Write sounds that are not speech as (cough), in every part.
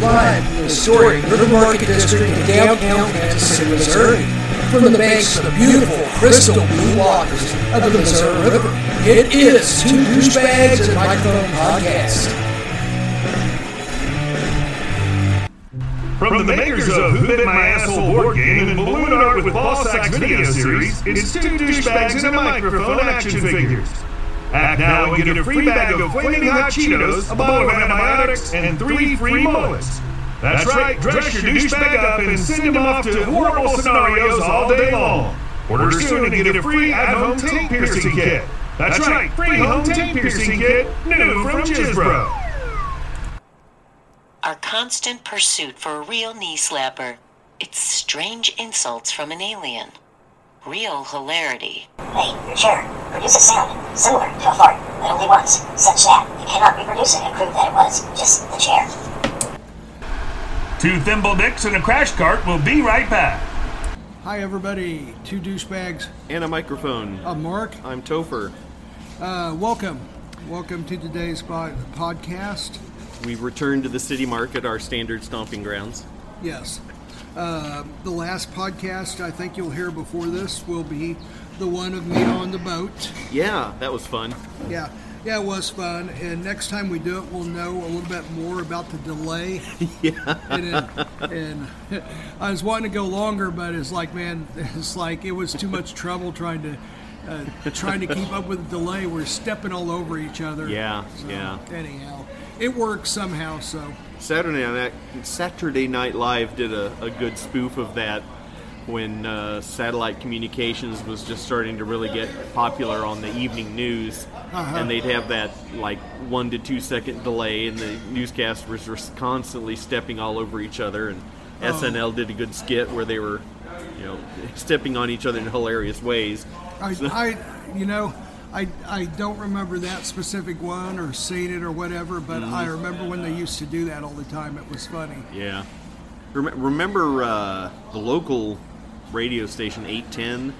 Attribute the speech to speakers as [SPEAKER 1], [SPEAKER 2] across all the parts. [SPEAKER 1] live from the historic River Market District in downtown Kansas City, Missouri, from the banks of the beautiful crystal blue waters of the Missouri River. It is Two Douchebags and Microphone Podcast.
[SPEAKER 2] From the makers of Who Bit My Asshole Board Game and Balloon Art with Ball Sacks video series, it's two douchebags and a microphone action figures. Act now and get a free bag of flaming hot Cheetos, a bottle of antibiotics, and three free mullets. That's right, dress your douchebag up and send him off to horrible scenarios all day long. Order soon and get a free at-home tape piercing kit. That's right, free home tape piercing kit, new from Chizbro.
[SPEAKER 3] our constant pursuit for a real knee slapper. It's strange insults from an alien. Real hilarity.
[SPEAKER 4] Hey, Sharon, produce a sound similar to a fart, but only once, such that you cannot reproduce it and prove that it was just the chair.
[SPEAKER 2] Two thimble dicks and a crash cart will be right back.
[SPEAKER 5] Hi, everybody. Two douchebags.
[SPEAKER 6] and a microphone.
[SPEAKER 5] I'm Mark.
[SPEAKER 6] I'm Topher.
[SPEAKER 5] Uh, welcome. Welcome to today's pod- podcast.
[SPEAKER 6] We've returned to the city market, our standard stomping grounds.
[SPEAKER 5] Yes. Uh, the last podcast I think you'll hear before this will be the one of me on the boat.
[SPEAKER 6] Yeah, that was fun.
[SPEAKER 5] Yeah. Yeah, it was fun. And next time we do it, we'll know a little bit more about the delay. yeah. And, and (laughs) I was wanting to go longer, but it's like, man, (laughs) it's like it was too much trouble trying to. Uh, trying to keep up with the delay, we're stepping all over each other.
[SPEAKER 6] Yeah, yeah.
[SPEAKER 5] Anyhow, it works somehow. So
[SPEAKER 6] Saturday Night Saturday Night Live did a, a good spoof of that when uh, satellite communications was just starting to really get popular on the evening news, and they'd have that like one to two second delay, and the newscasters were constantly stepping all over each other. And SNL did a good skit where they were, you know, stepping on each other in hilarious ways.
[SPEAKER 5] I, I you know, I, I don't remember that specific one or seen it or whatever, but I remember when they used to do that all the time. It was funny.
[SPEAKER 6] Yeah. Rem- remember uh, the local radio station 810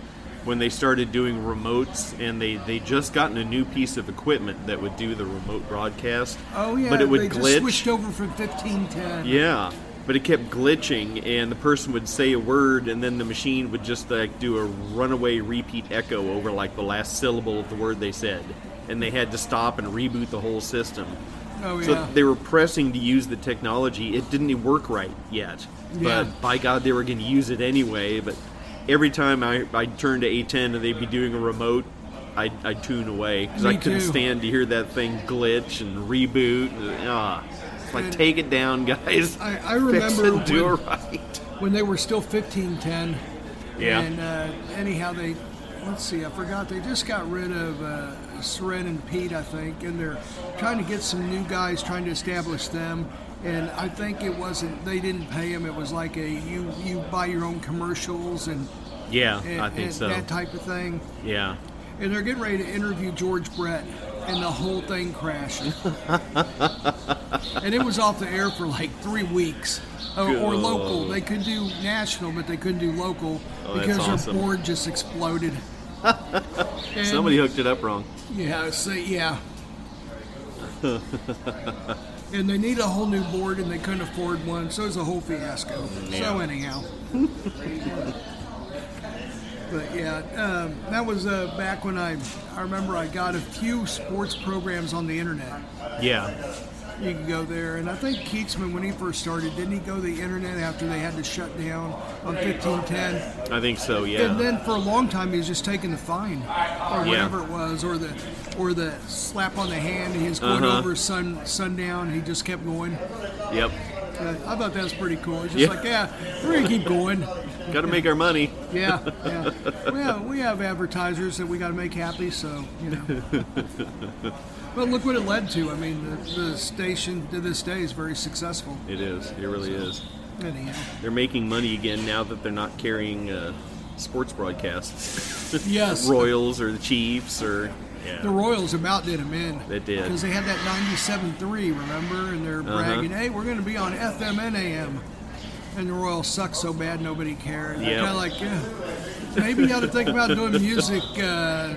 [SPEAKER 6] when they started doing remotes and they they just gotten a new piece of equipment that would do the remote broadcast.
[SPEAKER 5] Oh yeah,
[SPEAKER 6] But it would
[SPEAKER 5] they
[SPEAKER 6] glitch.
[SPEAKER 5] just switched over from fifteen ten.
[SPEAKER 6] Yeah. But it kept glitching, and the person would say a word, and then the machine would just like do a runaway repeat echo over like the last syllable of the word they said, and they had to stop and reboot the whole system.
[SPEAKER 5] Oh yeah.
[SPEAKER 6] So they were pressing to use the technology. It didn't work right yet,
[SPEAKER 5] Yeah.
[SPEAKER 6] but by God, they were going to use it anyway. But every time I I turned to A10 and they'd be doing a remote, I I tune away because I
[SPEAKER 5] Me
[SPEAKER 6] couldn't
[SPEAKER 5] too.
[SPEAKER 6] stand to hear that thing glitch and reboot. And, ah, it's like
[SPEAKER 5] And-
[SPEAKER 6] take it down, (laughs) guys.
[SPEAKER 5] I- I
[SPEAKER 6] Fix
[SPEAKER 5] remember
[SPEAKER 6] it, do
[SPEAKER 5] when- (laughs)
[SPEAKER 6] it right.
[SPEAKER 5] when they were still fifteen ten.
[SPEAKER 6] Yeah.
[SPEAKER 5] And uh, anyhow, they let's see, I forgot they just got rid of uh, Seren and Pete, I think, and they're trying to get some new guys, trying to establish them. And I think it wasn't they didn't pay them. It was like a you you buy your own commercials and,
[SPEAKER 6] Yeah,
[SPEAKER 5] and,
[SPEAKER 6] I think
[SPEAKER 5] and
[SPEAKER 6] so.
[SPEAKER 5] that type of thing.
[SPEAKER 6] Yeah.
[SPEAKER 5] And they're getting ready to interview George Brett, and the whole thing crashed. and it was off the air for like three weeks. Or, or local. They could do national, but they couldn't do local
[SPEAKER 6] Oh, that's
[SPEAKER 5] because
[SPEAKER 6] awesome.
[SPEAKER 5] their board just exploded. And-
[SPEAKER 6] (laughs) Somebody hooked it up wrong.
[SPEAKER 5] Yeah, so, yeah. and they need a whole new board, and they couldn't afford one, so it's a whole fiasco. So anyhow. But yeah, um, that was uh, back when I, I remember I got a few sports programs on the internet.
[SPEAKER 6] Yeah.
[SPEAKER 5] You could go there, and I think Keatsman, when he first started, didn't he go to the internet after they had to shut down on 1510?
[SPEAKER 6] I think so. Yeah.
[SPEAKER 5] And then for a long time, he was just taking the fine or whatever it was, or the or the slap on the hand. He was going
[SPEAKER 6] Uh-huh.
[SPEAKER 5] over sun sundown. He just kept going.
[SPEAKER 6] yep.
[SPEAKER 5] Uh, I thought that was pretty cool. It's just
[SPEAKER 6] Yeah.
[SPEAKER 5] like, yeah, we're gonna keep going.
[SPEAKER 6] Got to make our money.
[SPEAKER 5] Yeah,
[SPEAKER 6] (laughs)
[SPEAKER 5] yeah. Well, we have advertisers that we got to make happy, so you know.
[SPEAKER 6] (laughs)
[SPEAKER 5] But look what it led to. I mean, the, the station to this day is very successful.
[SPEAKER 6] It is. It really is.
[SPEAKER 5] Anyhow,
[SPEAKER 6] They're making money again now that they're not carrying uh, sports broadcasts.
[SPEAKER 5] Yes.
[SPEAKER 6] Royals or the Chiefs or.
[SPEAKER 5] the Royals about did them in.
[SPEAKER 6] They did. Uh-huh.
[SPEAKER 5] because they had that 97.3, remember? And they're bragging, "Hey, we're going to be on FM and AM." And the Royals suck so bad nobody cared.
[SPEAKER 6] Yep.
[SPEAKER 5] Kind of like, yeah, maybe you ought to think about doing music uh,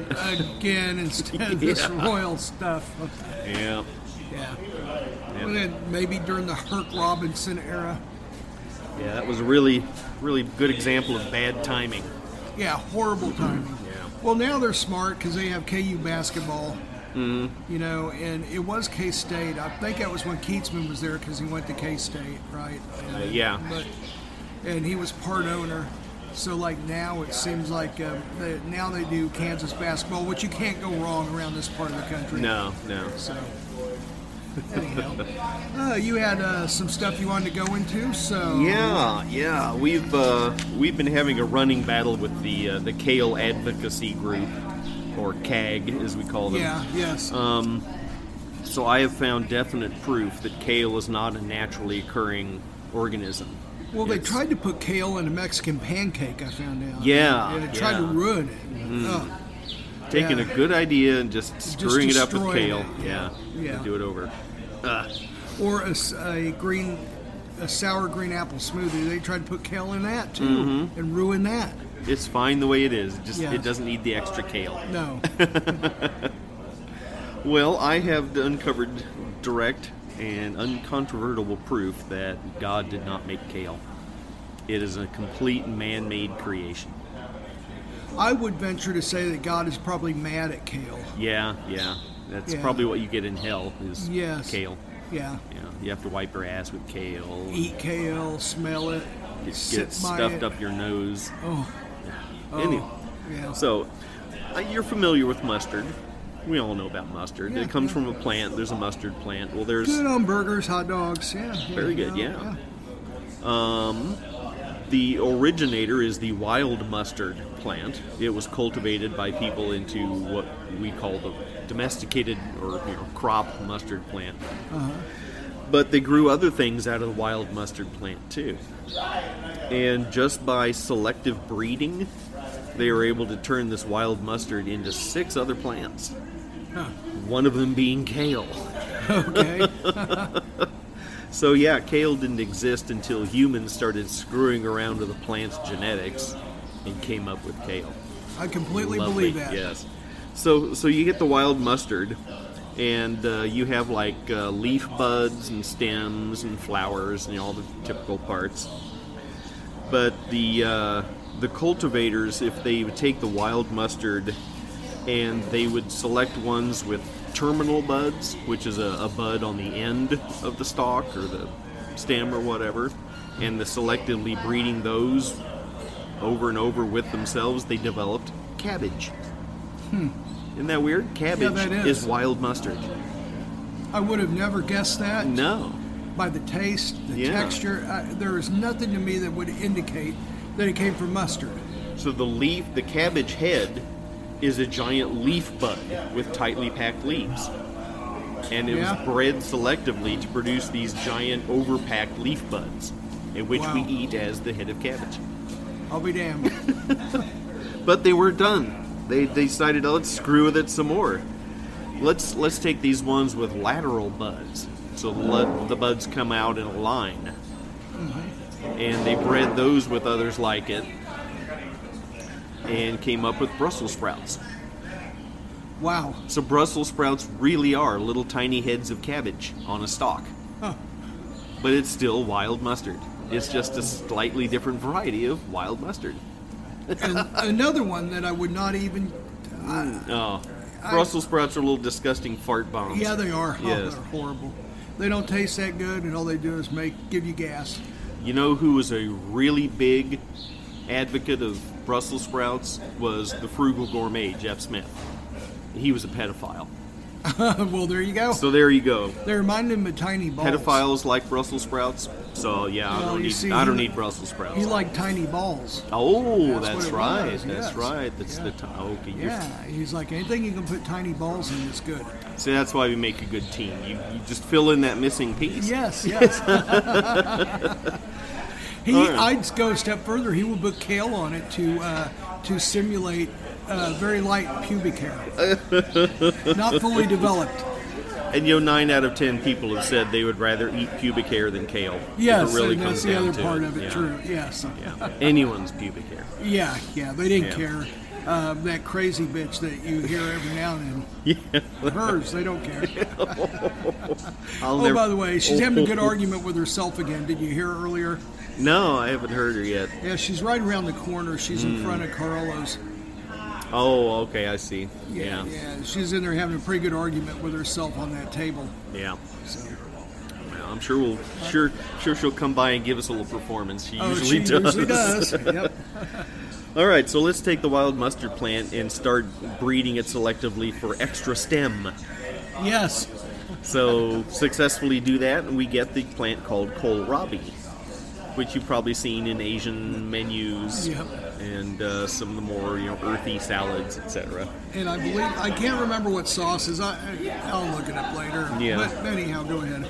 [SPEAKER 5] again instead of this
[SPEAKER 6] (laughs)
[SPEAKER 5] (laughs)
[SPEAKER 6] Yeah.
[SPEAKER 5] Royal stuff.
[SPEAKER 6] Yeah.
[SPEAKER 5] Yeah.
[SPEAKER 6] Yeah.
[SPEAKER 5] And then maybe during the Herc Robinson era.
[SPEAKER 6] Yeah, that was a really, really good example of bad timing.
[SPEAKER 5] Yeah, horrible timing.
[SPEAKER 6] Yeah.
[SPEAKER 5] Well, now they're smart because they have KU basketball.
[SPEAKER 6] Mm-hmm.
[SPEAKER 5] You know, and it was K State. I think that was when Keatsman was there because he went to K State, right? And,
[SPEAKER 6] Uh, yeah.
[SPEAKER 5] But and he was part owner. So like now it seems like um, they, now they do Kansas basketball, which you can't go wrong around this part of the country.
[SPEAKER 6] No, no.
[SPEAKER 5] So
[SPEAKER 6] (laughs)
[SPEAKER 5] anyhow, uh, you had uh, some stuff you wanted to go into, so
[SPEAKER 6] Yeah, yeah. We've uh, we've been having a running battle with the uh, the Kale Advocacy Group, or CAG as we call them.
[SPEAKER 5] yeah, yes,
[SPEAKER 6] So I have found definite proof that kale is not a naturally occurring organism.
[SPEAKER 5] Well, they
[SPEAKER 6] It's-
[SPEAKER 5] tried to put kale in a Mexican pancake. I found out.
[SPEAKER 6] Yeah, Mm-hmm.
[SPEAKER 5] and it tried to
[SPEAKER 6] yeah.
[SPEAKER 5] ruin it. Uh, Ugh.
[SPEAKER 6] taking
[SPEAKER 5] Yeah.
[SPEAKER 6] a good idea and just screwing it up with
[SPEAKER 5] destroying
[SPEAKER 6] kale.
[SPEAKER 5] it,
[SPEAKER 6] Yeah,
[SPEAKER 5] yeah.
[SPEAKER 6] do it over.
[SPEAKER 5] Or a, s- a green, a sour green apple smoothie. They tried to put kale in that too,
[SPEAKER 6] Mm-hmm.
[SPEAKER 5] and ruin that.
[SPEAKER 6] It's fine the way it is. It Just
[SPEAKER 5] Yeah.
[SPEAKER 6] it doesn't need the extra kale. (laughs)
[SPEAKER 5] No,
[SPEAKER 6] Well, I have uncovered direct and uncontrovertible proof that God did not make kale. It is a complete man-made creation.
[SPEAKER 5] I would venture to say that God is probably mad at kale.
[SPEAKER 6] Yeah, yeah. That's
[SPEAKER 5] Yeah.
[SPEAKER 6] probably what you get in hell is
[SPEAKER 5] Yes.
[SPEAKER 6] kale.
[SPEAKER 5] Yeah,
[SPEAKER 6] Yeah, you have to wipe your ass with kale.
[SPEAKER 5] eat kale, smell it,
[SPEAKER 6] It
[SPEAKER 5] sit
[SPEAKER 6] gets
[SPEAKER 5] by
[SPEAKER 6] stuffed
[SPEAKER 5] it.
[SPEAKER 6] up your nose.
[SPEAKER 5] Oh,
[SPEAKER 6] Anyway,
[SPEAKER 5] yeah.
[SPEAKER 6] so uh, you're familiar with mustard. We all know about mustard.
[SPEAKER 5] Yeah,
[SPEAKER 6] it comes
[SPEAKER 5] yeah.
[SPEAKER 6] from a plant. There's a mustard plant. Well, there's
[SPEAKER 5] good on burgers, hot dogs. Yeah, yeah,
[SPEAKER 6] Very good, yeah. the originator is the wild mustard plant. It was cultivated by people into what we call the domesticated or you know, crop mustard plant. But they grew other things out of the wild mustard plant too. And just by selective breeding, they were able to turn this wild mustard into six other plants. One of them being kale.
[SPEAKER 5] Okay.
[SPEAKER 6] So yeah, kale didn't exist until humans started screwing around with the plant's genetics and came up with kale. (laughs)
[SPEAKER 5] I completely
[SPEAKER 6] Lovely,
[SPEAKER 5] believe that.
[SPEAKER 6] Yes. So so you get the wild mustard, and uh, you have like uh, leaf buds and stems and flowers and all the typical parts. But the uh, the cultivators, if they would take the wild mustard, and they would select ones with terminal buds, which is a, a bud on the end of the stalk or the stem or whatever, and the selectively breeding those over and over with themselves, they developed cabbage. Hmm. Isn't that weird? Cabbage
[SPEAKER 5] that
[SPEAKER 6] is.
[SPEAKER 5] is.
[SPEAKER 6] wild mustard.
[SPEAKER 5] I would have never guessed that.
[SPEAKER 6] No.
[SPEAKER 5] by the taste, the
[SPEAKER 6] Yeah.
[SPEAKER 5] texture. I, there is nothing to me that would indicate that it came from mustard.
[SPEAKER 6] So the leaf, the cabbage head, is a giant leaf bud with tightly packed leaves. And it
[SPEAKER 5] Yeah.
[SPEAKER 6] was bred selectively to produce these giant overpacked leaf buds, in which we
[SPEAKER 5] Wow.
[SPEAKER 6] eat as the head of cabbage.
[SPEAKER 5] I'll be
[SPEAKER 6] (laughs)
[SPEAKER 5] damned.
[SPEAKER 6] But they were done. They they decided, oh, let's screw with it some more. Let's let's take these ones with lateral buds. So let the buds come out in a line. And they bred those with others like it and came up with Brussels sprouts.
[SPEAKER 5] wow.
[SPEAKER 6] So Brussels sprouts really are little tiny heads of cabbage on a stalk. But it's still wild mustard. It's just a slightly different variety of wild mustard.
[SPEAKER 5] And another one that I would not even.
[SPEAKER 6] Oh, Brussels sprouts are little disgusting fart bombs.
[SPEAKER 5] Yeah, they are. Oh,
[SPEAKER 6] Yes.
[SPEAKER 5] they're horrible. They don't taste that good, and all they do is make give you gas. (laughs)
[SPEAKER 6] You know who was a really big advocate of Brussels sprouts was the frugal gourmet Jeff Smith. He was a pedophile.
[SPEAKER 5] well, there you go.
[SPEAKER 6] So there you go.
[SPEAKER 5] they remind him of tiny balls.
[SPEAKER 6] Pedophiles like Brussels sprouts. So yeah, I
[SPEAKER 5] Oh. Well,
[SPEAKER 6] don't
[SPEAKER 5] you
[SPEAKER 6] need
[SPEAKER 5] see,
[SPEAKER 6] I don't
[SPEAKER 5] he-
[SPEAKER 6] need Brussels sprouts.
[SPEAKER 5] He liked tiny balls.
[SPEAKER 6] oh,
[SPEAKER 5] That's
[SPEAKER 6] that's,
[SPEAKER 5] what it
[SPEAKER 6] right.
[SPEAKER 5] was,
[SPEAKER 6] That's
[SPEAKER 5] yes.
[SPEAKER 6] right. That's
[SPEAKER 5] Yeah.
[SPEAKER 6] the time. Okay, you're-
[SPEAKER 5] Yeah, he's like anything you can put tiny balls in is good.
[SPEAKER 6] See, that's why we make a good team. You, you just fill in that missing piece.
[SPEAKER 5] Yes,
[SPEAKER 6] (laughs)
[SPEAKER 5] yes. (laughs) he,
[SPEAKER 6] All right.
[SPEAKER 5] I'd go a step further. He would put kale on it to uh, to simulate uh, very light pubic
[SPEAKER 6] (laughs)
[SPEAKER 5] hair, not fully developed.
[SPEAKER 6] And you know, nine out of ten people have said they would rather eat pubic hair than kale. if it
[SPEAKER 5] Yes,
[SPEAKER 6] really
[SPEAKER 5] and that's
[SPEAKER 6] comes
[SPEAKER 5] the
[SPEAKER 6] down
[SPEAKER 5] other
[SPEAKER 6] to
[SPEAKER 5] part of it.
[SPEAKER 6] Yeah.
[SPEAKER 5] True. Yes.
[SPEAKER 6] Yeah. (laughs) Anyone's pubic hair.
[SPEAKER 5] Yeah, yeah. They didn't
[SPEAKER 6] Yeah.
[SPEAKER 5] care. um, that crazy bitch that you hear every now and then.
[SPEAKER 6] (laughs) Yeah.
[SPEAKER 5] Hers, they don't care.
[SPEAKER 6] (laughs) I'll
[SPEAKER 5] Oh,
[SPEAKER 6] never-
[SPEAKER 5] by the way, she's having
[SPEAKER 6] (laughs)
[SPEAKER 5] a good argument with herself again. Did you hear earlier?
[SPEAKER 6] No, I haven't heard her yet.
[SPEAKER 5] Yeah, she's right around the corner. She's in front of Carlos.
[SPEAKER 6] Oh, okay, I see. Yeah, yeah.
[SPEAKER 5] yeah. She's in there having a pretty good argument with herself on that table. So,
[SPEAKER 6] Well, I'm sure we'll sure sure she'll come by and give us a little performance. She
[SPEAKER 5] oh,
[SPEAKER 6] usually
[SPEAKER 5] she
[SPEAKER 6] does.
[SPEAKER 5] usually does. (laughs) yep.
[SPEAKER 6] (laughs) All right, so let's take the wild mustard plant and start breeding it selectively for extra stem.
[SPEAKER 5] Yes.
[SPEAKER 6] So successfully do that, and we get the plant called kohlrabi, which you've probably seen in Asian menus
[SPEAKER 5] Yep.
[SPEAKER 6] and uh, some of the more you know earthy salads, etc.
[SPEAKER 5] And I believe I can't remember what sauce is. I I'll look it up later.
[SPEAKER 6] Yeah.
[SPEAKER 5] But anyhow, go ahead.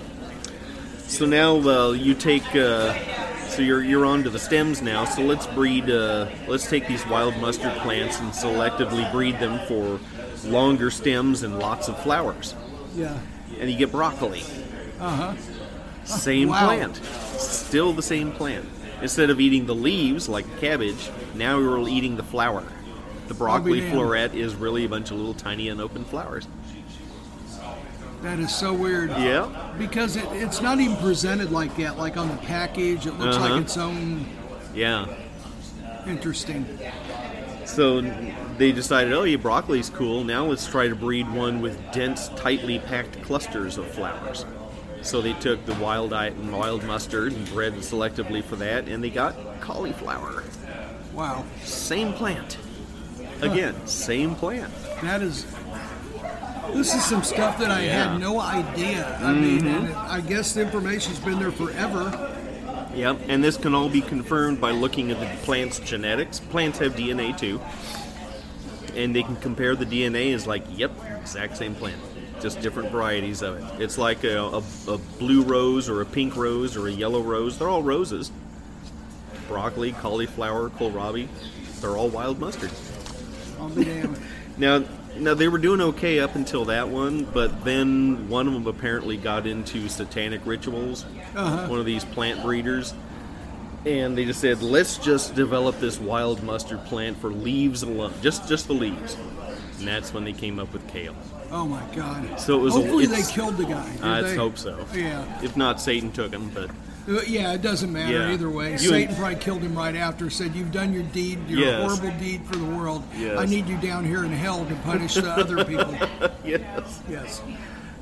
[SPEAKER 6] So now uh, you take. Uh, so you're you're onto the stems now. So let's breed. Uh, let's take these wild mustard plants and selectively breed them for longer stems and lots of flowers,
[SPEAKER 5] Yeah.
[SPEAKER 6] and you get broccoli.
[SPEAKER 5] Uh huh.
[SPEAKER 6] Same
[SPEAKER 5] Wow.
[SPEAKER 6] plant, still the same plant. Instead of eating the leaves like cabbage, now we're eating the flower. The broccoli
[SPEAKER 5] damned.
[SPEAKER 6] floret is really a bunch of little tiny unopened flowers.
[SPEAKER 5] That is so weird.
[SPEAKER 6] Yeah.
[SPEAKER 5] Because it, it's not even presented like that. Like on the package, it looks
[SPEAKER 6] Uh-huh.
[SPEAKER 5] like its own
[SPEAKER 6] Yeah.
[SPEAKER 5] interesting.
[SPEAKER 6] So they decided, oh, yeah, broccoli's cool. Now let's try to breed one with dense, tightly packed clusters of flowers. So they took the wild eye and wild mustard and bred selectively for that, and they got cauliflower.
[SPEAKER 5] Wow.
[SPEAKER 6] Same plant. Again, same plant.
[SPEAKER 5] That is. This is some stuff that I
[SPEAKER 6] Yeah.
[SPEAKER 5] had no idea. I mean, and it- I guess the information's been there forever.
[SPEAKER 6] Yep, and this can all be confirmed by looking at the plant's genetics. Plants have DNA too, and they can compare the DNA. Is like, yep, exact same plant, just different varieties of it. It's like a, a, a blue rose or a pink rose or a yellow rose. They're all roses. Broccoli, cauliflower, kohlrabi, they're all wild mustard.
[SPEAKER 5] I'll be damned.
[SPEAKER 6] Now, now they were doing okay up until that one, but then one of them apparently got into satanic rituals. One of these plant breeders, and they just said, "Let's just develop this wild mustard plant for leaves alone, just just the leaves." And that's when they came up with kale.
[SPEAKER 5] Oh my God.
[SPEAKER 6] So it was a-
[SPEAKER 5] Hopefully they
[SPEAKER 6] it's-
[SPEAKER 5] killed the guy. did
[SPEAKER 6] I
[SPEAKER 5] they?
[SPEAKER 6] hope so.
[SPEAKER 5] Yeah.
[SPEAKER 6] If not, Satan took him. But (laughs)
[SPEAKER 5] Uh, Yeah, it doesn't matter
[SPEAKER 6] Yeah.
[SPEAKER 5] either way.
[SPEAKER 6] You-
[SPEAKER 5] Satan probably killed him right after. Said, "You've done your deed, your
[SPEAKER 6] Yes.
[SPEAKER 5] horrible deed for the world. I
[SPEAKER 6] Yes.
[SPEAKER 5] need you down here in hell to punish the other
[SPEAKER 6] (laughs)
[SPEAKER 5] people."
[SPEAKER 6] yes.
[SPEAKER 5] Yes.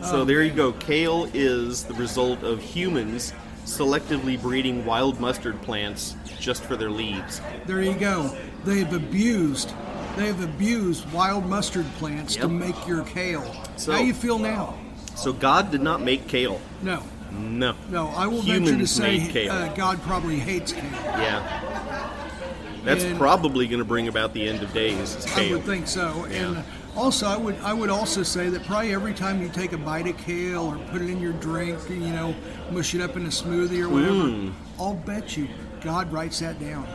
[SPEAKER 6] So there you go. Kale is the result of humans selectively breeding wild mustard plants just for their leaves.
[SPEAKER 5] There you go. They've abused. They've abused wild mustard plants to
[SPEAKER 6] Yep.
[SPEAKER 5] make your kale.
[SPEAKER 6] So-
[SPEAKER 5] How you feel now?
[SPEAKER 6] So God did not make kale.
[SPEAKER 5] No,
[SPEAKER 6] No.
[SPEAKER 5] no. I will venture to
[SPEAKER 6] Humans made
[SPEAKER 5] say
[SPEAKER 6] kale.
[SPEAKER 5] uh, God probably hates kale.
[SPEAKER 6] yeah. That's
[SPEAKER 5] And-
[SPEAKER 6] probably going to bring about the end of days. Is
[SPEAKER 5] I
[SPEAKER 6] kale.
[SPEAKER 5] would think so.
[SPEAKER 6] Yeah.
[SPEAKER 5] And uh, also, I would I would also say that probably every time you take a bite of kale or put it in your drink, you know, mush it up in a smoothie or whatever,
[SPEAKER 6] Mm.
[SPEAKER 5] I'll bet you God writes that down.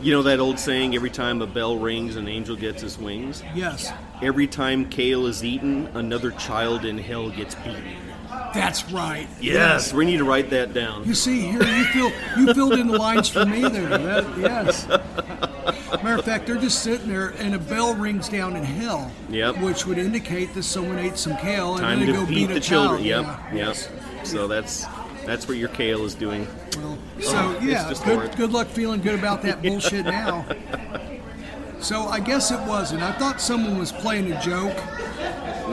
[SPEAKER 6] You know that old saying: every time a bell rings, an angel gets his wings.
[SPEAKER 5] Yes,
[SPEAKER 6] Every time kale is eaten, another child in hell gets beaten.
[SPEAKER 5] that's right.
[SPEAKER 6] Yes, we need to write that down.
[SPEAKER 5] You see, here you feel you filled in the lines for me there. That- yes. Matter of fact, they're just sitting there, and a bell rings down in hell,
[SPEAKER 6] Yep.
[SPEAKER 5] which would indicate that someone ate some kale and
[SPEAKER 6] Time
[SPEAKER 5] then
[SPEAKER 6] to
[SPEAKER 5] go
[SPEAKER 6] beat
[SPEAKER 5] beat a
[SPEAKER 6] the children.
[SPEAKER 5] Child.
[SPEAKER 6] Yep,
[SPEAKER 5] Yeah.
[SPEAKER 6] yep. So that's that's what your kale is doing.
[SPEAKER 5] Well,
[SPEAKER 6] Oh,
[SPEAKER 5] so
[SPEAKER 6] it's
[SPEAKER 5] yeah,
[SPEAKER 6] just hard.
[SPEAKER 5] good, good luck feeling good about that bullshit
[SPEAKER 6] (laughs)
[SPEAKER 5] now. So I guess it wasn't. I thought someone was playing a joke.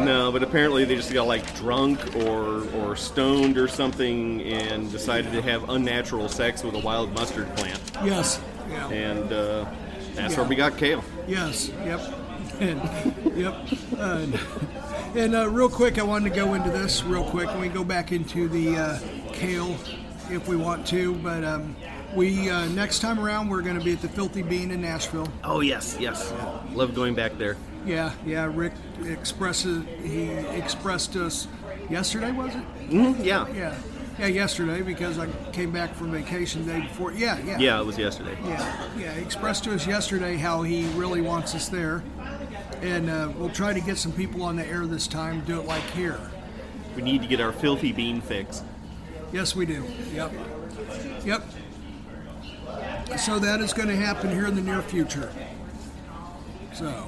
[SPEAKER 6] No, but apparently they just got like drunk or or stoned or something and decided to have unnatural sex with a wild mustard plant,
[SPEAKER 5] Yes. Yeah.
[SPEAKER 6] and uh, that's
[SPEAKER 5] Yeah.
[SPEAKER 6] where we got kale.
[SPEAKER 5] Yes. Yep. (laughs) And, yep. Uh, and uh, real quick, I wanted to go into this real quick, and we go back into the uh, kale if we want to. But um, we uh, next time around, we're going to be at the Filthy Bean in Nashville.
[SPEAKER 6] Oh yes, yes, love going back there.
[SPEAKER 5] Yeah. Yeah. Rick expresses he expressed us yesterday, was it?
[SPEAKER 6] Mm, yeah. yeah,
[SPEAKER 5] Yeah. Yeah, yesterday because I came back from vacation the day before. Yeah, yeah.
[SPEAKER 6] it was yesterday.
[SPEAKER 5] Yeah, yeah. He expressed to us yesterday how he really wants us there, and uh, we'll try to get some people on the air this time. Do it like here.
[SPEAKER 6] We need to get our filthy bean fix.
[SPEAKER 5] Yes, we do. Yep. Yep. So that is going to happen here in the near future. So,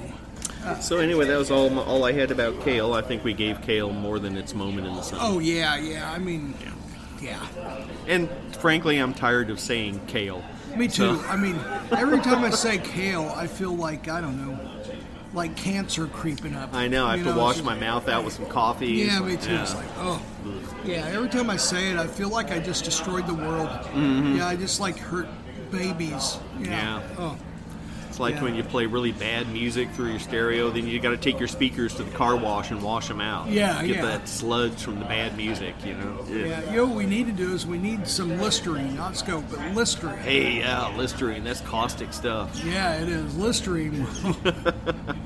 [SPEAKER 6] So anyway, that was all my, all I had about Kale. I think we gave Kale more than its moment in the sun.
[SPEAKER 5] oh yeah, yeah. I mean, yeah.
[SPEAKER 6] And frankly, I'm tired of saying Kale.
[SPEAKER 5] Me too.
[SPEAKER 6] So-
[SPEAKER 5] I mean, every time I say kale, I feel like I don't know, like cancer creeping up.
[SPEAKER 6] I know I have
[SPEAKER 5] You
[SPEAKER 6] to
[SPEAKER 5] it's
[SPEAKER 6] wash
[SPEAKER 5] just-
[SPEAKER 6] my mouth out with some coffee.
[SPEAKER 5] Yeah,
[SPEAKER 6] It's
[SPEAKER 5] me too. It's
[SPEAKER 6] yeah.
[SPEAKER 5] like, oh, yeah. Every time I say it, I feel like I just destroyed the world. Yeah, I just like hurt babies. Yeah.
[SPEAKER 6] Mm-hmm. Yeah.
[SPEAKER 5] Oh,
[SPEAKER 6] It's like
[SPEAKER 5] Yeah.
[SPEAKER 6] when you play really bad music through your stereo, then you got to take your speakers to the car wash and wash them out.
[SPEAKER 5] Yeah,
[SPEAKER 6] get
[SPEAKER 5] yeah.
[SPEAKER 6] that sludge from the bad music, you know.
[SPEAKER 5] yeah. You know what we need to do is we need some Listerine, not scope, but Listerine.
[SPEAKER 6] Hey, yeah, Listerine. That's caustic stuff.
[SPEAKER 5] Yeah, it is
[SPEAKER 6] (laughs)
[SPEAKER 5] Listerine.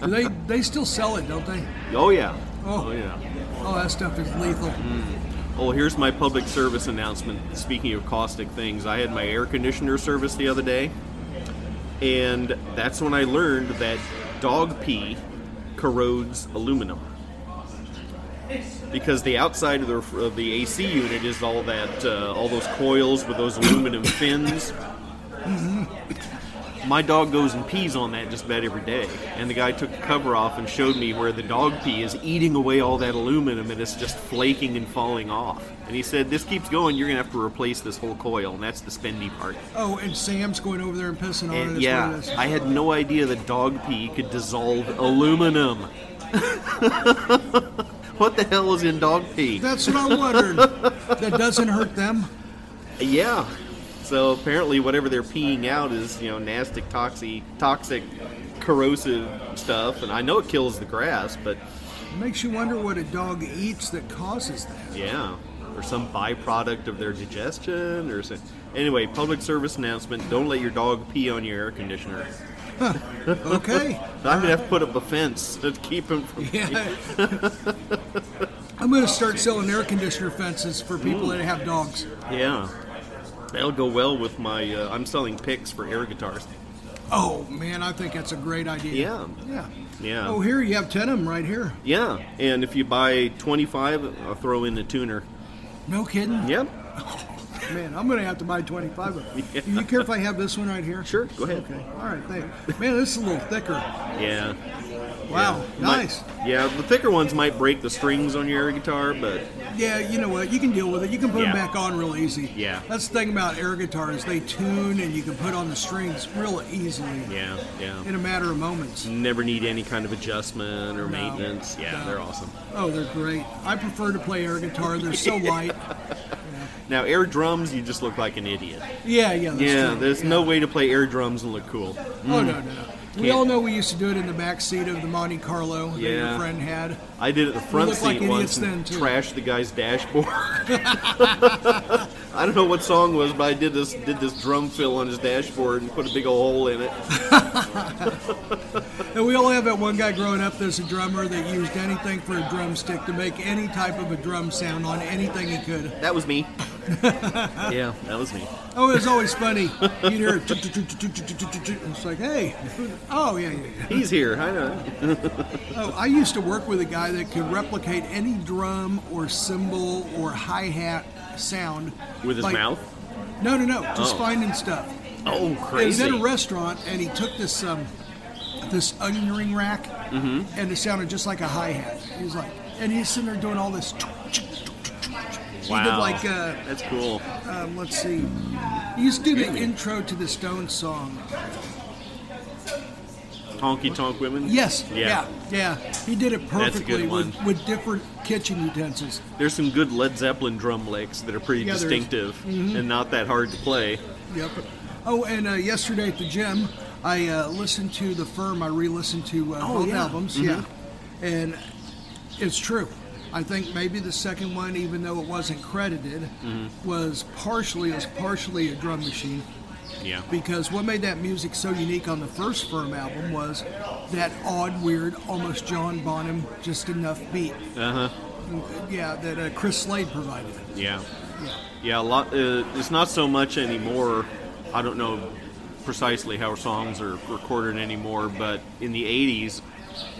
[SPEAKER 5] Do they they still sell it, don't they?
[SPEAKER 6] Oh yeah.
[SPEAKER 5] Oh.
[SPEAKER 6] oh yeah.
[SPEAKER 5] Oh, that stuff is lethal.
[SPEAKER 6] Oh, here's my public service announcement. Speaking of caustic things, I had my air conditioner service the other day, and that's when I learned that dog pee corrodes aluminum. Because the outside of the, of the AC unit is all that, uh, all those coils with those aluminum fins. My dog goes and pees on that just about every day. And the guy took the cover off and showed me where the dog pee is eating away all that aluminum and it's just flaking and falling off. And he said, This keeps going, you're going to have to replace this whole coil. And that's the spendy part.
[SPEAKER 5] Oh, and Sam's going over there and pissing on it.
[SPEAKER 6] And
[SPEAKER 5] is what
[SPEAKER 6] yeah,
[SPEAKER 5] it is.
[SPEAKER 6] I had no idea that dog pee could dissolve aluminum. (laughs) what the hell is in dog pee?
[SPEAKER 5] That's what I wondered. that doesn't hurt them.
[SPEAKER 6] Yeah. So apparently, whatever they're peeing out is you know nasty, toxic, toxic, corrosive stuff, and I know it kills the grass, but
[SPEAKER 5] Makes you wonder what a dog eats that causes that.
[SPEAKER 6] yeah, or some byproduct of their digestion, or some, anyway, public service announcement: don't let your dog pee on your air conditioner.
[SPEAKER 5] Okay.
[SPEAKER 6] I'm gonna have to put up a fence to keep him from.
[SPEAKER 5] Yeah. I'm going to start selling air conditioner fences for people that have dogs.
[SPEAKER 6] Yeah. That'll go well with my. Uh, I'm selling picks for air guitars.
[SPEAKER 5] Oh, man, I think that's a great idea.
[SPEAKER 6] Yeah. Um,
[SPEAKER 5] Yeah.
[SPEAKER 6] Yeah.
[SPEAKER 5] Oh, here you have 10 of them right here.
[SPEAKER 6] Yeah, and if you buy 25, I'll throw in a tuner.
[SPEAKER 5] No kidding.
[SPEAKER 6] Yep.
[SPEAKER 5] Man, I'm going to have to buy 25 of them. Do you care if I have this one right here?
[SPEAKER 6] Sure, go ahead.
[SPEAKER 5] Okay. All right, thanks. Man, this is a little thicker.
[SPEAKER 6] Yeah.
[SPEAKER 5] Wow,
[SPEAKER 6] Might-
[SPEAKER 5] nice.
[SPEAKER 6] yeah, the thicker ones might break the strings on your air guitar, but
[SPEAKER 5] Yeah, you know what? You can deal with it. You can put
[SPEAKER 6] Yeah.
[SPEAKER 5] them back on real easy.
[SPEAKER 6] Yeah.
[SPEAKER 5] That's the thing about air guitars. They tune and you can put on the strings real easily
[SPEAKER 6] yeah, yeah.
[SPEAKER 5] in a matter of moments.
[SPEAKER 6] Never need any kind of adjustment or
[SPEAKER 5] No,
[SPEAKER 6] maintenance. Yeah,
[SPEAKER 5] no.
[SPEAKER 6] they're awesome.
[SPEAKER 5] Oh, they're great. I prefer to play air guitar. They're so
[SPEAKER 6] (laughs)
[SPEAKER 5] light.
[SPEAKER 6] Now, air drums, you just look like an idiot.
[SPEAKER 5] Yeah, yeah. That's
[SPEAKER 6] Yeah,
[SPEAKER 5] true.
[SPEAKER 6] there's no way to play air drums and look cool.
[SPEAKER 5] Oh, no, no, no. We
[SPEAKER 6] Can't-
[SPEAKER 5] all know we used to do it in the back seat of the Monte Carlo that your
[SPEAKER 6] Yeah.
[SPEAKER 5] friend had.
[SPEAKER 6] I did it the front
[SPEAKER 5] look
[SPEAKER 6] seat
[SPEAKER 5] like idiots
[SPEAKER 6] once and
[SPEAKER 5] then, too.
[SPEAKER 6] trashed the
[SPEAKER 5] (laughs)
[SPEAKER 6] guy's dashboard. I don't know what song it was, but I did this did this drum fill on his dashboard and put a big old hole in it.
[SPEAKER 5] And we all have that one guy growing up that's a drummer that used anything for a drumstick to make any type of a drum sound on anything he could.
[SPEAKER 6] That
[SPEAKER 5] (laughs)
[SPEAKER 6] was me. yeah, that was me.
[SPEAKER 5] Oh, it was always funny. You'd hear it. tut, tut, tut, tut, tut, tut, tut, tut. It's like, hey, oh yeah, yeah. yeah.
[SPEAKER 6] He's here. I know.
[SPEAKER 5] Oh, I used to work with a guy that could replicate any drum or cymbal or hi hat sound
[SPEAKER 6] With his
[SPEAKER 5] like-
[SPEAKER 6] mouth.
[SPEAKER 5] No, no, no. Just
[SPEAKER 6] Oh.
[SPEAKER 5] finding stuff.
[SPEAKER 6] Oh,
[SPEAKER 5] He was
[SPEAKER 6] crazy!
[SPEAKER 5] at a restaurant and he took this um, this onion ring rack,
[SPEAKER 6] Mm-hmm.
[SPEAKER 5] and it sounded just like a hi hat. He was like, and he's sitting there doing all this. He did
[SPEAKER 6] Wow.
[SPEAKER 5] like uh,
[SPEAKER 6] That's cool.
[SPEAKER 5] um, let's see. He used to do the intro to the Stone song.
[SPEAKER 6] Honky Tonk Women.
[SPEAKER 5] Yes.
[SPEAKER 6] Yeah.
[SPEAKER 5] Yeah. Yeah. He did it
[SPEAKER 6] That's a
[SPEAKER 5] perfectly
[SPEAKER 6] good
[SPEAKER 5] with,
[SPEAKER 6] one.
[SPEAKER 5] with different kitchen utensils.
[SPEAKER 6] There's some good Led Zeppelin drum licks that are pretty
[SPEAKER 5] Yeah, Mm-hmm. there's-
[SPEAKER 6] distinctive and not that hard to play.
[SPEAKER 5] Yep. Oh, and uh, yesterday at the gym, I uh, listened to the firm. I re-listened to uh, both
[SPEAKER 6] Oh, yeah. Mm-hmm.
[SPEAKER 5] albums. Yeah. And it's true. I think maybe the second one, even though it wasn't credited,
[SPEAKER 6] Mm-hmm.
[SPEAKER 5] was partially was partially a drum machine.
[SPEAKER 6] Yeah.
[SPEAKER 5] because what made that music so unique on the first Firm album was that odd, weird, almost John Bonham, just enough beat. Uh
[SPEAKER 6] Uh-huh.
[SPEAKER 5] huh. Yeah, that uh, Chris Slade provided.
[SPEAKER 6] Yeah. Yeah. A lot. Uh, it's not so much anymore. I don't know precisely how songs are recorded anymore, but in the '80s,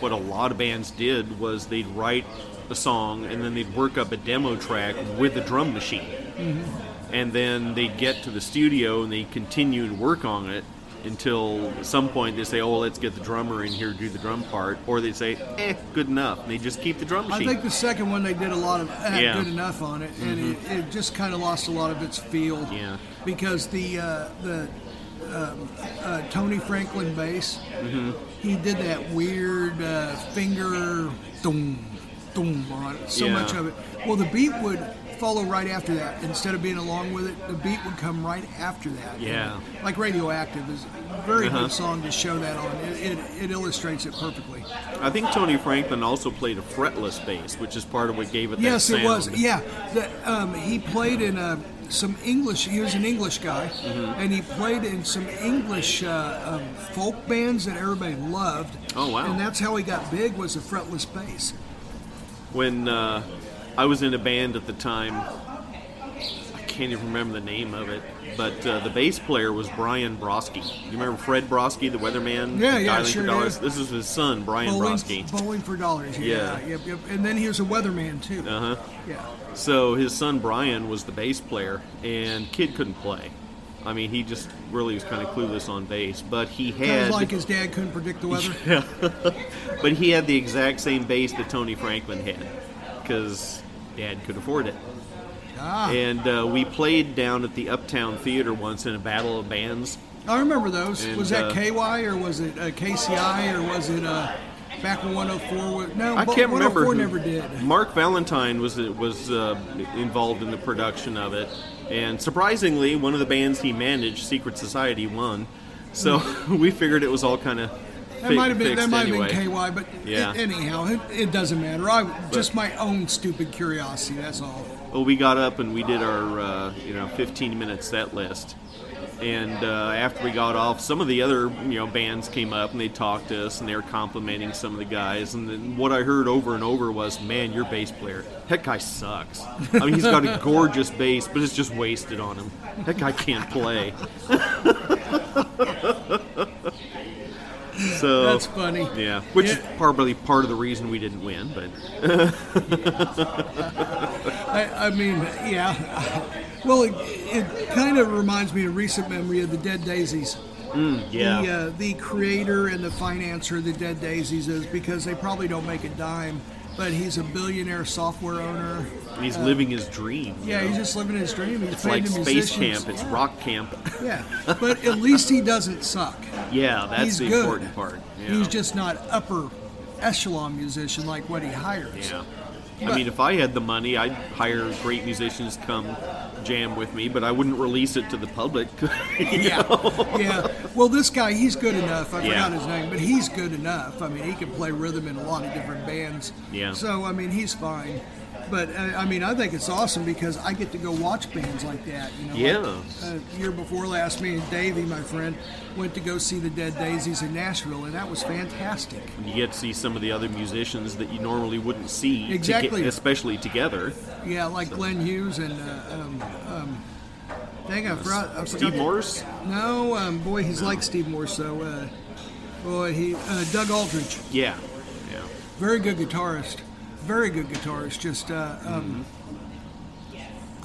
[SPEAKER 6] what a lot of bands did was they'd write the song and then they'd work up a demo track with a drum
[SPEAKER 5] Mm-hmm.
[SPEAKER 6] machine. and then they'd get to the studio and they'd continue to work on it until at some point they say, "Oh, well, let's get the drummer in here to do the drum part," or they say, "Eh, good enough," and they just keep the drum
[SPEAKER 5] I
[SPEAKER 6] machine.
[SPEAKER 5] think the second one they did a lot of eh,
[SPEAKER 6] Yeah. Mm-hmm.
[SPEAKER 5] good enough on it, and it, it just kind of lost a lot of its feel.
[SPEAKER 6] Yeah.
[SPEAKER 5] Because the uh, the um, uh, Tony Franklin bass,
[SPEAKER 6] Mm-hmm.
[SPEAKER 5] he did that weird uh, finger thum thum on it, so
[SPEAKER 6] Yeah.
[SPEAKER 5] much of it. Well, the beat would follow right after that. Instead of being along with it, the beat would come right after that.
[SPEAKER 6] Yeah.
[SPEAKER 5] Like Radioactive is a very
[SPEAKER 6] Uh-huh.
[SPEAKER 5] good song to show that on. It, it, it illustrates it perfectly.
[SPEAKER 6] I think Tony Franklin also played a fretless bass, which is part of what gave it
[SPEAKER 5] Yes,
[SPEAKER 6] that sound.
[SPEAKER 5] it was. Yeah, the, um, he played in uh, some English. He was an English guy,
[SPEAKER 6] Mm-hmm.
[SPEAKER 5] and he played in some English uh, um, folk bands that everybody loved.
[SPEAKER 6] Oh, wow.
[SPEAKER 5] And that's how he got big was the fretless bass.
[SPEAKER 6] When uh, I was in a band at the time, I can't even remember the name of it, but uh, the bass player was Brian Broski. You remember Fred Broski, the weatherman?
[SPEAKER 5] Yeah, yeah,
[SPEAKER 6] Dialing for
[SPEAKER 5] sure do.
[SPEAKER 6] dollars? This is his son, Brian
[SPEAKER 5] Bowling,
[SPEAKER 6] Broski.
[SPEAKER 5] bowling for dollars.
[SPEAKER 6] Yeah.
[SPEAKER 5] Yep, yep. And then he was a weatherman too.
[SPEAKER 6] Uh huh.
[SPEAKER 5] Yeah.
[SPEAKER 6] So his son Brian was the bass player, and kid couldn't play. I mean, he just really was kind of clueless on bass, but he
[SPEAKER 5] Kind
[SPEAKER 6] had
[SPEAKER 5] of like his dad couldn't predict
[SPEAKER 6] (laughs)
[SPEAKER 5] the weather.
[SPEAKER 6] but he had the exact same bass that Tony Franklin had because dad could afford it.
[SPEAKER 5] Ah.
[SPEAKER 6] And uh, we played down at the Uptown Theater once in a battle of bands.
[SPEAKER 5] I remember those.
[SPEAKER 6] And,
[SPEAKER 5] was that
[SPEAKER 6] uh,
[SPEAKER 5] KY or was it uh, KCI or was it uh, back when 104? Was, no,
[SPEAKER 6] I
[SPEAKER 5] but
[SPEAKER 6] can't
[SPEAKER 5] 104
[SPEAKER 6] remember. who-
[SPEAKER 5] never did.
[SPEAKER 6] Mark Valentine was was uh, involved in the production of it, and surprisingly, one of the bands he managed, Secret Society, won. So (laughs) we figured it was all kind of
[SPEAKER 5] Hmm. That might have been
[SPEAKER 6] fixed
[SPEAKER 5] that might
[SPEAKER 6] anyway.
[SPEAKER 5] have been KY, but
[SPEAKER 6] Yeah.
[SPEAKER 5] a- anyhow, it, it doesn't matter. I just my own stupid curiosity. That's all.
[SPEAKER 6] Well, we got up and we did our uh, you know 15 minute set list, and uh, after we got off, some of the other you know bands came up and they talked to us and they were complimenting some of the guys. And then what I heard over and over was, "Man, your bass player, that guy sucks. I mean, he's got a gorgeous bass, but it's just wasted on him. That guy can't play." so
[SPEAKER 5] That's funny.
[SPEAKER 6] Oh. Yeah, which is
[SPEAKER 5] Yeah.
[SPEAKER 6] probably part of the reason we didn't win, but
[SPEAKER 5] I, I mean, yeah. (laughs) Well, it, it kind of reminds me of recent memory of the Dead Daisies.
[SPEAKER 6] yeah.
[SPEAKER 5] The, uh, the creator and the financer of the Dead Daisies is because they probably don't make a dime, but he's a billionaire software owner.
[SPEAKER 6] He's living his dream. you
[SPEAKER 5] uh, Yeah,
[SPEAKER 6] know?
[SPEAKER 5] he's just living his dream. He's
[SPEAKER 6] It's like
[SPEAKER 5] to
[SPEAKER 6] space
[SPEAKER 5] musicians.
[SPEAKER 6] camp. It's rock camp.
[SPEAKER 5] Yeah, but at least he doesn't suck.
[SPEAKER 6] Yeah, that's
[SPEAKER 5] he's
[SPEAKER 6] the
[SPEAKER 5] good.
[SPEAKER 6] important part. Yeah.
[SPEAKER 5] He's just not upper echelon musician like what he hires.
[SPEAKER 6] Yeah. I
[SPEAKER 5] But- (laughs)
[SPEAKER 6] mean, if I had the money, I'd hire great musicians to come jam with me, but I wouldn't release it to the public. (laughs)
[SPEAKER 5] Yeah. yeah. Well, this guy, he's good enough. I
[SPEAKER 6] Yeah.
[SPEAKER 5] forgot his name, but he's good enough. I mean, he can play rhythm in a lot of different bands.
[SPEAKER 6] Yeah.
[SPEAKER 5] So, I mean, he's fine. But, uh, I mean, I think it's awesome because I get to go watch bands like that. You know,
[SPEAKER 6] Yeah.
[SPEAKER 5] Like, uh, year before last, me and Davey, my friend, went to go see the Dead Daisies in Nashville, and that was fantastic.
[SPEAKER 6] you get to see some of the other musicians that you normally wouldn't see, to get-
[SPEAKER 5] Exactly.
[SPEAKER 6] especially together.
[SPEAKER 5] Yeah, like Glenn Hughes and, uh, um, um, dang, I forgot. I forgot
[SPEAKER 6] Steve
[SPEAKER 5] the-
[SPEAKER 6] Morse,
[SPEAKER 5] No, um, boy, he's like Steve Morse, though. Uh, boy, he uh, Doug Aldridge,
[SPEAKER 6] yeah, yeah,
[SPEAKER 5] very good guitarist, very good guitarist. Just, uh,
[SPEAKER 6] Mm-hmm.
[SPEAKER 5] um,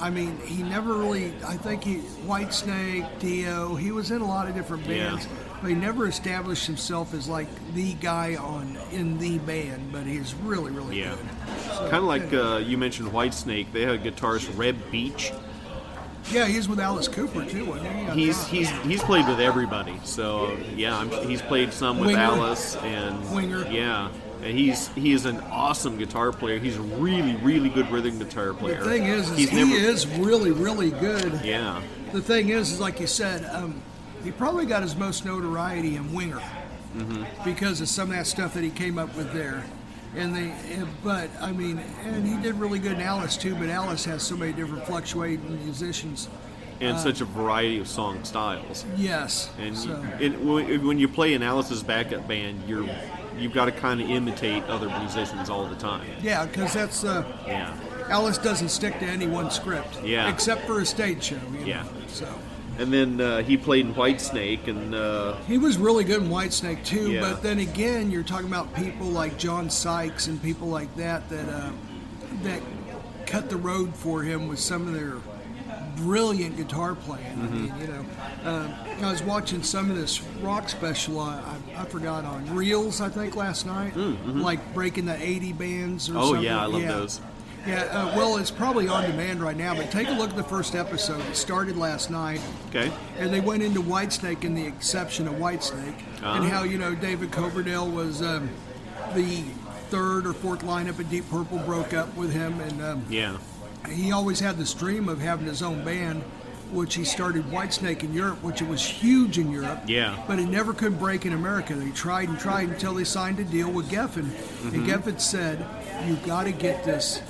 [SPEAKER 5] I mean, he never really. I think he White Snake, Dio. He was in a lot of different
[SPEAKER 6] Yeah.
[SPEAKER 5] bands, but he never established himself as like the guy on in the band. But he's really, really
[SPEAKER 6] yeah.
[SPEAKER 5] good.
[SPEAKER 6] Kind of like uh, you mentioned Whitesnake. They had guitarist Reb Beach.
[SPEAKER 5] Yeah, he's with Alice Cooper too, wasn't he? I
[SPEAKER 6] He's
[SPEAKER 5] thought.
[SPEAKER 6] he's he's played with everybody. So yeah, I'm, he's played some with
[SPEAKER 5] Winger.
[SPEAKER 6] Alice and
[SPEAKER 5] Winger.
[SPEAKER 6] Yeah, and he's he is an awesome guitar player. He's a really really good rhythm guitar player.
[SPEAKER 5] The thing is, is
[SPEAKER 6] he's
[SPEAKER 5] he is really, really good.
[SPEAKER 6] Yeah,
[SPEAKER 5] The thing is, is like you said, um, he probably got his most notoriety in Winger
[SPEAKER 6] Mm-hmm.
[SPEAKER 5] because of some of that stuff that he came up with there. And they, and- but I mean, and he did really good in Alice too. But Alice has so many different fluctuating musicians.
[SPEAKER 6] and such a variety of song styles.
[SPEAKER 5] Yes.
[SPEAKER 6] And
[SPEAKER 5] Uh. so,
[SPEAKER 6] it, when when you play in Alice's backup band, you're you've got to kind of imitate other musicians all the time.
[SPEAKER 5] yeah, because that's uh,
[SPEAKER 6] Yeah,
[SPEAKER 5] Alice doesn't stick to any one script.
[SPEAKER 6] Yeah.
[SPEAKER 5] Except for a stage show. You know,
[SPEAKER 6] Yeah.
[SPEAKER 5] So.
[SPEAKER 6] and then uh, he played in Whitesnake and. Uh,
[SPEAKER 5] He was really good in Whitesnake too,
[SPEAKER 6] Yeah.
[SPEAKER 5] but then again, you're talking about people like John Sykes and people like that that uh, that cut the road for him with some of their brilliant guitar playing. I
[SPEAKER 6] Mm-hmm.
[SPEAKER 5] mean, you know, uh, I was watching some of this rock special. I, I, I forgot on Reels, I think, last night, like breaking the eighty bands. or
[SPEAKER 6] Mm, mm-hmm. Oh,
[SPEAKER 5] something.
[SPEAKER 6] yeah, I love those.
[SPEAKER 5] Yeah, uh, well, it's probably on demand right now. But take a look at the first episode. It started last night,
[SPEAKER 6] Okay.
[SPEAKER 5] and they went into Whitesnake and the exception of Whitesnake, and
[SPEAKER 6] Ah.
[SPEAKER 5] how you know David Coverdale was um, the third or fourth lineup, and Deep Purple broke up with him, and um,
[SPEAKER 6] Yeah.
[SPEAKER 5] he always had this dream of having his own band, which he started Whitesnake in Europe, which it was huge in Europe.
[SPEAKER 6] Yeah.
[SPEAKER 5] But he never could break in America. They tried and tried until they signed a deal with Geffen.
[SPEAKER 6] Mm-hmm.
[SPEAKER 5] And Geffen said, you got to get this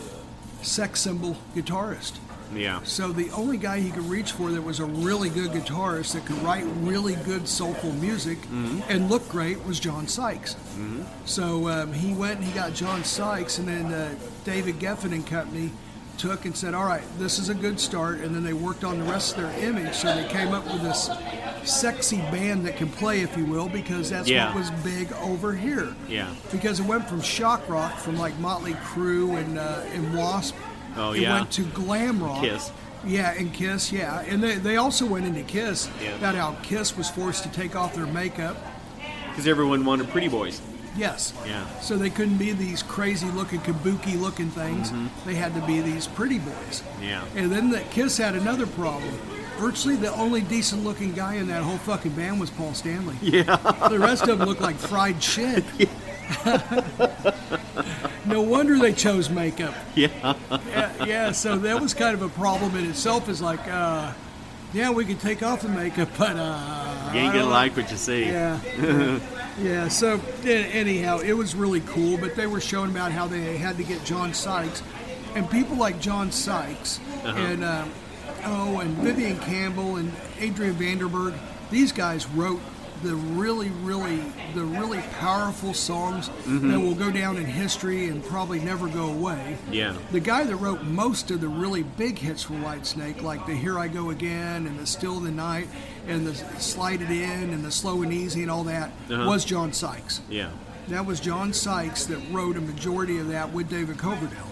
[SPEAKER 5] sex symbol guitarist.
[SPEAKER 6] Yeah.
[SPEAKER 5] So the only guy he could reach for that was a really good guitarist that could write really good soulful music
[SPEAKER 6] Mm-hmm.
[SPEAKER 5] and look great was John Sykes. So um, he went and he got John Sykes, and then uh, David Geffen and Company took and said, "All right, this is a good start." And then they worked on the rest of their image, so they came up with this sexy band that can play, if you will, because that's
[SPEAKER 6] Yeah.
[SPEAKER 5] what was big over here.
[SPEAKER 6] Yeah.
[SPEAKER 5] Because it went from shock rock, from like Motley Crue and uh, and Wasp.
[SPEAKER 6] Oh,
[SPEAKER 5] it
[SPEAKER 6] yeah.
[SPEAKER 5] went to glam rock.
[SPEAKER 6] Kiss.
[SPEAKER 5] Yeah, and Kiss, yeah. And they, they also went into Kiss
[SPEAKER 6] Yeah.
[SPEAKER 5] about how Kiss was forced to take off their makeup.
[SPEAKER 6] Because everyone wanted pretty boys.
[SPEAKER 5] Yes.
[SPEAKER 6] Yeah.
[SPEAKER 5] So they couldn't be these crazy looking kabuki looking things.
[SPEAKER 6] Mm-hmm.
[SPEAKER 5] They had to be these pretty boys.
[SPEAKER 6] Yeah.
[SPEAKER 5] And then the Kiss had another problem. Virtually the only decent looking guy in that whole fucking band was Paul Stanley. Yeah. the rest of them looked like fried shit. (laughs) no wonder they chose makeup.
[SPEAKER 6] Yeah.
[SPEAKER 5] Yeah, yeah, so that was kind of a problem in itself. Is like, uh, yeah, we could take off the makeup, but uh,
[SPEAKER 6] You ain't
[SPEAKER 5] I don't
[SPEAKER 6] gonna like what you see.
[SPEAKER 5] yeah. yeah. So a- anyhow, it was really cool. But they were showing about how they had to get John Sykes, and people like John Sykes and um, oh, and Vivian Campbell and Adrian Vanderberg. These guys wrote the really, really, the really powerful songs that will go down in history and probably never go away.
[SPEAKER 6] Yeah.
[SPEAKER 5] The guy that wrote most of the really big hits for Whitesnake, like the Here I Go Again and the Still of the Night and the Slide It In and the Slow and Easy and all that,
[SPEAKER 6] Uh-huh.
[SPEAKER 5] was John Sykes.
[SPEAKER 6] Yeah.
[SPEAKER 5] That was John Sykes that wrote a majority of that with David Coverdale.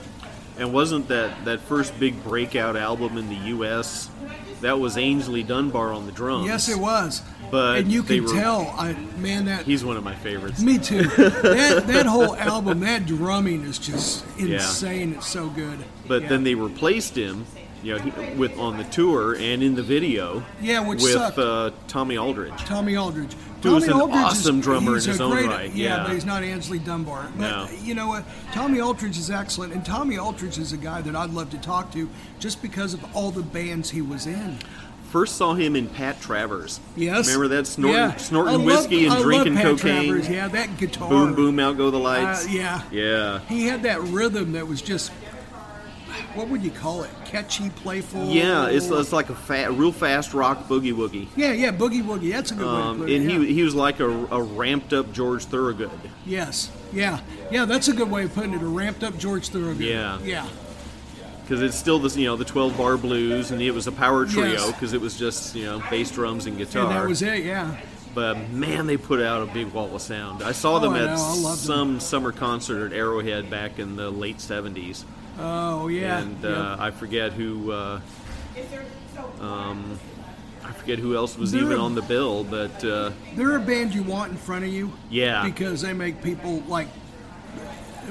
[SPEAKER 6] And wasn't that that first big breakout album in the U.S. that was Ainsley Dunbar on the drums?
[SPEAKER 5] Yes, it was.
[SPEAKER 6] Oh, But
[SPEAKER 5] and you
[SPEAKER 6] they
[SPEAKER 5] can
[SPEAKER 6] were-
[SPEAKER 5] tell, I man, that
[SPEAKER 6] He's one of my favorites.
[SPEAKER 5] (laughs) me
[SPEAKER 6] (laughs)
[SPEAKER 5] too. that that whole album, that drumming is just
[SPEAKER 6] Yeah.
[SPEAKER 5] insane. It's so good.
[SPEAKER 6] But
[SPEAKER 5] Yeah.
[SPEAKER 6] then they replaced him, you know, he, with on the tour and in the video.
[SPEAKER 5] Yeah, which
[SPEAKER 6] with
[SPEAKER 5] sucked.
[SPEAKER 6] uh, Tommy Aldridge.
[SPEAKER 5] Tommy Aldridge.
[SPEAKER 6] Who was
[SPEAKER 5] Tommy
[SPEAKER 6] an
[SPEAKER 5] Aldridge is-
[SPEAKER 6] awesome drummer
[SPEAKER 5] he's
[SPEAKER 6] in his
[SPEAKER 5] a
[SPEAKER 6] own
[SPEAKER 5] great-
[SPEAKER 6] right,
[SPEAKER 5] Yeah,
[SPEAKER 6] yeah.
[SPEAKER 5] but he's not Ansley Dunbar. But uh,
[SPEAKER 6] No.
[SPEAKER 5] you know what? Tommy Aldridge is excellent, and Tommy Aldridge is a guy that I'd love to talk to just because of all the bands he was in.
[SPEAKER 6] First saw him in Pat Travers.
[SPEAKER 5] Yes.
[SPEAKER 6] Remember that snorting,
[SPEAKER 5] Yeah. I
[SPEAKER 6] snorting
[SPEAKER 5] love- I
[SPEAKER 6] whiskey and
[SPEAKER 5] love
[SPEAKER 6] drinking
[SPEAKER 5] Pat
[SPEAKER 6] cocaine.
[SPEAKER 5] Travers, Yeah, that guitar.
[SPEAKER 6] Boom, boom, out go the
[SPEAKER 5] Uh,
[SPEAKER 6] lights.
[SPEAKER 5] yeah.
[SPEAKER 6] Yeah.
[SPEAKER 5] He had that rhythm that was just, what would you call it? Catchy, playful.
[SPEAKER 6] Yeah, it's, it's like a fa real fast rock boogie woogie.
[SPEAKER 5] yeah, yeah, boogie woogie. That's a good
[SPEAKER 6] Um,
[SPEAKER 5] way to put it.
[SPEAKER 6] and
[SPEAKER 5] yeah.
[SPEAKER 6] he, he was like a, a ramped up George Thorogood.
[SPEAKER 5] Yes. Yeah. Yeah, that's a good way of putting it. A ramped up George Thorogood.
[SPEAKER 6] Yeah.
[SPEAKER 5] Yeah.
[SPEAKER 6] Because it's still this, you know, the 12 bar blues, and it was a power trio
[SPEAKER 5] Yes.
[SPEAKER 6] because it was just, you know, bass drums and guitar.
[SPEAKER 5] And that was it, yeah.
[SPEAKER 6] But um, man, they put out a big wall of sound. I saw
[SPEAKER 5] Oh,
[SPEAKER 6] them
[SPEAKER 5] I
[SPEAKER 6] at
[SPEAKER 5] know, I loved
[SPEAKER 6] some summer concert at Arrowhead back in the late 70s.
[SPEAKER 5] Oh yeah.
[SPEAKER 6] and
[SPEAKER 5] yeah.
[SPEAKER 6] uh, I forget who. Uh, um, I forget who else was
[SPEAKER 5] They're-
[SPEAKER 6] even on the bill, but uh,
[SPEAKER 5] They're a band you want in front of you.
[SPEAKER 6] Yeah.
[SPEAKER 5] Because they make people like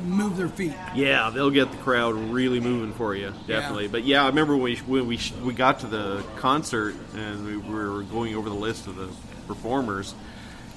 [SPEAKER 5] move their feet.
[SPEAKER 6] yeah, they'll get the crowd really moving for you, definitely. But yeah, I remember when we when we, sh- we got to the concert and we were going over the list of the performers.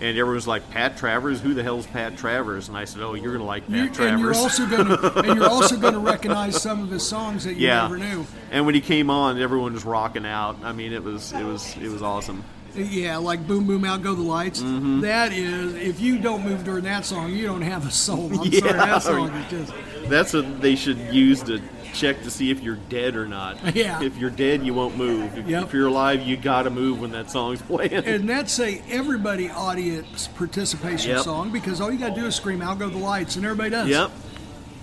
[SPEAKER 6] And everyone was like, "Pat Travers? Who the hell's Pat Travers?" And I said, "Oh, you're gonna like Pat
[SPEAKER 5] You- and you're
[SPEAKER 6] Travers."
[SPEAKER 5] also gonna and you're also
[SPEAKER 6] (laughs)
[SPEAKER 5] gonna recognize some of his songs that you
[SPEAKER 6] yeah.
[SPEAKER 5] never knew.
[SPEAKER 6] And when he came on, everyone was rocking out. I mean, it was it was it was awesome.
[SPEAKER 5] Yeah, like boom boom out go the lights.
[SPEAKER 6] Mm-hmm.
[SPEAKER 5] That is if you don't move during that song, you don't have a soul. I'm sorry,
[SPEAKER 6] (laughs) Yeah.
[SPEAKER 5] that song is just
[SPEAKER 6] That's what they should use to check to see if you're dead or
[SPEAKER 5] (laughs)
[SPEAKER 6] not.
[SPEAKER 5] Yeah.
[SPEAKER 6] If you're dead, you won't move. If,
[SPEAKER 5] Yep.
[SPEAKER 6] if you're alive, you gotta move when that song's playing.
[SPEAKER 5] And that's a everybody audience participation
[SPEAKER 6] Yep.
[SPEAKER 5] song because all you gotta do is scream out go the lights and everybody does.
[SPEAKER 6] (laughs) yep.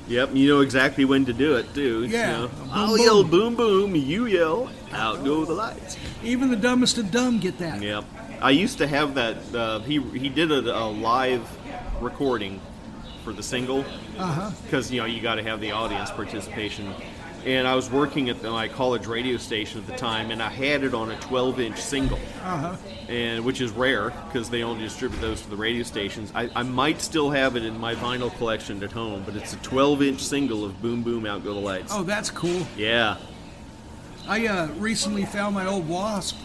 [SPEAKER 6] Yep. You know exactly when to do it, too. You
[SPEAKER 5] Yeah.
[SPEAKER 6] know,
[SPEAKER 5] Boom,
[SPEAKER 6] I'll
[SPEAKER 5] boom.
[SPEAKER 6] yell boom boom. You yell out go the lights.
[SPEAKER 5] Even the dumbest of dumb get that.
[SPEAKER 6] Yep. I used to have that. Uh, he he did a, a live recording for the single. Uh huh. Because you know you got to have the audience participation. and I was working at my college radio station at the time, and I had it on a 12-inch single, uh-huh. and which is rare because they only distribute those to the radio stations. I, I might still have it in my vinyl collection at home, but it's a 12-inch single of "Boom Boom Out Go the Lights."
[SPEAKER 5] Oh, that's cool.
[SPEAKER 6] Yeah,
[SPEAKER 5] I uh, recently found my old Wasp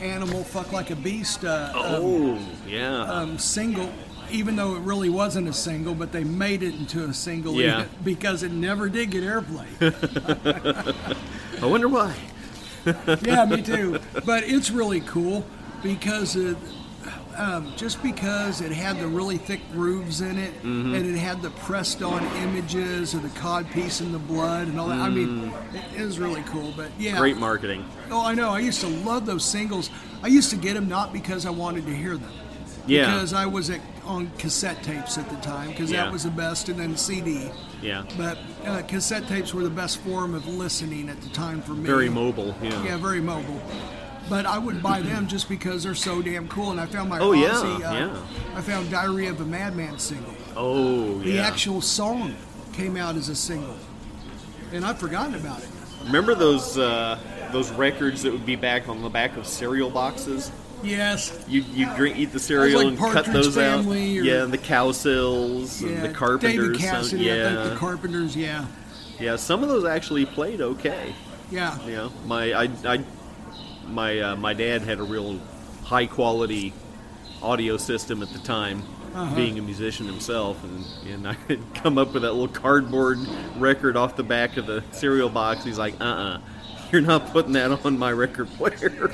[SPEAKER 5] "Animal Fuck Like a Beast" uh, um,
[SPEAKER 6] oh yeah,
[SPEAKER 5] um, single. Even though it really wasn't a single, but they made it into a single
[SPEAKER 6] Yeah.
[SPEAKER 5] even- (laughs) because it never did get airplay.
[SPEAKER 6] I wonder why.
[SPEAKER 5] yeah, me too. But it's really cool because it, um, just because it had the really thick grooves in it,
[SPEAKER 6] Mm-hmm.
[SPEAKER 5] and it had the pressed on images of the cod piece and the blood and all that. I mean, it is really cool. But yeah,
[SPEAKER 6] Mm. Great marketing.
[SPEAKER 5] Oh, I know. I used to love those singles. I used to get them not because I wanted to hear them.
[SPEAKER 6] Yeah.
[SPEAKER 5] Because I was at, on cassette tapes at the time, because
[SPEAKER 6] Yeah.
[SPEAKER 5] that was the best, and then CD.
[SPEAKER 6] Yeah.
[SPEAKER 5] But uh, cassette tapes were the best form of listening at the time for me.
[SPEAKER 6] Very mobile. Yeah.
[SPEAKER 5] Yeah, very mobile. But I would buy them just because they're so damn cool. And I found my
[SPEAKER 6] Oh, yeah,
[SPEAKER 5] Ozzy, uh,
[SPEAKER 6] yeah.
[SPEAKER 5] I found Diary of a Madman single.
[SPEAKER 6] Oh
[SPEAKER 5] The
[SPEAKER 6] yeah.
[SPEAKER 5] actual song came out as a single, and I'd forgotten about it.
[SPEAKER 6] Remember those uh, those records that would be back on the back of cereal boxes?
[SPEAKER 5] Yes,
[SPEAKER 6] You you drink eat the cereal
[SPEAKER 5] like
[SPEAKER 6] and cut
[SPEAKER 5] Partridge
[SPEAKER 6] those out.
[SPEAKER 5] Family or-
[SPEAKER 6] yeah, and the cow sills
[SPEAKER 5] yeah.
[SPEAKER 6] and the carpenters.
[SPEAKER 5] David
[SPEAKER 6] so-
[SPEAKER 5] Cassidy,
[SPEAKER 6] yeah,
[SPEAKER 5] I think the Carpenters. Yeah,
[SPEAKER 6] yeah. Some of those actually played okay.
[SPEAKER 5] yeah.
[SPEAKER 6] You know, my I, I my uh, my dad had a real high quality audio system at the time. Being a musician himself, and, and I could (laughs) come up with that little cardboard record off the back of the cereal box. He's like, "Uh, uh-uh, uh, you are not putting that on my record player."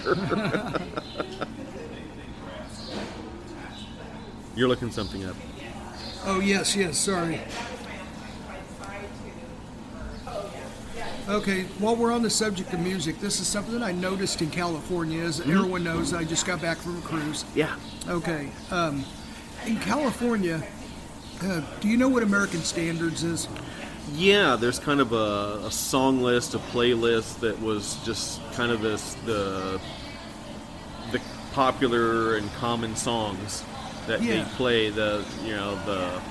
[SPEAKER 6] You're looking something up.
[SPEAKER 5] Oh yes, yes. Sorry. Okay. While we're on the subject of music, this is something that I noticed in California. As
[SPEAKER 6] Mm-hmm.
[SPEAKER 5] everyone knows, I just got back from a cruise.
[SPEAKER 6] Yeah.
[SPEAKER 5] Okay. Um, in California, uh, do you know what American Standards is?
[SPEAKER 6] Yeah, there's kind of a, a song list, a playlist that was just kind of this the the popular and common songs that they
[SPEAKER 5] Yeah.
[SPEAKER 6] play. The you know the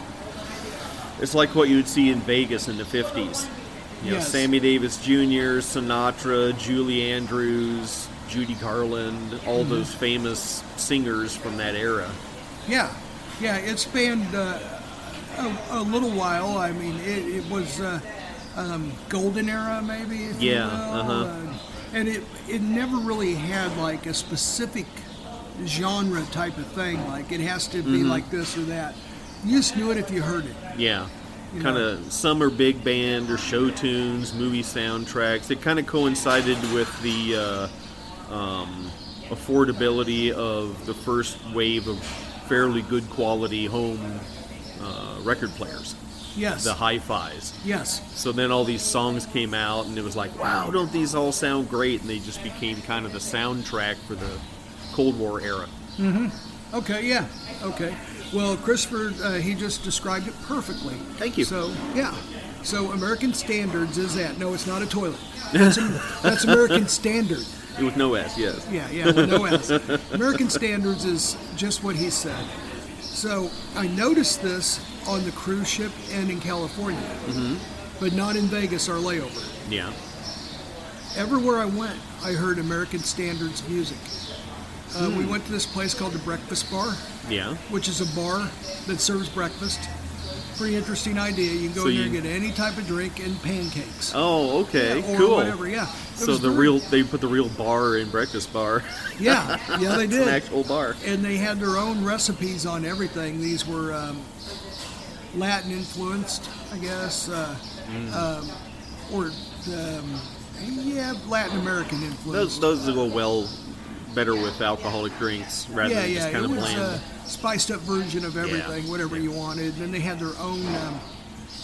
[SPEAKER 6] it's like what you would see in Vegas in the '50s. You know,
[SPEAKER 5] Yes.
[SPEAKER 6] Sammy Davis Jr., Sinatra, Julie Andrews, Judy Garland, all
[SPEAKER 5] Mm-hmm.
[SPEAKER 6] those famous singers from that era.
[SPEAKER 5] Yeah, yeah. It spanned uh, a, a little while. I mean, it, it was uh, um, golden era, maybe. If you
[SPEAKER 6] Yeah,
[SPEAKER 5] will.
[SPEAKER 6] uh-huh.
[SPEAKER 5] Uh, and it it never really had like a specific genre type of thing. Like it has to
[SPEAKER 6] Mm-hmm.
[SPEAKER 5] be like this or that. You just knew it if you heard it.
[SPEAKER 6] Yeah. Kind of summer big band or show tunes, movie soundtracks. It kind of coincided with the uh, um, affordability of the first wave of fairly good quality home uh, record players,
[SPEAKER 5] Yes.
[SPEAKER 6] the hi fis.
[SPEAKER 5] yes.
[SPEAKER 6] So then all these songs came out, and it was like, wow, don't these all sound great? And they just became kind of the soundtrack for the Cold War era.
[SPEAKER 5] Okay, yeah. Okay. Well, Christopher, uh, he just described it perfectly.
[SPEAKER 6] Thank you.
[SPEAKER 5] So, yeah. So, American Standards is that. No, it's not a
[SPEAKER 6] (laughs)
[SPEAKER 5] toilet. That's, Am- that's American Standard.
[SPEAKER 6] With no S, yes.
[SPEAKER 5] Yeah, yeah, with no S. American Standards is just what he said. So, I noticed this on the cruise ship and in California,
[SPEAKER 6] Mm-hmm.
[SPEAKER 5] but not in Vegas, our layover.
[SPEAKER 6] Yeah.
[SPEAKER 5] Everywhere I went, I heard American Standards music. Uh,
[SPEAKER 6] Hmm.
[SPEAKER 5] We went to this place called the Breakfast Bar
[SPEAKER 6] Yeah.
[SPEAKER 5] which is a bar that serves breakfast. Pretty interesting idea. You can go
[SPEAKER 6] So
[SPEAKER 5] in there
[SPEAKER 6] you-
[SPEAKER 5] and get any type of drink and pancakes.
[SPEAKER 6] Oh, okay.
[SPEAKER 5] Yeah, or
[SPEAKER 6] cool.
[SPEAKER 5] whatever, yeah. It
[SPEAKER 6] So
[SPEAKER 5] was
[SPEAKER 6] the
[SPEAKER 5] very-
[SPEAKER 6] real they put the real bar in breakfast bar.
[SPEAKER 5] (laughs)
[SPEAKER 6] (laughs)
[SPEAKER 5] Yeah, yeah, they
[SPEAKER 6] It's an
[SPEAKER 5] did.
[SPEAKER 6] actual bar.
[SPEAKER 5] And they had their own recipes on everything. These were um, Latin influenced, I guess, uh,
[SPEAKER 6] Mm.
[SPEAKER 5] um, or um, yeah, Latin American influenced.
[SPEAKER 6] Those those go well better with alcoholic drinks rather
[SPEAKER 5] yeah,
[SPEAKER 6] than
[SPEAKER 5] yeah,
[SPEAKER 6] just kind
[SPEAKER 5] it
[SPEAKER 6] of
[SPEAKER 5] was uh,
[SPEAKER 6] bland.
[SPEAKER 5] a spiced up version of everything, whatever
[SPEAKER 6] yeah.
[SPEAKER 5] you wanted. And then they had their own, um,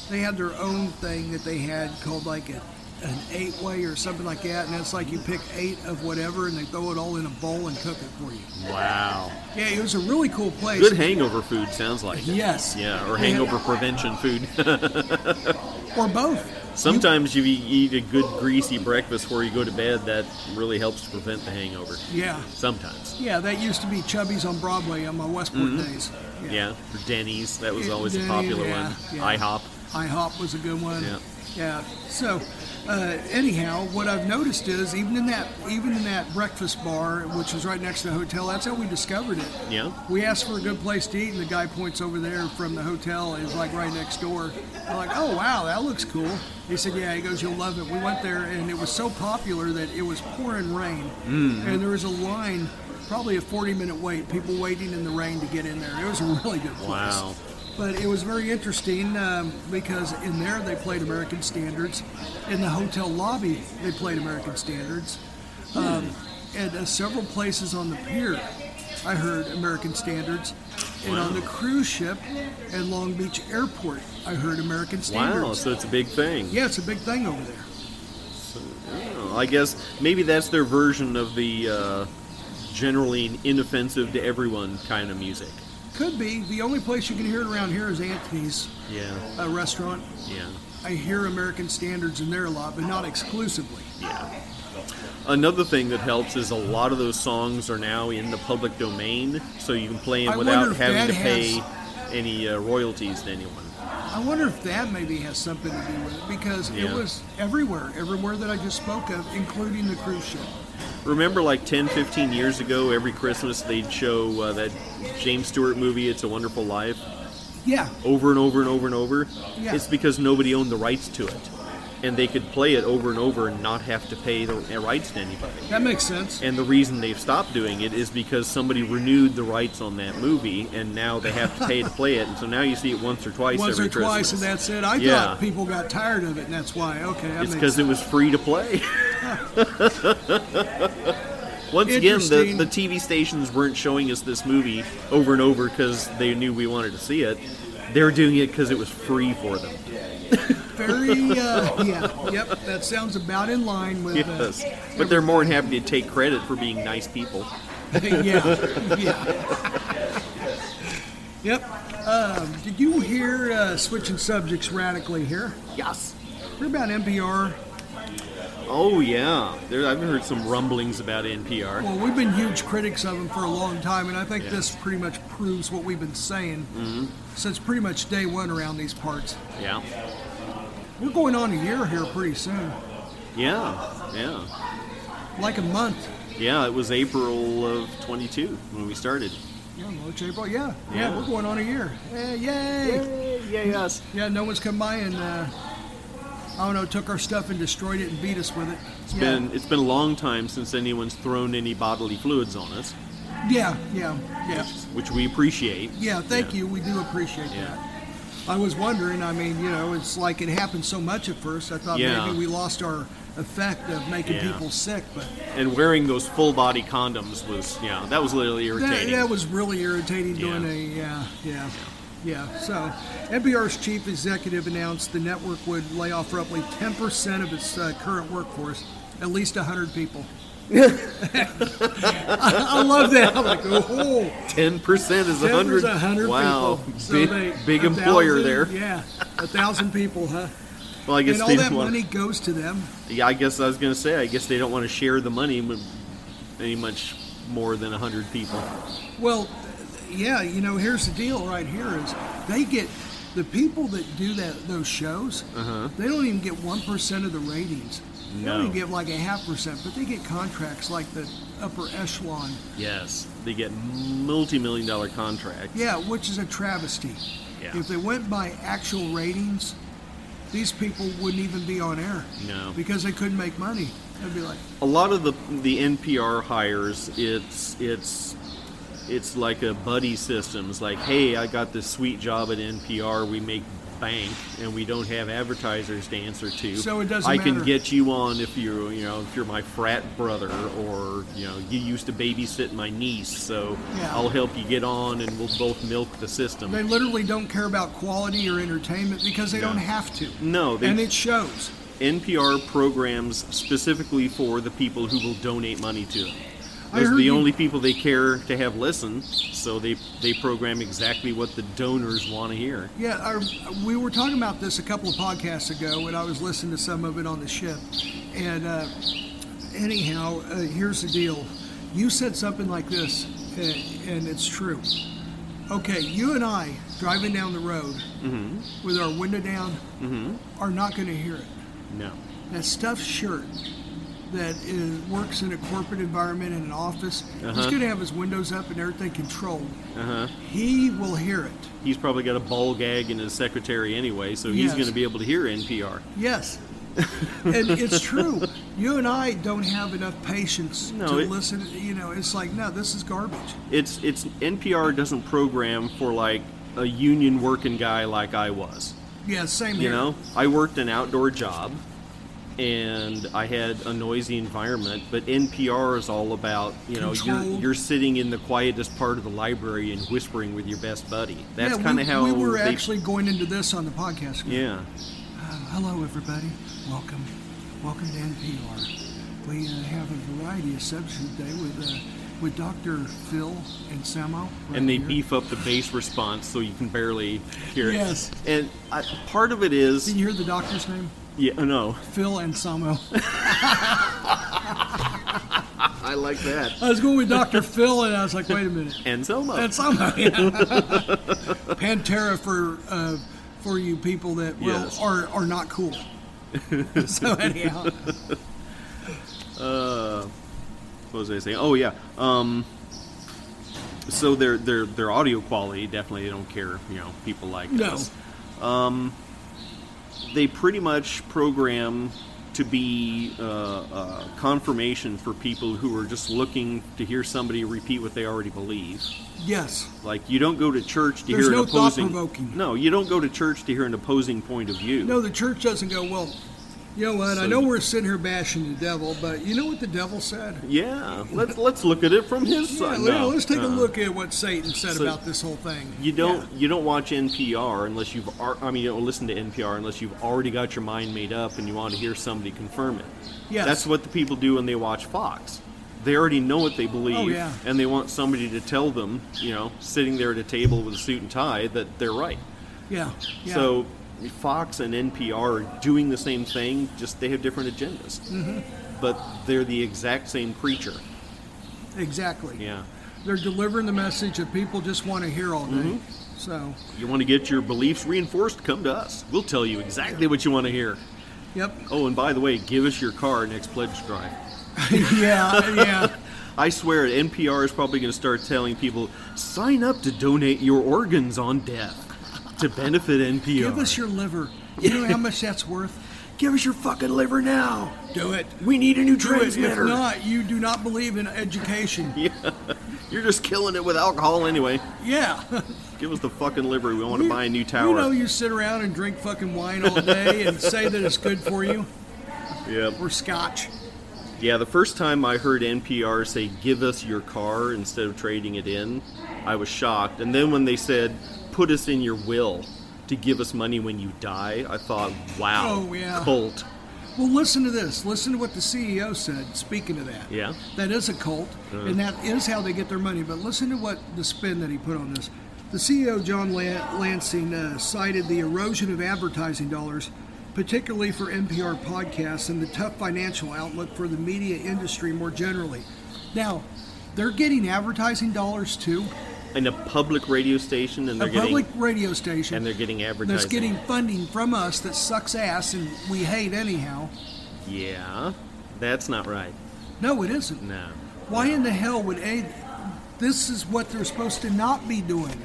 [SPEAKER 5] they had their own thing that they had called like a, an eight way or something like that. And that's like you pick eight of whatever, and they throw it all in a bowl and cook it for you.
[SPEAKER 6] wow.
[SPEAKER 5] Yeah, it was a really cool place.
[SPEAKER 6] Good hangover food sounds like.
[SPEAKER 5] Yes.
[SPEAKER 6] Yeah, or
[SPEAKER 5] They had-
[SPEAKER 6] hangover prevention food. (laughs)
[SPEAKER 5] or both.
[SPEAKER 6] Sometimes if you eat a good greasy breakfast before you go to bed, that really helps to prevent the hangover.
[SPEAKER 5] Yeah,
[SPEAKER 6] Sometimes.
[SPEAKER 5] yeah. That used to be Chubby's on Broadway on my Westport
[SPEAKER 6] Mm-hmm.
[SPEAKER 5] days.
[SPEAKER 6] Yeah. Or Denny's, that was
[SPEAKER 5] Yeah,
[SPEAKER 6] always a
[SPEAKER 5] Denny's,
[SPEAKER 6] popular
[SPEAKER 5] yeah,
[SPEAKER 6] one.
[SPEAKER 5] yeah.
[SPEAKER 6] IHOP.
[SPEAKER 5] IHOP was a good one.
[SPEAKER 6] Yeah.
[SPEAKER 5] Yeah. So, uh, anyhow, what I've noticed is even in that even in that breakfast bar, which is right next to the hotel, that's how we discovered it.
[SPEAKER 6] Yeah.
[SPEAKER 5] We asked for a good place to eat, and the guy points over there from the hotel. Is like right next door. We're like, oh wow, that looks cool. He said, yeah. He goes, you'll love it. We went there, and it was so popular that it was pouring rain,
[SPEAKER 6] Mm-hmm.
[SPEAKER 5] and there was a line. Probably a 40 minute wait, people waiting in the rain to get in there. It was a really good place.
[SPEAKER 6] Wow.
[SPEAKER 5] But it was very interesting um, because in there they played American standards. In the hotel lobby, they played American standards. Um, and uh, several places on the pier, I heard American standards. And on the cruise ship at Long Beach Airport, I heard American standards.
[SPEAKER 6] Wow, so it's a big thing.
[SPEAKER 5] yeah, it's a big thing over there.
[SPEAKER 6] Oh, I guess maybe that's their version of the uh, generally inoffensive to everyone kind of music.
[SPEAKER 5] Could be. The only place you can hear it around here is Anthony's
[SPEAKER 6] Yeah,
[SPEAKER 5] uh, restaurant.
[SPEAKER 6] yeah,
[SPEAKER 5] I hear American standards in there a lot, but not exclusively.
[SPEAKER 6] yeah. Another thing that helps is a lot of those songs are now in the public domain, so you can play
[SPEAKER 5] I
[SPEAKER 6] them
[SPEAKER 5] wonder
[SPEAKER 6] without
[SPEAKER 5] if
[SPEAKER 6] having
[SPEAKER 5] that
[SPEAKER 6] to pay any uh, royalties to anyone.
[SPEAKER 5] I wonder if that maybe has something to do with it because
[SPEAKER 6] Yeah.
[SPEAKER 5] it was everywhere, everywhere that I just spoke of, including the cruise ship.
[SPEAKER 6] Remember, like 10, 15 years ago, every Christmas they'd show uh, that James Stewart movie, It's a Wonderful Life,
[SPEAKER 5] Yeah,
[SPEAKER 6] over and over and over and over.
[SPEAKER 5] Yeah.
[SPEAKER 6] It's because nobody owned the rights to it, and they could play it over and over and not have to pay the uh, rights to anybody.
[SPEAKER 5] that makes sense.
[SPEAKER 6] And the reason they've stopped doing it is because somebody renewed the rights on that movie, and now they have to pay to play it. And so now you see it once or twice
[SPEAKER 5] Once
[SPEAKER 6] every
[SPEAKER 5] or twice,
[SPEAKER 6] Christmas.
[SPEAKER 5] and that's it. I
[SPEAKER 6] Yeah.
[SPEAKER 5] thought people got tired of it, and that's why. Okay, that makes
[SPEAKER 6] It's because it was free to play. (laughs) Once again, the,
[SPEAKER 5] Interesting.
[SPEAKER 6] the TV stations weren't showing us this movie over and over because they knew we wanted to see it. They were doing it because it was free for them.
[SPEAKER 5] very.
[SPEAKER 6] (laughs)
[SPEAKER 5] Uh, yeah, yep, that sounds about in line with.
[SPEAKER 6] Yes.
[SPEAKER 5] Uh,
[SPEAKER 6] But they're more than happy to take credit for being nice people.
[SPEAKER 5] (laughs) yeah, yeah. yep. Um, did you hear uh, switching subjects radically here?
[SPEAKER 6] Yes.
[SPEAKER 5] We're about NPR.
[SPEAKER 6] Oh, yeah. There, I've heard some rumblings about NPR.
[SPEAKER 5] Well, we've been huge critics of them for a long time, and I think
[SPEAKER 6] Yeah. Mm-hmm.
[SPEAKER 5] this pretty much proves what we've been saying since pretty much day one around these parts.
[SPEAKER 6] Yeah.
[SPEAKER 5] We're going on a year here pretty soon,
[SPEAKER 6] Yeah. Yeah.
[SPEAKER 5] like a month.
[SPEAKER 6] Yeah, it was April of 22 when we started.
[SPEAKER 5] Yeah, March, April. Yeah, yeah,
[SPEAKER 6] Yeah.
[SPEAKER 5] we're going on a year. Yeah, yay!
[SPEAKER 6] Yeah, yes.
[SPEAKER 5] Yeah, no one's come by and uh, I don't know, took our stuff and destroyed it and beat us with it.
[SPEAKER 6] It's been it's been a long time since anyone's thrown any bodily fluids on us,
[SPEAKER 5] yeah, yeah, yeah,
[SPEAKER 6] which we appreciate.
[SPEAKER 5] yeah. Thank you. We do appreciate
[SPEAKER 6] Yeah.
[SPEAKER 5] that. I was wondering. I mean, you know, it's like it happened so much at first. I thought
[SPEAKER 6] Yeah.
[SPEAKER 5] maybe we lost our effect of making
[SPEAKER 6] Yeah.
[SPEAKER 5] people sick, but
[SPEAKER 6] And wearing those full body condoms was yeah, that was a little
[SPEAKER 5] that,
[SPEAKER 6] irritating.
[SPEAKER 5] that was really irritating doing
[SPEAKER 6] Yeah.
[SPEAKER 5] a yeah, yeah, yeah. So, NPR's chief executive announced the network would lay off roughly 10 percent of its uh, current workforce, at least 100 people. (laughs) I, I love that. I'm like, oh,
[SPEAKER 6] Ten percent is a
[SPEAKER 5] 100, 100
[SPEAKER 6] hundred. Wow,
[SPEAKER 5] people. So
[SPEAKER 6] big,
[SPEAKER 5] they-
[SPEAKER 6] big
[SPEAKER 5] a
[SPEAKER 6] employer
[SPEAKER 5] thousand-
[SPEAKER 6] there.
[SPEAKER 5] Yeah, a thousand people, huh?
[SPEAKER 6] Well, I guess
[SPEAKER 5] and all
[SPEAKER 6] they
[SPEAKER 5] that
[SPEAKER 6] don't want.
[SPEAKER 5] money goes to them.
[SPEAKER 6] Yeah, I guess I was gonna say. I guess they don't want to share the money with any much more than hundred people.
[SPEAKER 5] Well, yeah, you know, here's the deal right here is they get the people that do that those shows, they don't even get 1% of the ratings. They
[SPEAKER 6] Uh-huh. No.
[SPEAKER 5] don't even get like a half percent, but they get contracts like the upper echelon.
[SPEAKER 6] Yes, they get multi-million dollar contracts.
[SPEAKER 5] Yeah, which is a travesty.
[SPEAKER 6] Yeah.
[SPEAKER 5] If they went by actual ratings, these people wouldn't even be on air.
[SPEAKER 6] No.
[SPEAKER 5] Because they couldn't make money. They'd be like,
[SPEAKER 6] a lot of the the NPR hires, it's it's it's like a buddy system. It's like, hey, I got this sweet job at NPR. We make bank, and we don't have advertisers to answer to.
[SPEAKER 5] So it doesn't
[SPEAKER 6] I can
[SPEAKER 5] matter.
[SPEAKER 6] get you on if you you know if you're my frat brother, or you know you used to babysit my niece, so
[SPEAKER 5] Yeah.
[SPEAKER 6] I'll help you get on, and we'll both milk the system.
[SPEAKER 5] they literally don't care about quality or entertainment because they
[SPEAKER 6] No.
[SPEAKER 5] don't have to.
[SPEAKER 6] No, they-
[SPEAKER 5] and it shows.
[SPEAKER 6] NPR programs specifically for the people who will donate money to them.
[SPEAKER 5] I
[SPEAKER 6] Those are
[SPEAKER 5] heard
[SPEAKER 6] the
[SPEAKER 5] you-
[SPEAKER 6] only people they care to have listen, so they they program exactly what the donors want to hear.
[SPEAKER 5] Yeah, our, we were talking about this a couple of podcasts ago, and I was listening to some of it on the ship. And uh, anyhow, uh, here's the deal: you said something like this, and, and it's true. okay, you and I driving down the road
[SPEAKER 6] Mm-hmm.
[SPEAKER 5] with our window down are not going to hear it.
[SPEAKER 6] No.
[SPEAKER 5] that stuffed shirt that is, works in a corporate environment in an office,
[SPEAKER 6] Uh-huh.
[SPEAKER 5] he's going to have his windows up and everything controlled. He will hear it.
[SPEAKER 6] He's probably got a ball gag in his secretary anyway, so he's
[SPEAKER 5] Yes.
[SPEAKER 6] going to be able to hear NPR. (laughs)
[SPEAKER 5] Yes. and it's true. You and I don't have enough patience
[SPEAKER 6] No,
[SPEAKER 5] to
[SPEAKER 6] it-
[SPEAKER 5] listen. You know, it's like, no, this is garbage.
[SPEAKER 6] It's it's NPR doesn't program for like a union working guy like I was.
[SPEAKER 5] Yeah, same
[SPEAKER 6] You
[SPEAKER 5] here.
[SPEAKER 6] know, I worked an outdoor job and I had a noisy environment, but NPR is all about, you know, you're,
[SPEAKER 5] Control.
[SPEAKER 6] you're sitting in the quietest part of the library and whispering with your best buddy. That's
[SPEAKER 5] yeah, we-
[SPEAKER 6] kind of how
[SPEAKER 5] we were
[SPEAKER 6] they-
[SPEAKER 5] actually going into this on the podcast.
[SPEAKER 6] Yeah.
[SPEAKER 5] Hello, everybody. Welcome. Welcome to NPR. We uh, have a variety of subjects today with uh, with Dr. Phil and Samo. right
[SPEAKER 6] and they
[SPEAKER 5] here.
[SPEAKER 6] beef up the bass response so you can barely hear it.
[SPEAKER 5] Yes.
[SPEAKER 6] And I, part of it
[SPEAKER 5] Did
[SPEAKER 6] is,
[SPEAKER 5] you hear the doctor's name?
[SPEAKER 6] yeah, no,
[SPEAKER 5] Phil and Samo.
[SPEAKER 6] I like that.
[SPEAKER 5] (laughs) I was going with Dr. Phil, and I was like, wait a minute.
[SPEAKER 6] Anselmo.
[SPEAKER 5] And Samo. yeah. (laughs) Pantera for uh, for you people that well
[SPEAKER 6] Yes.
[SPEAKER 5] are are not cool. so anyhow,
[SPEAKER 6] what was I saying? Oh yeah. Um, so their their their audio quality definitely they don't care. You know, people like
[SPEAKER 5] No.
[SPEAKER 6] us. Um, they pretty much program to be uh, uh, confirmation for people who are just looking to hear somebody repeat what they already believe.
[SPEAKER 5] yes,
[SPEAKER 6] Like you don't go to church to
[SPEAKER 5] There's
[SPEAKER 6] hear
[SPEAKER 5] no
[SPEAKER 6] an opposing.
[SPEAKER 5] thought-provoking.
[SPEAKER 6] No, you don't go to church to hear an opposing point of view.
[SPEAKER 5] no, the church doesn't go well. You know what? I
[SPEAKER 6] So-
[SPEAKER 5] know we're sitting here bashing the devil, but you know what the devil said?
[SPEAKER 6] Yeah, let's let's look at it from his
[SPEAKER 5] Yeah,
[SPEAKER 6] side.
[SPEAKER 5] let-
[SPEAKER 6] No,
[SPEAKER 5] let's take a
[SPEAKER 6] uh-uh.
[SPEAKER 5] look at what Satan said
[SPEAKER 6] So-
[SPEAKER 5] about this whole thing.
[SPEAKER 6] You don't you don't watch NPR unless you've ar- I mean you don't listen to NPR unless you've already got your mind made up and you want to hear somebody confirm it.
[SPEAKER 5] Yes.
[SPEAKER 6] That's what the people do when they watch Fox. They already know what they believe
[SPEAKER 5] Oh, yeah.
[SPEAKER 6] and they want somebody to tell them, you know, sitting there at a table with a suit and tie that they're right.
[SPEAKER 5] Yeah. yeah.
[SPEAKER 6] So Fox and NPR are doing the same thing, just they have different agendas. Mm-hmm. But they're the exact same creature.
[SPEAKER 5] exactly.
[SPEAKER 6] Yeah.
[SPEAKER 5] They're delivering the message that people just want to hear all day.
[SPEAKER 6] Mm-hmm.
[SPEAKER 5] So,
[SPEAKER 6] You want to get your beliefs reinforced? Come to us. We'll tell you exactly what you want to hear. (laughs)
[SPEAKER 5] yep.
[SPEAKER 6] Oh, and by the way, give us your car next pledge drive.
[SPEAKER 5] (laughs) yeah, yeah.
[SPEAKER 6] I swear, NPR is probably going to start telling people sign up to donate your organs on death to benefit NPR.
[SPEAKER 5] Give us your liver. You know how much that's worth?
[SPEAKER 6] give us your fucking liver now.
[SPEAKER 5] Do it.
[SPEAKER 6] We need a new
[SPEAKER 5] Do it. If
[SPEAKER 6] transmitter.
[SPEAKER 5] not, you do not believe in education.
[SPEAKER 6] You're just killing it with alcohol anyway.
[SPEAKER 5] Yeah. (laughs)
[SPEAKER 6] Give us the fucking liver. We want to
[SPEAKER 5] You-
[SPEAKER 6] buy a new tower.
[SPEAKER 5] You know, you sit around and drink fucking wine all day
[SPEAKER 6] (laughs)
[SPEAKER 5] and say that it's good for you
[SPEAKER 6] Yep.
[SPEAKER 5] or scotch.
[SPEAKER 6] Yeah, the first time I heard NPR say, give us your car instead of trading it in, I was shocked. And then when they said, put us in your will to give us money when you die, I thought, wow,
[SPEAKER 5] Oh, yeah.
[SPEAKER 6] cult.
[SPEAKER 5] Well, listen to this. Listen to what the CEO said. Speaking of that,
[SPEAKER 6] Yeah. Uh-huh.
[SPEAKER 5] that is a cult, and that is how they get their money. But listen to what the spin that he put on this. The CEO John Lan- Lansing uh, cited the erosion of advertising dollars, particularly for NPR podcasts, and the tough financial outlook for the media industry more generally. Now, they're getting advertising dollars too.
[SPEAKER 6] And a public radio station, and
[SPEAKER 5] A
[SPEAKER 6] they're
[SPEAKER 5] public
[SPEAKER 6] getting
[SPEAKER 5] radio station
[SPEAKER 6] and they're getting advertising.
[SPEAKER 5] that's getting funding from us that sucks ass and we hate anyhow.
[SPEAKER 6] Yeah, that's not right.
[SPEAKER 5] No, it isn't.
[SPEAKER 6] No.
[SPEAKER 5] Why in the hell would a? This is what they're supposed to not be doing.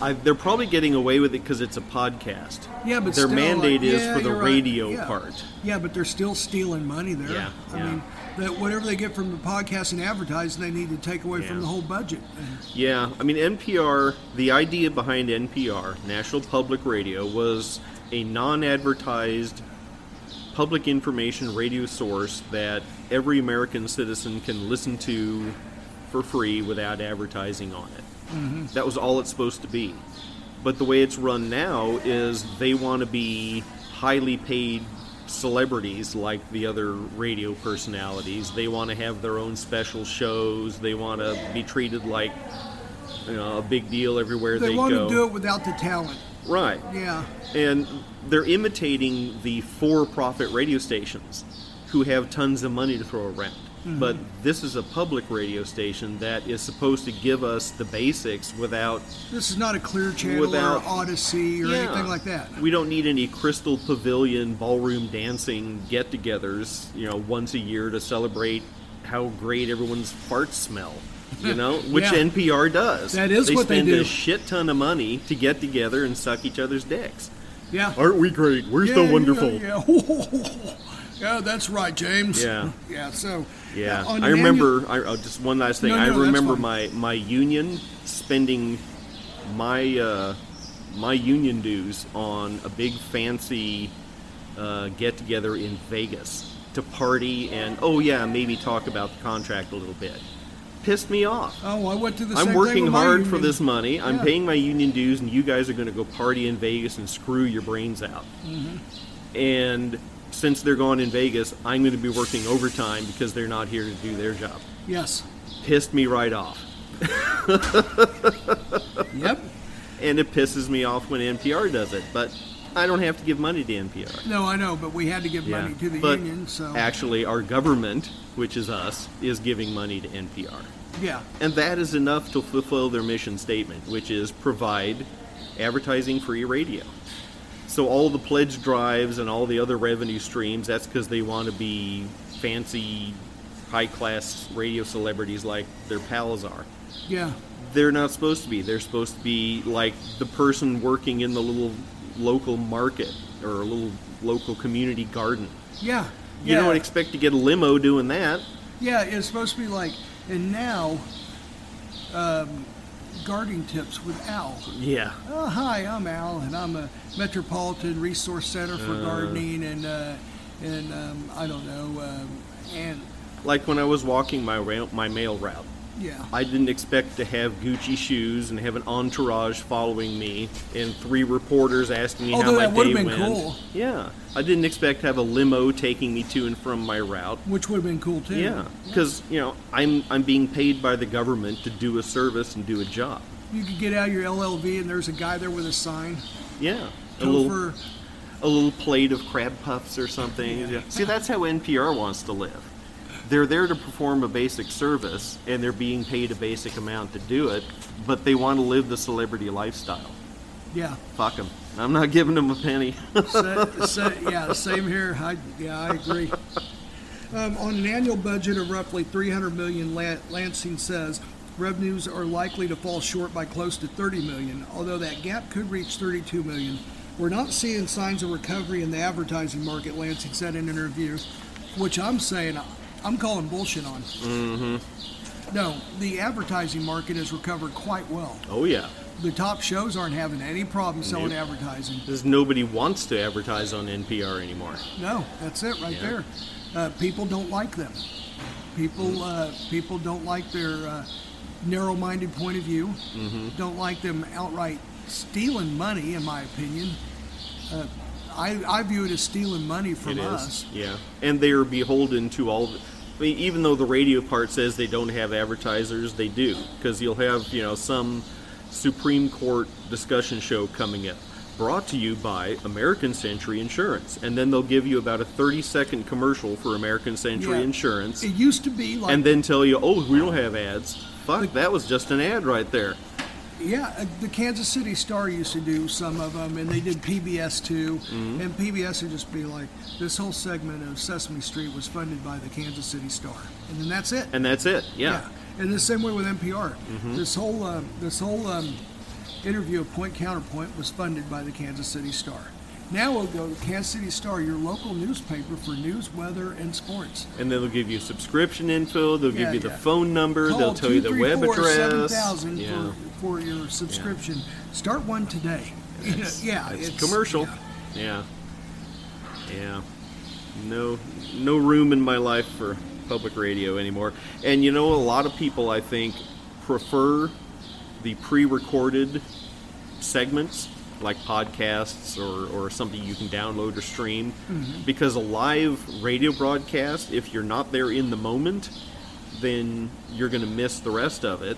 [SPEAKER 6] I, they're probably getting away with it because it's a podcast.
[SPEAKER 5] Yeah, but
[SPEAKER 6] their
[SPEAKER 5] still,
[SPEAKER 6] mandate
[SPEAKER 5] like,
[SPEAKER 6] is
[SPEAKER 5] yeah,
[SPEAKER 6] for the
[SPEAKER 5] you're right.
[SPEAKER 6] radio
[SPEAKER 5] Yeah.
[SPEAKER 6] part.
[SPEAKER 5] Yeah, but they're still stealing money there.
[SPEAKER 6] Yeah,
[SPEAKER 5] I
[SPEAKER 6] yeah.
[SPEAKER 5] mean, that whatever they get from the podcast and advertising, they need to take away
[SPEAKER 6] Yeah.
[SPEAKER 5] from the whole budget. And
[SPEAKER 6] Yeah, I mean NPR. The idea behind NPR, National Public Radio, was a non-advertised public information radio source that every American citizen can listen to for free without advertising on it.
[SPEAKER 5] Mm-hmm.
[SPEAKER 6] That was all it's supposed to be. But the way it's run now is they want to be highly paid celebrities like the other radio personalities. They want to have their own special shows. They want to be treated like you know, a big deal everywhere
[SPEAKER 5] they
[SPEAKER 6] they,
[SPEAKER 5] want
[SPEAKER 6] go.
[SPEAKER 5] to do it without the talent.
[SPEAKER 6] Right.
[SPEAKER 5] Yeah,
[SPEAKER 6] And they're imitating the for profit radio stations who have tons of money to throw around.
[SPEAKER 5] Mm-hmm.
[SPEAKER 6] But this is a public radio station that is supposed to give us the basics without
[SPEAKER 5] This is not a clear channel
[SPEAKER 6] Without-
[SPEAKER 5] or Odyssey or
[SPEAKER 6] Yeah.
[SPEAKER 5] anything like that.
[SPEAKER 6] We don't need any crystal pavilion ballroom dancing get-togethers, you know, once a year to celebrate how great everyone's farts smell.
[SPEAKER 5] (laughs)
[SPEAKER 6] You know, which
[SPEAKER 5] Yeah.
[SPEAKER 6] NPR does.
[SPEAKER 5] That is
[SPEAKER 6] they
[SPEAKER 5] what they
[SPEAKER 6] spend
[SPEAKER 5] do.
[SPEAKER 6] a shit ton of money to get together and suck each other's dicks.
[SPEAKER 5] Yeah.
[SPEAKER 6] Aren't we great? We're
[SPEAKER 5] yeah,
[SPEAKER 6] so
[SPEAKER 5] yeah,
[SPEAKER 6] wonderful.
[SPEAKER 5] Yeah, Yeah, (laughs) that's right, James.
[SPEAKER 6] Yeah.
[SPEAKER 5] (laughs) Yeah, so.
[SPEAKER 6] Yeah,
[SPEAKER 5] uh, on
[SPEAKER 6] I
[SPEAKER 5] an annual-
[SPEAKER 6] remember. I, oh, just one last thing.
[SPEAKER 5] No, no,
[SPEAKER 6] I
[SPEAKER 5] that's
[SPEAKER 6] remember
[SPEAKER 5] fine.
[SPEAKER 6] my my union spending my uh, my union dues on a big fancy uh, get together in Vegas to party and oh yeah, maybe talk about the contract a little bit. Pissed me off.
[SPEAKER 5] Oh, I went to the same
[SPEAKER 6] I'm
[SPEAKER 5] thing
[SPEAKER 6] working
[SPEAKER 5] with my
[SPEAKER 6] hard for
[SPEAKER 5] union.
[SPEAKER 6] this money. I'm
[SPEAKER 5] Yeah.
[SPEAKER 6] paying my union dues, and you guys are going to go party in Vegas and screw your brains out.
[SPEAKER 5] Mm-hmm.
[SPEAKER 6] And since they're gone in Vegas, I'm going to be working overtime because they're not here to do their job.
[SPEAKER 5] Yes.
[SPEAKER 6] Pissed me right off. Uh,
[SPEAKER 5] Yep.
[SPEAKER 6] And it pisses me off when NPR does it, but I don't have to give money to NPR.
[SPEAKER 5] No, I know, but we had to give money to the
[SPEAKER 6] but
[SPEAKER 5] union, so.
[SPEAKER 6] actually, our government, which is us, is giving money to NPR.
[SPEAKER 5] yeah.
[SPEAKER 6] And that is enough to fulfill their mission statement, which is provide advertising free radio. So all the pledge drives and all the other revenue streams, that's because they want to be fancy, high class radio celebrities like their pals are.
[SPEAKER 5] Yeah.
[SPEAKER 6] They're not supposed to be. They're supposed to be like the person working in the little local market or a little local community garden.
[SPEAKER 5] Yeah.
[SPEAKER 6] You
[SPEAKER 5] yeah.
[SPEAKER 6] don't expect to get a limo doing that.
[SPEAKER 5] Yeah, it's supposed to be like, and now, um, guarding tips with Al.
[SPEAKER 6] Yeah.
[SPEAKER 5] Oh, hi, I'm Al, and I'm a Metropolitan Resource Center for Gardening, and uh, and um, I don't know, um, and
[SPEAKER 6] Like when I was walking my rail, my mail route.
[SPEAKER 5] yeah,
[SPEAKER 6] I didn't expect to have Gucci shoes and have an entourage following me and three reporters asking me
[SPEAKER 5] Although
[SPEAKER 6] how my
[SPEAKER 5] that would've
[SPEAKER 6] day
[SPEAKER 5] been
[SPEAKER 6] went.
[SPEAKER 5] cool.
[SPEAKER 6] Yeah, I didn't expect to have a limo taking me to and from my route.
[SPEAKER 5] which would have been cool too.
[SPEAKER 6] Yeah, because you know I'm I'm being paid by the government to do a service and do a job.
[SPEAKER 5] you could get out your LLV, and there's a guy there with a sign.
[SPEAKER 6] Yeah, a little
[SPEAKER 5] Topher,
[SPEAKER 6] a little plate of crab puffs or something. Yeah. See, that's how NPR wants to live. They're there to perform a basic service and they're being paid a basic amount to do it, but they want to live the celebrity lifestyle.
[SPEAKER 5] yeah,
[SPEAKER 6] Fuck them. I'm not giving them a penny.
[SPEAKER 5] Sa- sa- yeah, same here. I, yeah, I agree. Um, on an annual budget of roughly 300 million, La- Lansing says revenues are likely to fall short by close to 30 million, although that gap could reach 32 million. We're not seeing signs of recovery in the advertising market, Lansing said in an interview, which I'm saying I'm calling bullshit on. Mm-hmm. No, the advertising market has recovered quite well.
[SPEAKER 6] (laughs) oh yeah.
[SPEAKER 5] The top shows aren't having any problem selling advertising.
[SPEAKER 6] Because nobody wants to advertise on NPR anymore.
[SPEAKER 5] No, that's it right
[SPEAKER 6] Yeah.
[SPEAKER 5] there. Uh, people don't like them. People uh, people don't like their uh, narrow-minded point of view.
[SPEAKER 6] Mm-hmm.
[SPEAKER 5] Don't like them outright stealing money, in my opinion. Uh, I, I view it as stealing money
[SPEAKER 6] It
[SPEAKER 5] from
[SPEAKER 6] is.
[SPEAKER 5] us.
[SPEAKER 6] Yeah. And they are beholden to all. The, I mean, even though the radio part says they don't have advertisers, they do. Because you'll have you know some Supreme Court discussion show coming up. Brought to you by American Century Insurance, and then they'll give you about a thirty-second commercial for American Century
[SPEAKER 5] Yeah.
[SPEAKER 6] Insurance,
[SPEAKER 5] It used to be like
[SPEAKER 6] and then tell you, "Oh, we don't have ads." Fuck, that was just an ad right there.
[SPEAKER 5] Yeah, uh, the Kansas City Star used to do some of them, and they did PBS too.
[SPEAKER 6] Mm-hmm.
[SPEAKER 5] And PBS would just be like, this whole segment of Sesame Street was funded by the Kansas City Star, and then that's it.
[SPEAKER 6] And that's it. yeah. Mm-hmm.
[SPEAKER 5] And the same way with NPR. This whole um, this whole um, interview of Point Counterpoint was funded by the Kansas City Star. Now we'll go to Kansas City Star, your local newspaper for news, weather, and sports.
[SPEAKER 6] and then they'll give you subscription info. They'll
[SPEAKER 5] Yeah,
[SPEAKER 6] give you the
[SPEAKER 5] yeah.
[SPEAKER 6] phone number. they'll
[SPEAKER 5] Call
[SPEAKER 6] tell you the web
[SPEAKER 5] 234
[SPEAKER 6] address.
[SPEAKER 5] 7000
[SPEAKER 6] yeah,
[SPEAKER 5] for, for your subscription. Start one today. You know, (laughs) yeah,
[SPEAKER 6] it's,
[SPEAKER 5] it's-
[SPEAKER 6] commercial.
[SPEAKER 5] yeah.
[SPEAKER 6] Yeah. yeah, No, no room in my life for public radio anymore. And you know, a lot of people I think prefer the pre-recorded segments like podcasts or, or something you can download or stream because a live radio broadcast if you're not there in the moment then you're going to miss the rest of it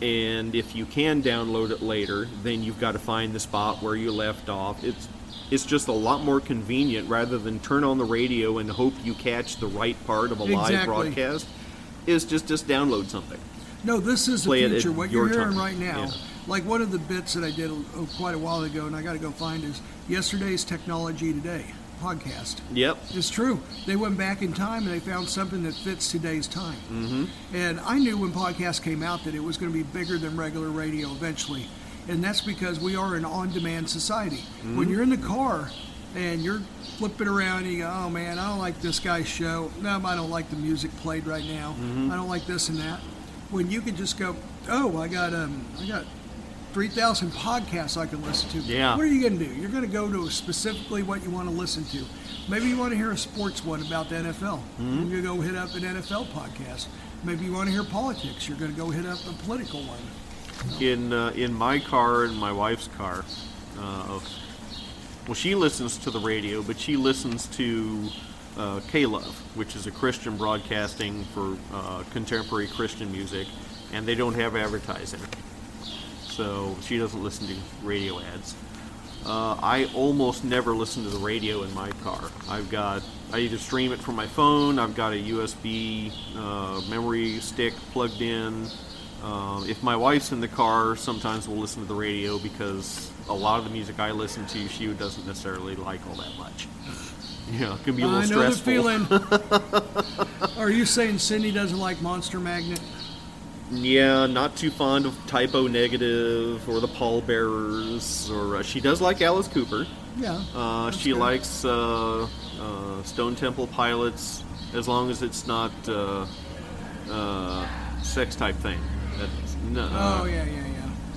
[SPEAKER 6] and if you can download it later then you've got to find the spot where you left off it's it's just a lot more convenient rather than turn on the radio and hope you catch the right part of a live
[SPEAKER 5] Exactly.
[SPEAKER 6] broadcast. Is just just download something.
[SPEAKER 5] No, this is the
[SPEAKER 6] Play it at
[SPEAKER 5] future. What
[SPEAKER 6] your
[SPEAKER 5] you're hearing
[SPEAKER 6] time.
[SPEAKER 5] right now,
[SPEAKER 6] Yeah.
[SPEAKER 5] like one of the bits that I did oh, quite a while ago, and I got to go find is yesterday's technology today podcast.
[SPEAKER 6] Yep.
[SPEAKER 5] It's true. They went back in time and they found something that fits today's time. Mm-hmm. And I knew when podcasts came out that it was going to be bigger than regular radio eventually. And that's because we are an on demand society. When you're in the car and you're flipping around and you go, oh man, I don't like this guy's show. No, I don't like the music played right now. I don't like this and that. When you can just go, oh, I got, um, I got 3,000 podcasts I can listen to.
[SPEAKER 6] Yeah.
[SPEAKER 5] What are you going to do? You're going to go to specifically what you want to listen to. Maybe you want to hear a sports one about the NFL.
[SPEAKER 6] Hmm?
[SPEAKER 5] You're going to go hit up an NFL podcast. Maybe you want to hear politics. You're going to go hit up a political one.
[SPEAKER 6] in uh, in my car and my wife's car. Uh, well, she listens to the radio, but she listens to uh, K-Love, which is a Christian broadcasting for uh, contemporary Christian music, and they don't have advertising, so she doesn't listen to radio ads. Uh, I almost never listen to the radio in my car. I've got I either stream it from my phone. I've got a USB uh, memory stick plugged in. Um, if my wife's in the car, sometimes we'll listen to the radio because a lot of the music I listen to, she doesn't necessarily like all that much. (laughs) Yeah, it can be a little
[SPEAKER 5] I know
[SPEAKER 6] stressful.
[SPEAKER 5] the
[SPEAKER 6] (laughs)
[SPEAKER 5] feeling. Are you saying Cindy doesn't like Monster Magnet?
[SPEAKER 6] Yeah, not too fond of typo negative or the pallbearers. Or uh, she does like Alice Cooper.
[SPEAKER 5] Yeah.
[SPEAKER 6] Uh,
[SPEAKER 5] that's
[SPEAKER 6] she
[SPEAKER 5] good.
[SPEAKER 6] likes uh, uh, Stone Temple Pilots as long as it's not uh, uh, sex type thing. That's, no, uh,
[SPEAKER 5] Oh, yeah, yeah, yeah.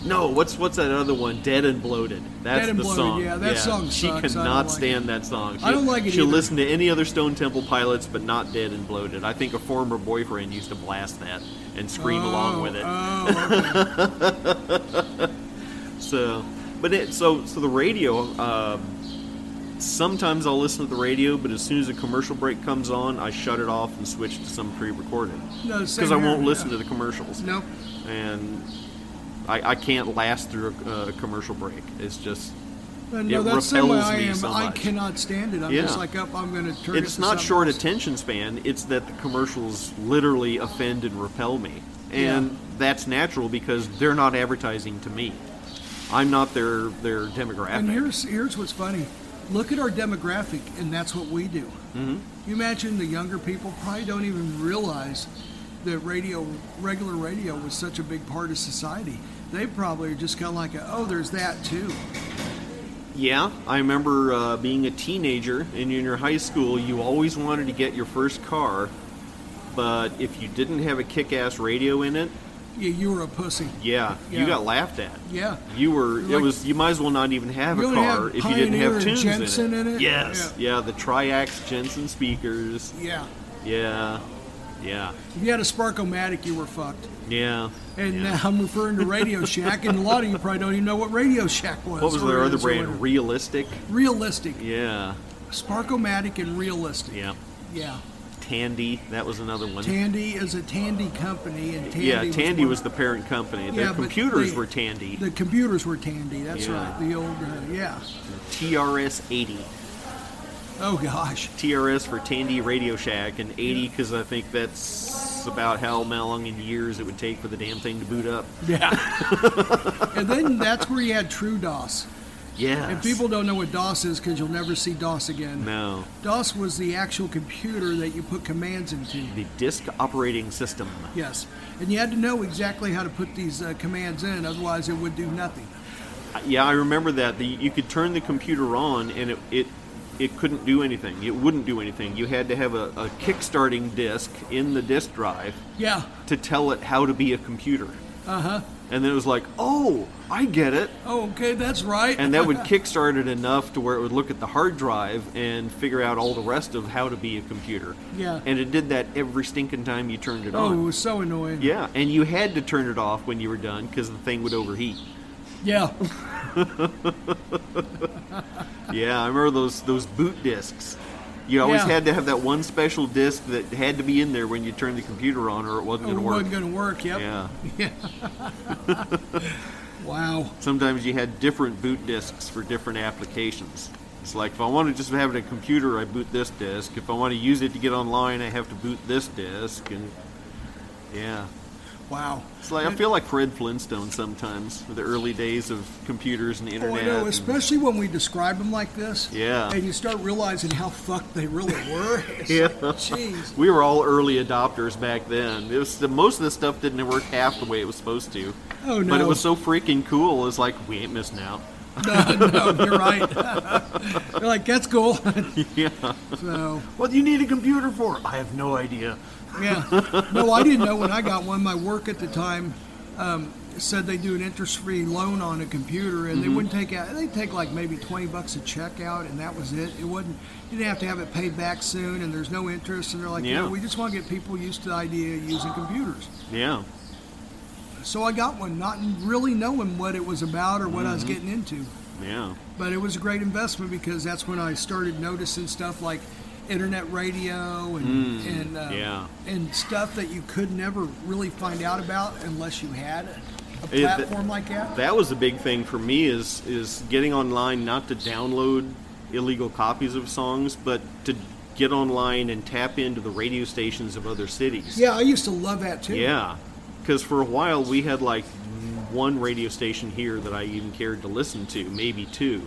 [SPEAKER 6] no, what's what's that other one? Dead and bloated. That's
[SPEAKER 5] Dead and
[SPEAKER 6] the
[SPEAKER 5] Bloated,
[SPEAKER 6] song.
[SPEAKER 5] yeah, that song sucks.
[SPEAKER 6] She
[SPEAKER 5] I don't
[SPEAKER 6] cannot
[SPEAKER 5] like
[SPEAKER 6] stand that song. She,
[SPEAKER 5] I don't like it
[SPEAKER 6] She'll
[SPEAKER 5] either.
[SPEAKER 6] listen to any other Stone Temple Pilots, but not Dead and Bloated. I think a former boyfriend used to blast that and scream along
[SPEAKER 5] Oh,
[SPEAKER 6] with it.
[SPEAKER 5] Oh, okay.
[SPEAKER 6] So, but it, so so the radio. Um, sometimes I'll listen to the radio, but as soon as a commercial break comes on, I shut it off and switch to some pre-recorded (laughs)
[SPEAKER 5] No,
[SPEAKER 6] because
[SPEAKER 5] same
[SPEAKER 6] I
[SPEAKER 5] here,
[SPEAKER 6] won't listen
[SPEAKER 5] yeah.
[SPEAKER 6] to the commercials.
[SPEAKER 5] No.
[SPEAKER 6] and I, I can't last through a, a commercial break. It's just
[SPEAKER 5] No,
[SPEAKER 6] It
[SPEAKER 5] that's the way
[SPEAKER 6] repels
[SPEAKER 5] I
[SPEAKER 6] me
[SPEAKER 5] am.
[SPEAKER 6] so
[SPEAKER 5] I
[SPEAKER 6] much.
[SPEAKER 5] cannot stand it. I'm
[SPEAKER 6] Yeah.
[SPEAKER 5] just like, up, I'm going to turn it
[SPEAKER 6] it's
[SPEAKER 5] to
[SPEAKER 6] not
[SPEAKER 5] something
[SPEAKER 6] short
[SPEAKER 5] else.
[SPEAKER 6] attention span. It's that the commercials literally offend and repel me, and
[SPEAKER 5] Yeah.
[SPEAKER 6] that's natural because they're not advertising to me. I'm not their their demographic.
[SPEAKER 5] And here's here's what's funny. Look at our demographic, and that's what we do. Mm-hmm. You imagine the younger people probably don't even realize that radio, regular radio, was such a big part of society. They probably are just kind of like, oh, there's that too.
[SPEAKER 6] Yeah, I remember uh, being a teenager and in your high school, you always wanted to get your first car, but if you didn't have a kick ass radio in it,
[SPEAKER 5] Yeah, you were a pussy.
[SPEAKER 6] yeah, you
[SPEAKER 5] Yeah.
[SPEAKER 6] got laughed at.
[SPEAKER 5] Yeah.
[SPEAKER 6] You
[SPEAKER 5] You're
[SPEAKER 6] were, it
[SPEAKER 5] like-
[SPEAKER 6] was, you might as well not even have
[SPEAKER 5] You
[SPEAKER 6] a
[SPEAKER 5] only
[SPEAKER 6] car
[SPEAKER 5] have
[SPEAKER 6] if you didn't
[SPEAKER 5] Pioneer
[SPEAKER 6] have
[SPEAKER 5] and
[SPEAKER 6] tunes
[SPEAKER 5] Jensen in it?
[SPEAKER 6] Yes. Yeah. the Triax Jensen speakers.
[SPEAKER 5] Yeah.
[SPEAKER 6] Yeah. Yeah.
[SPEAKER 5] If you had a Sparkomatic, you were fucked.
[SPEAKER 6] Yeah.
[SPEAKER 5] And
[SPEAKER 6] yeah.
[SPEAKER 5] now I'm referring to
[SPEAKER 6] (laughs)
[SPEAKER 5] Radio Shack, and a lot of you probably don't even know what Radio Shack was.
[SPEAKER 6] what was
[SPEAKER 5] or
[SPEAKER 6] their other
[SPEAKER 5] is or
[SPEAKER 6] brand?
[SPEAKER 5] whatever.
[SPEAKER 6] Realistic?
[SPEAKER 5] Realistic.
[SPEAKER 6] Yeah.
[SPEAKER 5] Sparkomatic and realistic.
[SPEAKER 6] Yeah.
[SPEAKER 5] Yeah.
[SPEAKER 6] Tandy, that was another one.
[SPEAKER 5] Tandy is a Tandy company, and Tandy
[SPEAKER 6] yeah, Tandy
[SPEAKER 5] one-
[SPEAKER 6] was, the parent company. Their
[SPEAKER 5] Yeah, but
[SPEAKER 6] computers
[SPEAKER 5] they-
[SPEAKER 6] were Tandy.
[SPEAKER 5] The computers were Tandy. That's
[SPEAKER 6] Yeah.
[SPEAKER 5] right. The old, uh, yeah.
[SPEAKER 6] TRS 80.
[SPEAKER 5] Oh
[SPEAKER 6] (laughs)
[SPEAKER 5] gosh.
[SPEAKER 6] TRS for Tandy Radio Shack, and 80 because I think that's about how long in years it would take for the damn thing to boot up.
[SPEAKER 5] Yeah. (laughs) and then that's where you had True DOS.
[SPEAKER 6] Yeah.
[SPEAKER 5] And people don't know what DOS is because you'll never see DOS again.
[SPEAKER 6] No.
[SPEAKER 5] DOS was the actual computer that you put commands into.
[SPEAKER 6] The disk operating system.
[SPEAKER 5] Yes. And you had to know exactly how to put these uh, commands in, otherwise it would do nothing.
[SPEAKER 6] Yeah, I remember that. The, you could turn the computer on, and it, it it couldn't do anything. It wouldn't do anything. You had to have a, a kickstarting disk in the disk drive
[SPEAKER 5] Yeah.
[SPEAKER 6] to tell it how to be a computer.
[SPEAKER 5] Uh huh.
[SPEAKER 6] And then it was like, oh, I get it.
[SPEAKER 5] Oh, okay. That's right.
[SPEAKER 6] and that would kickstart it enough to where it would look at the hard drive and figure out all the rest of how to be a computer.
[SPEAKER 5] Yeah.
[SPEAKER 6] And it did that every stinking time you turned it
[SPEAKER 5] Oh, it
[SPEAKER 6] on.
[SPEAKER 5] was so annoying.
[SPEAKER 6] Yeah, and you had to turn it off when you were done because the thing
[SPEAKER 5] (laughs)
[SPEAKER 6] would overheat.
[SPEAKER 5] Yeah. Oh,
[SPEAKER 6] yeah, I remember those those boot discs. You always
[SPEAKER 5] Yeah.
[SPEAKER 6] had to have that one special disc that had to be in there when you turned the computer on, or it wasn't
[SPEAKER 5] It
[SPEAKER 6] going to work.
[SPEAKER 5] wasn't going to work. Yep.
[SPEAKER 6] Yeah.
[SPEAKER 5] (laughs) Wow.
[SPEAKER 6] Sometimes you had different boot discs for different applications. It's like if I want to just have it a computer, I boot this disk. If I want to use it to get online, I have to boot this disk. And yeah,
[SPEAKER 5] Wow.
[SPEAKER 6] it's like I feel like Fred Flintstone sometimes. with The early days of computers and the
[SPEAKER 5] Oh, I
[SPEAKER 6] internet.
[SPEAKER 5] know,
[SPEAKER 6] and-
[SPEAKER 5] especially when we describe them like this.
[SPEAKER 6] Yeah.
[SPEAKER 5] And you start realizing how fucked they really were. (laughs) It's
[SPEAKER 6] Yeah.
[SPEAKER 5] like, Jeez.
[SPEAKER 6] we were all early adopters back then. It was the, most of the stuff didn't work half the way it was supposed to.
[SPEAKER 5] Oh,
[SPEAKER 6] But it
[SPEAKER 5] no.
[SPEAKER 6] was so freaking cool. It's like we ain't missing out.
[SPEAKER 5] No, no, you're right. (laughs) you're like, that's
[SPEAKER 6] (laughs)
[SPEAKER 5] cool. yeah. So,
[SPEAKER 6] What do you need a computer for? I have no idea.
[SPEAKER 5] yeah. No, I didn't know when I got one. My work at the time um, said they do an interest-free loan on a computer, and they wouldn't take out. They take like maybe twenty bucks a check out, and that was it. It wasn't. You didn't have to have it paid back soon, and there's no interest. And they're like, you
[SPEAKER 6] Yeah.
[SPEAKER 5] know, we just want to get people used to the idea of using computers.
[SPEAKER 6] Yeah.
[SPEAKER 5] So I got one, not really knowing what it was about or what I was getting into.
[SPEAKER 6] Yeah.
[SPEAKER 5] But it was a great investment because that's when I started noticing stuff like internet radio and and uh,
[SPEAKER 6] Mm. yeah.
[SPEAKER 5] and stuff that you could never really find out about unless you had a
[SPEAKER 6] Yeah, that-
[SPEAKER 5] platform like that.
[SPEAKER 6] That was a big thing for me is is getting online not to download illegal copies of songs, but to get online and tap into the radio stations of other cities.
[SPEAKER 5] yeah, I used to love that too.
[SPEAKER 6] Yeah, because for a while we had like one radio station here that I even cared to listen to, maybe two.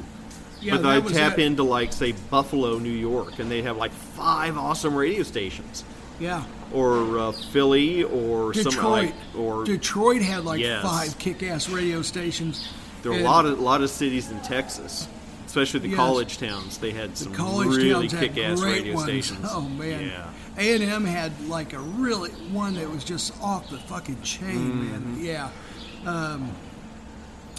[SPEAKER 5] Yeah,
[SPEAKER 6] but
[SPEAKER 5] that
[SPEAKER 6] I'd
[SPEAKER 5] was
[SPEAKER 6] tap
[SPEAKER 5] it.
[SPEAKER 6] into like say Buffalo, New York, and they'd have like five awesome radio stations,
[SPEAKER 5] Yeah.
[SPEAKER 6] or uh, Philly, or
[SPEAKER 5] Detroit,
[SPEAKER 6] somewhere like, or
[SPEAKER 5] Detroit had like
[SPEAKER 6] Yes.
[SPEAKER 5] five kick-ass radio stations.
[SPEAKER 6] there were a
[SPEAKER 5] and
[SPEAKER 6] lot of lot of cities in Texas, especially the
[SPEAKER 5] Yes.
[SPEAKER 6] college towns. They had some
[SPEAKER 5] college
[SPEAKER 6] really
[SPEAKER 5] towns had
[SPEAKER 6] kick-ass
[SPEAKER 5] great
[SPEAKER 6] radio
[SPEAKER 5] ones.
[SPEAKER 6] stations.
[SPEAKER 5] (laughs) Oh man,
[SPEAKER 6] yeah.
[SPEAKER 5] A and M had like a really one that was just off the fucking chain, man. Yeah, um,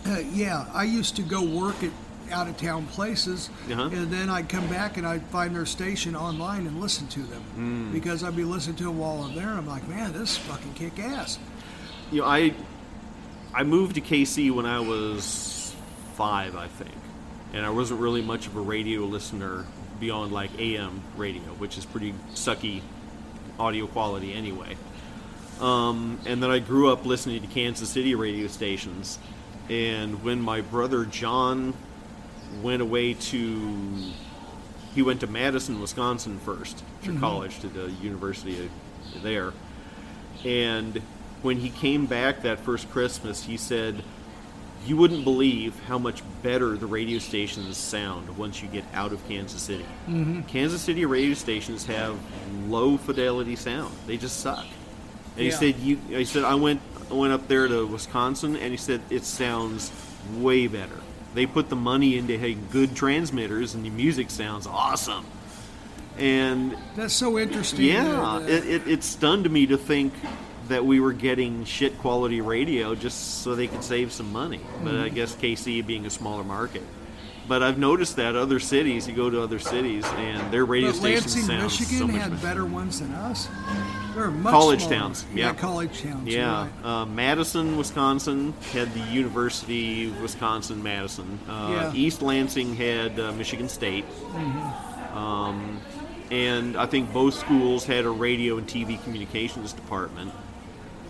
[SPEAKER 5] uh, yeah. I used to go work at out of town places,
[SPEAKER 6] Uh-huh.
[SPEAKER 5] and then I'd come back and I'd find their station online and listen to them because I'd be listening to them while I'm there. I'm like, man, this is fucking kick ass.
[SPEAKER 6] you know, I I moved to KC when I was five, I think, and I wasn't really much of a radio listener beyond like AM radio, which is pretty sucky audio quality anyway. Um, and then I grew up listening to Kansas City radio stations, and when my brother John went away to he went to Madison, Wisconsin first through college to the university of- there. And when he came back that first Christmas, he said, "You wouldn't believe how much better the radio stations sound once you get out of Kansas City. Kansas City radio stations have low fidelity sound; they just suck." And he
[SPEAKER 5] Yeah.
[SPEAKER 6] said, "You," he said, "I went, I went up there to Wisconsin, and he said it sounds way better. They put the money into having good transmitters, and the music sounds awesome." And
[SPEAKER 5] That's so interesting.
[SPEAKER 6] yeah,
[SPEAKER 5] that, uh,
[SPEAKER 6] it, it, it stunned me to think that we were getting shit quality radio just so they could save some money. But
[SPEAKER 5] Mm-hmm.
[SPEAKER 6] I guess KC being a smaller market. But I've noticed that other cities, you go to other cities, and their radio
[SPEAKER 5] but
[SPEAKER 6] stations
[SPEAKER 5] Lansing,
[SPEAKER 6] sound
[SPEAKER 5] Michigan
[SPEAKER 6] so much
[SPEAKER 5] had
[SPEAKER 6] better.
[SPEAKER 5] better ones than us. They're much
[SPEAKER 6] College
[SPEAKER 5] smaller.
[SPEAKER 6] towns,
[SPEAKER 5] Yeah.
[SPEAKER 6] yeah.
[SPEAKER 5] college towns. you're
[SPEAKER 6] Yeah,
[SPEAKER 5] right.
[SPEAKER 6] uh, Madison, Wisconsin had the University of Wisconsin Madison. Uh,
[SPEAKER 5] Yeah.
[SPEAKER 6] East Lansing had uh, Michigan State.
[SPEAKER 5] Mm-hmm.
[SPEAKER 6] Um, and I think both schools had a radio and TV communications department.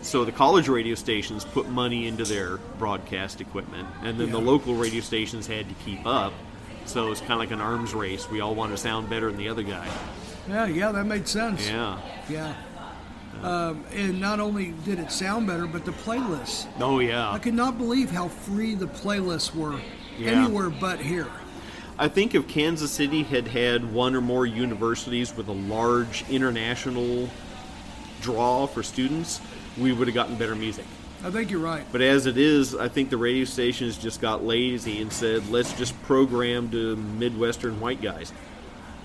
[SPEAKER 6] So the college radio stations put money into their broadcast equipment, and then the
[SPEAKER 5] Yeah.
[SPEAKER 6] local radio stations had to keep up. So it's kind of like an arms race. We all want to sound better than the other guy.
[SPEAKER 5] Yeah, yeah, that made sense.
[SPEAKER 6] Yeah.
[SPEAKER 5] Yeah. Um, and not only did it sound better, but the playlists.
[SPEAKER 6] Oh
[SPEAKER 5] I
[SPEAKER 6] yeah.
[SPEAKER 5] could not believe how free the playlists were
[SPEAKER 6] Yeah.
[SPEAKER 5] anywhere but here.
[SPEAKER 6] I think if Kansas City had had one or more universities with a large international draw for students, we would have gotten better music.
[SPEAKER 5] I think you're right.
[SPEAKER 6] But as it is, I think the radio stations just got lazy and said, let's just program to Midwestern white guys.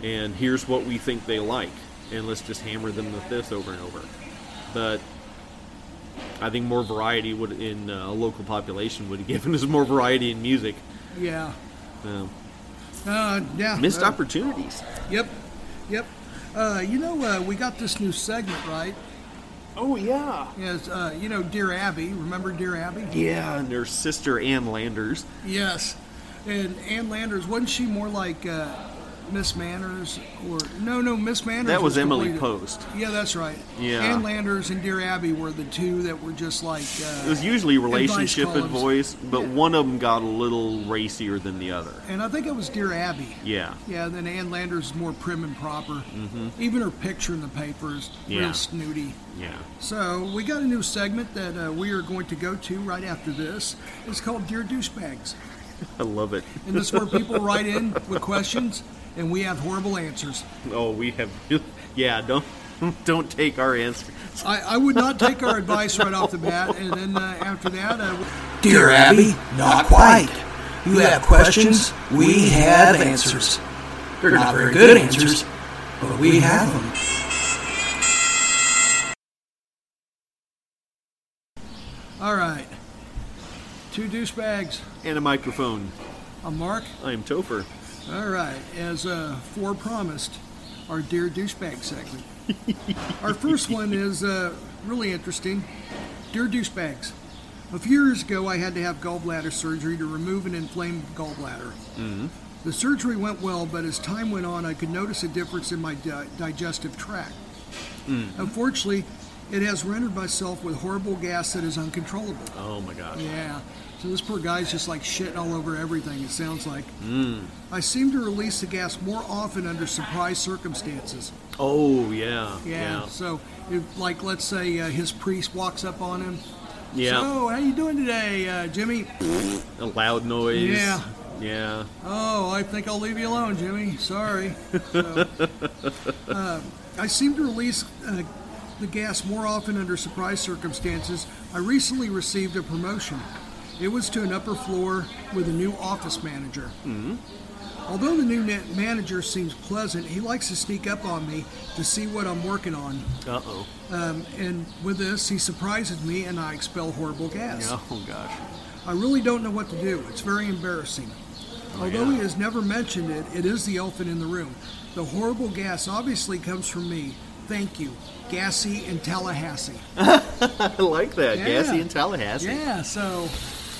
[SPEAKER 6] And here's what we think they like. And let's just hammer them with this over and over. But I think more variety would in uh, a local population would have (laughs) given us more variety in music.
[SPEAKER 5] Yeah.
[SPEAKER 6] Uh,
[SPEAKER 5] Uh, yeah.
[SPEAKER 6] missed
[SPEAKER 5] uh,
[SPEAKER 6] opportunities.
[SPEAKER 5] Yep. Yep. Uh, you know, uh, we got this new segment, right?
[SPEAKER 6] Oh, yeah.
[SPEAKER 5] Yes. Uh, you know, Dear Abby. Remember Dear Abby?
[SPEAKER 6] Yeah, and their sister Ann Landers.
[SPEAKER 5] Yes. And Ann Landers, wasn't she more like uh, Miss Manners, or no, no, Miss Manners.
[SPEAKER 6] That was Emily
[SPEAKER 5] completed.
[SPEAKER 6] Post.
[SPEAKER 5] Yeah, that's right.
[SPEAKER 6] Yeah.
[SPEAKER 5] and Landers and Dear Abby were the two that were just like. Uh,
[SPEAKER 6] It was usually relationship
[SPEAKER 5] columns.
[SPEAKER 6] advice, but
[SPEAKER 5] Yeah.
[SPEAKER 6] one of them got a little racier than the other.
[SPEAKER 5] and I think it was Dear Abby.
[SPEAKER 6] Yeah.
[SPEAKER 5] Yeah, then Ann Landers is more prim and proper. Mm-hmm. Even her picture in the paper is
[SPEAKER 6] Yeah.
[SPEAKER 5] real snooty.
[SPEAKER 6] Yeah.
[SPEAKER 5] So we got a new segment that uh, we are going to go to right after this. It's called Dear Douchebags,
[SPEAKER 6] I love it.
[SPEAKER 5] and this is where people write in with questions, and we have horrible answers.
[SPEAKER 6] Oh, we have. (laughs) Yeah, don't (laughs) don't take our answer.
[SPEAKER 5] I, I would not take our advice right off the bat, and then uh, after that, uh,
[SPEAKER 1] Dear Abby, not quite. You have questions, we have answers. They're not very good answers, but we have them.
[SPEAKER 5] all right, two douchebags.
[SPEAKER 6] And a microphone.
[SPEAKER 5] A mark.
[SPEAKER 6] I am Topher.
[SPEAKER 5] All right, as uh, four promised, our dear douchebag segment. our first one is uh, really interesting. Dear douchebags, a few years ago I had to have gallbladder surgery to remove an inflamed gallbladder. The surgery went well, but as time went on, I could notice a difference in my di- digestive tract. Unfortunately, it has rendered myself with horrible gas that is uncontrollable.
[SPEAKER 6] Oh my gosh.
[SPEAKER 5] Yeah. So this poor guy's just like shitting all over everything, it sounds like.
[SPEAKER 6] Hmm.
[SPEAKER 5] I seem to release the gas more often under surprise circumstances.
[SPEAKER 6] Oh yeah.
[SPEAKER 5] Yeah.
[SPEAKER 6] Yeah.
[SPEAKER 5] So, if, like, let's say uh, his priest walks up on him.
[SPEAKER 6] Yeah.
[SPEAKER 5] So, how you doing today, uh, Jimmy?
[SPEAKER 6] A loud noise.
[SPEAKER 5] Yeah.
[SPEAKER 6] Yeah.
[SPEAKER 5] Oh, I think I'll leave you alone, Jimmy. Sorry. So, uh, I seem to release uh, the gas more often under surprise circumstances. I recently received a promotion. It was to an upper floor with a new office manager. Mm-hmm. Although the new net manager seems pleasant, he likes to sneak up on me to see what I'm working on.
[SPEAKER 6] Uh oh.
[SPEAKER 5] Um, and with this, he surprises me and I expel horrible gas.
[SPEAKER 6] Oh gosh. (laughs)
[SPEAKER 5] I really don't know what to do. It's very embarrassing. Although
[SPEAKER 6] yeah.
[SPEAKER 5] he has never mentioned it, it is the elephant in the room. The horrible gas obviously comes from me. Thank you. Gassy in Tallahassee.
[SPEAKER 6] I like that.
[SPEAKER 5] Yeah.
[SPEAKER 6] Gassy in Tallahassee.
[SPEAKER 5] Yeah, so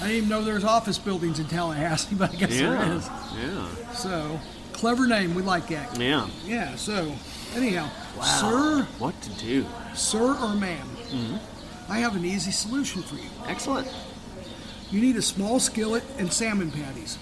[SPEAKER 5] I didn't even know there's office buildings in Tallahassee, (laughs) but I guess there
[SPEAKER 6] Yeah.
[SPEAKER 5] is.
[SPEAKER 6] Yeah.
[SPEAKER 5] So, clever name. We like that.
[SPEAKER 6] Yeah.
[SPEAKER 5] Yeah, so, anyhow, sir,
[SPEAKER 6] What to do?
[SPEAKER 5] sir or madam I have an easy solution for you.
[SPEAKER 6] Excellent.
[SPEAKER 5] You need a small skillet and salmon patties.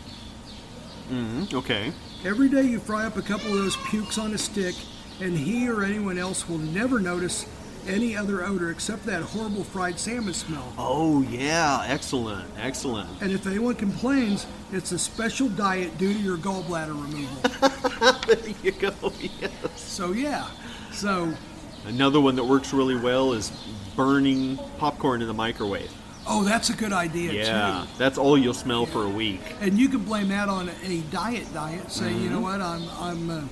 [SPEAKER 6] Okay.
[SPEAKER 5] Every day you fry up a couple of those pukes on a stick, and he or anyone else will never notice any other odor except that horrible fried salmon smell.
[SPEAKER 6] Oh yeah. Excellent.
[SPEAKER 5] (laughs)
[SPEAKER 6] Excellent.
[SPEAKER 5] And if anyone complains, it's a special diet due to your gallbladder
[SPEAKER 6] (laughs)
[SPEAKER 5] removal.
[SPEAKER 6] there you go. Yes.
[SPEAKER 5] so yeah, so
[SPEAKER 6] Another one that works really well is burning popcorn in the microwave.
[SPEAKER 5] oh, that's a good idea
[SPEAKER 6] Yeah,
[SPEAKER 5] too.
[SPEAKER 6] that's all you'll smell for a week.
[SPEAKER 5] And you can blame that on a diet diet. Say, you
[SPEAKER 6] Mm-hmm.
[SPEAKER 5] know what, I'm I'm uh,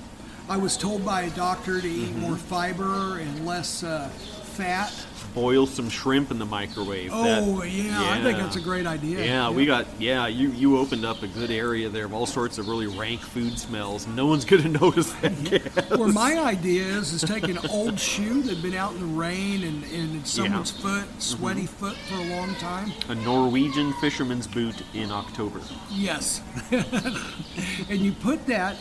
[SPEAKER 5] I was told by a doctor to
[SPEAKER 6] Mm-hmm.
[SPEAKER 5] eat more fiber and less uh, fat.
[SPEAKER 6] Boil some shrimp in the microwave. that-
[SPEAKER 5] Oh yeah, I think that's a great idea.
[SPEAKER 6] Yeah, we got yeah. You you opened up a good area there of all sorts of really rank food smells. No one's gonna (laughs) notice that. gas.
[SPEAKER 5] Well, my idea is is take an old shoe that's been out in the rain and, and in someone's
[SPEAKER 6] Mm-hmm.
[SPEAKER 5] foot, sweaty foot for a long time.
[SPEAKER 6] A Norwegian fisherman's boot in October.
[SPEAKER 5] Yes. (laughs) and you put that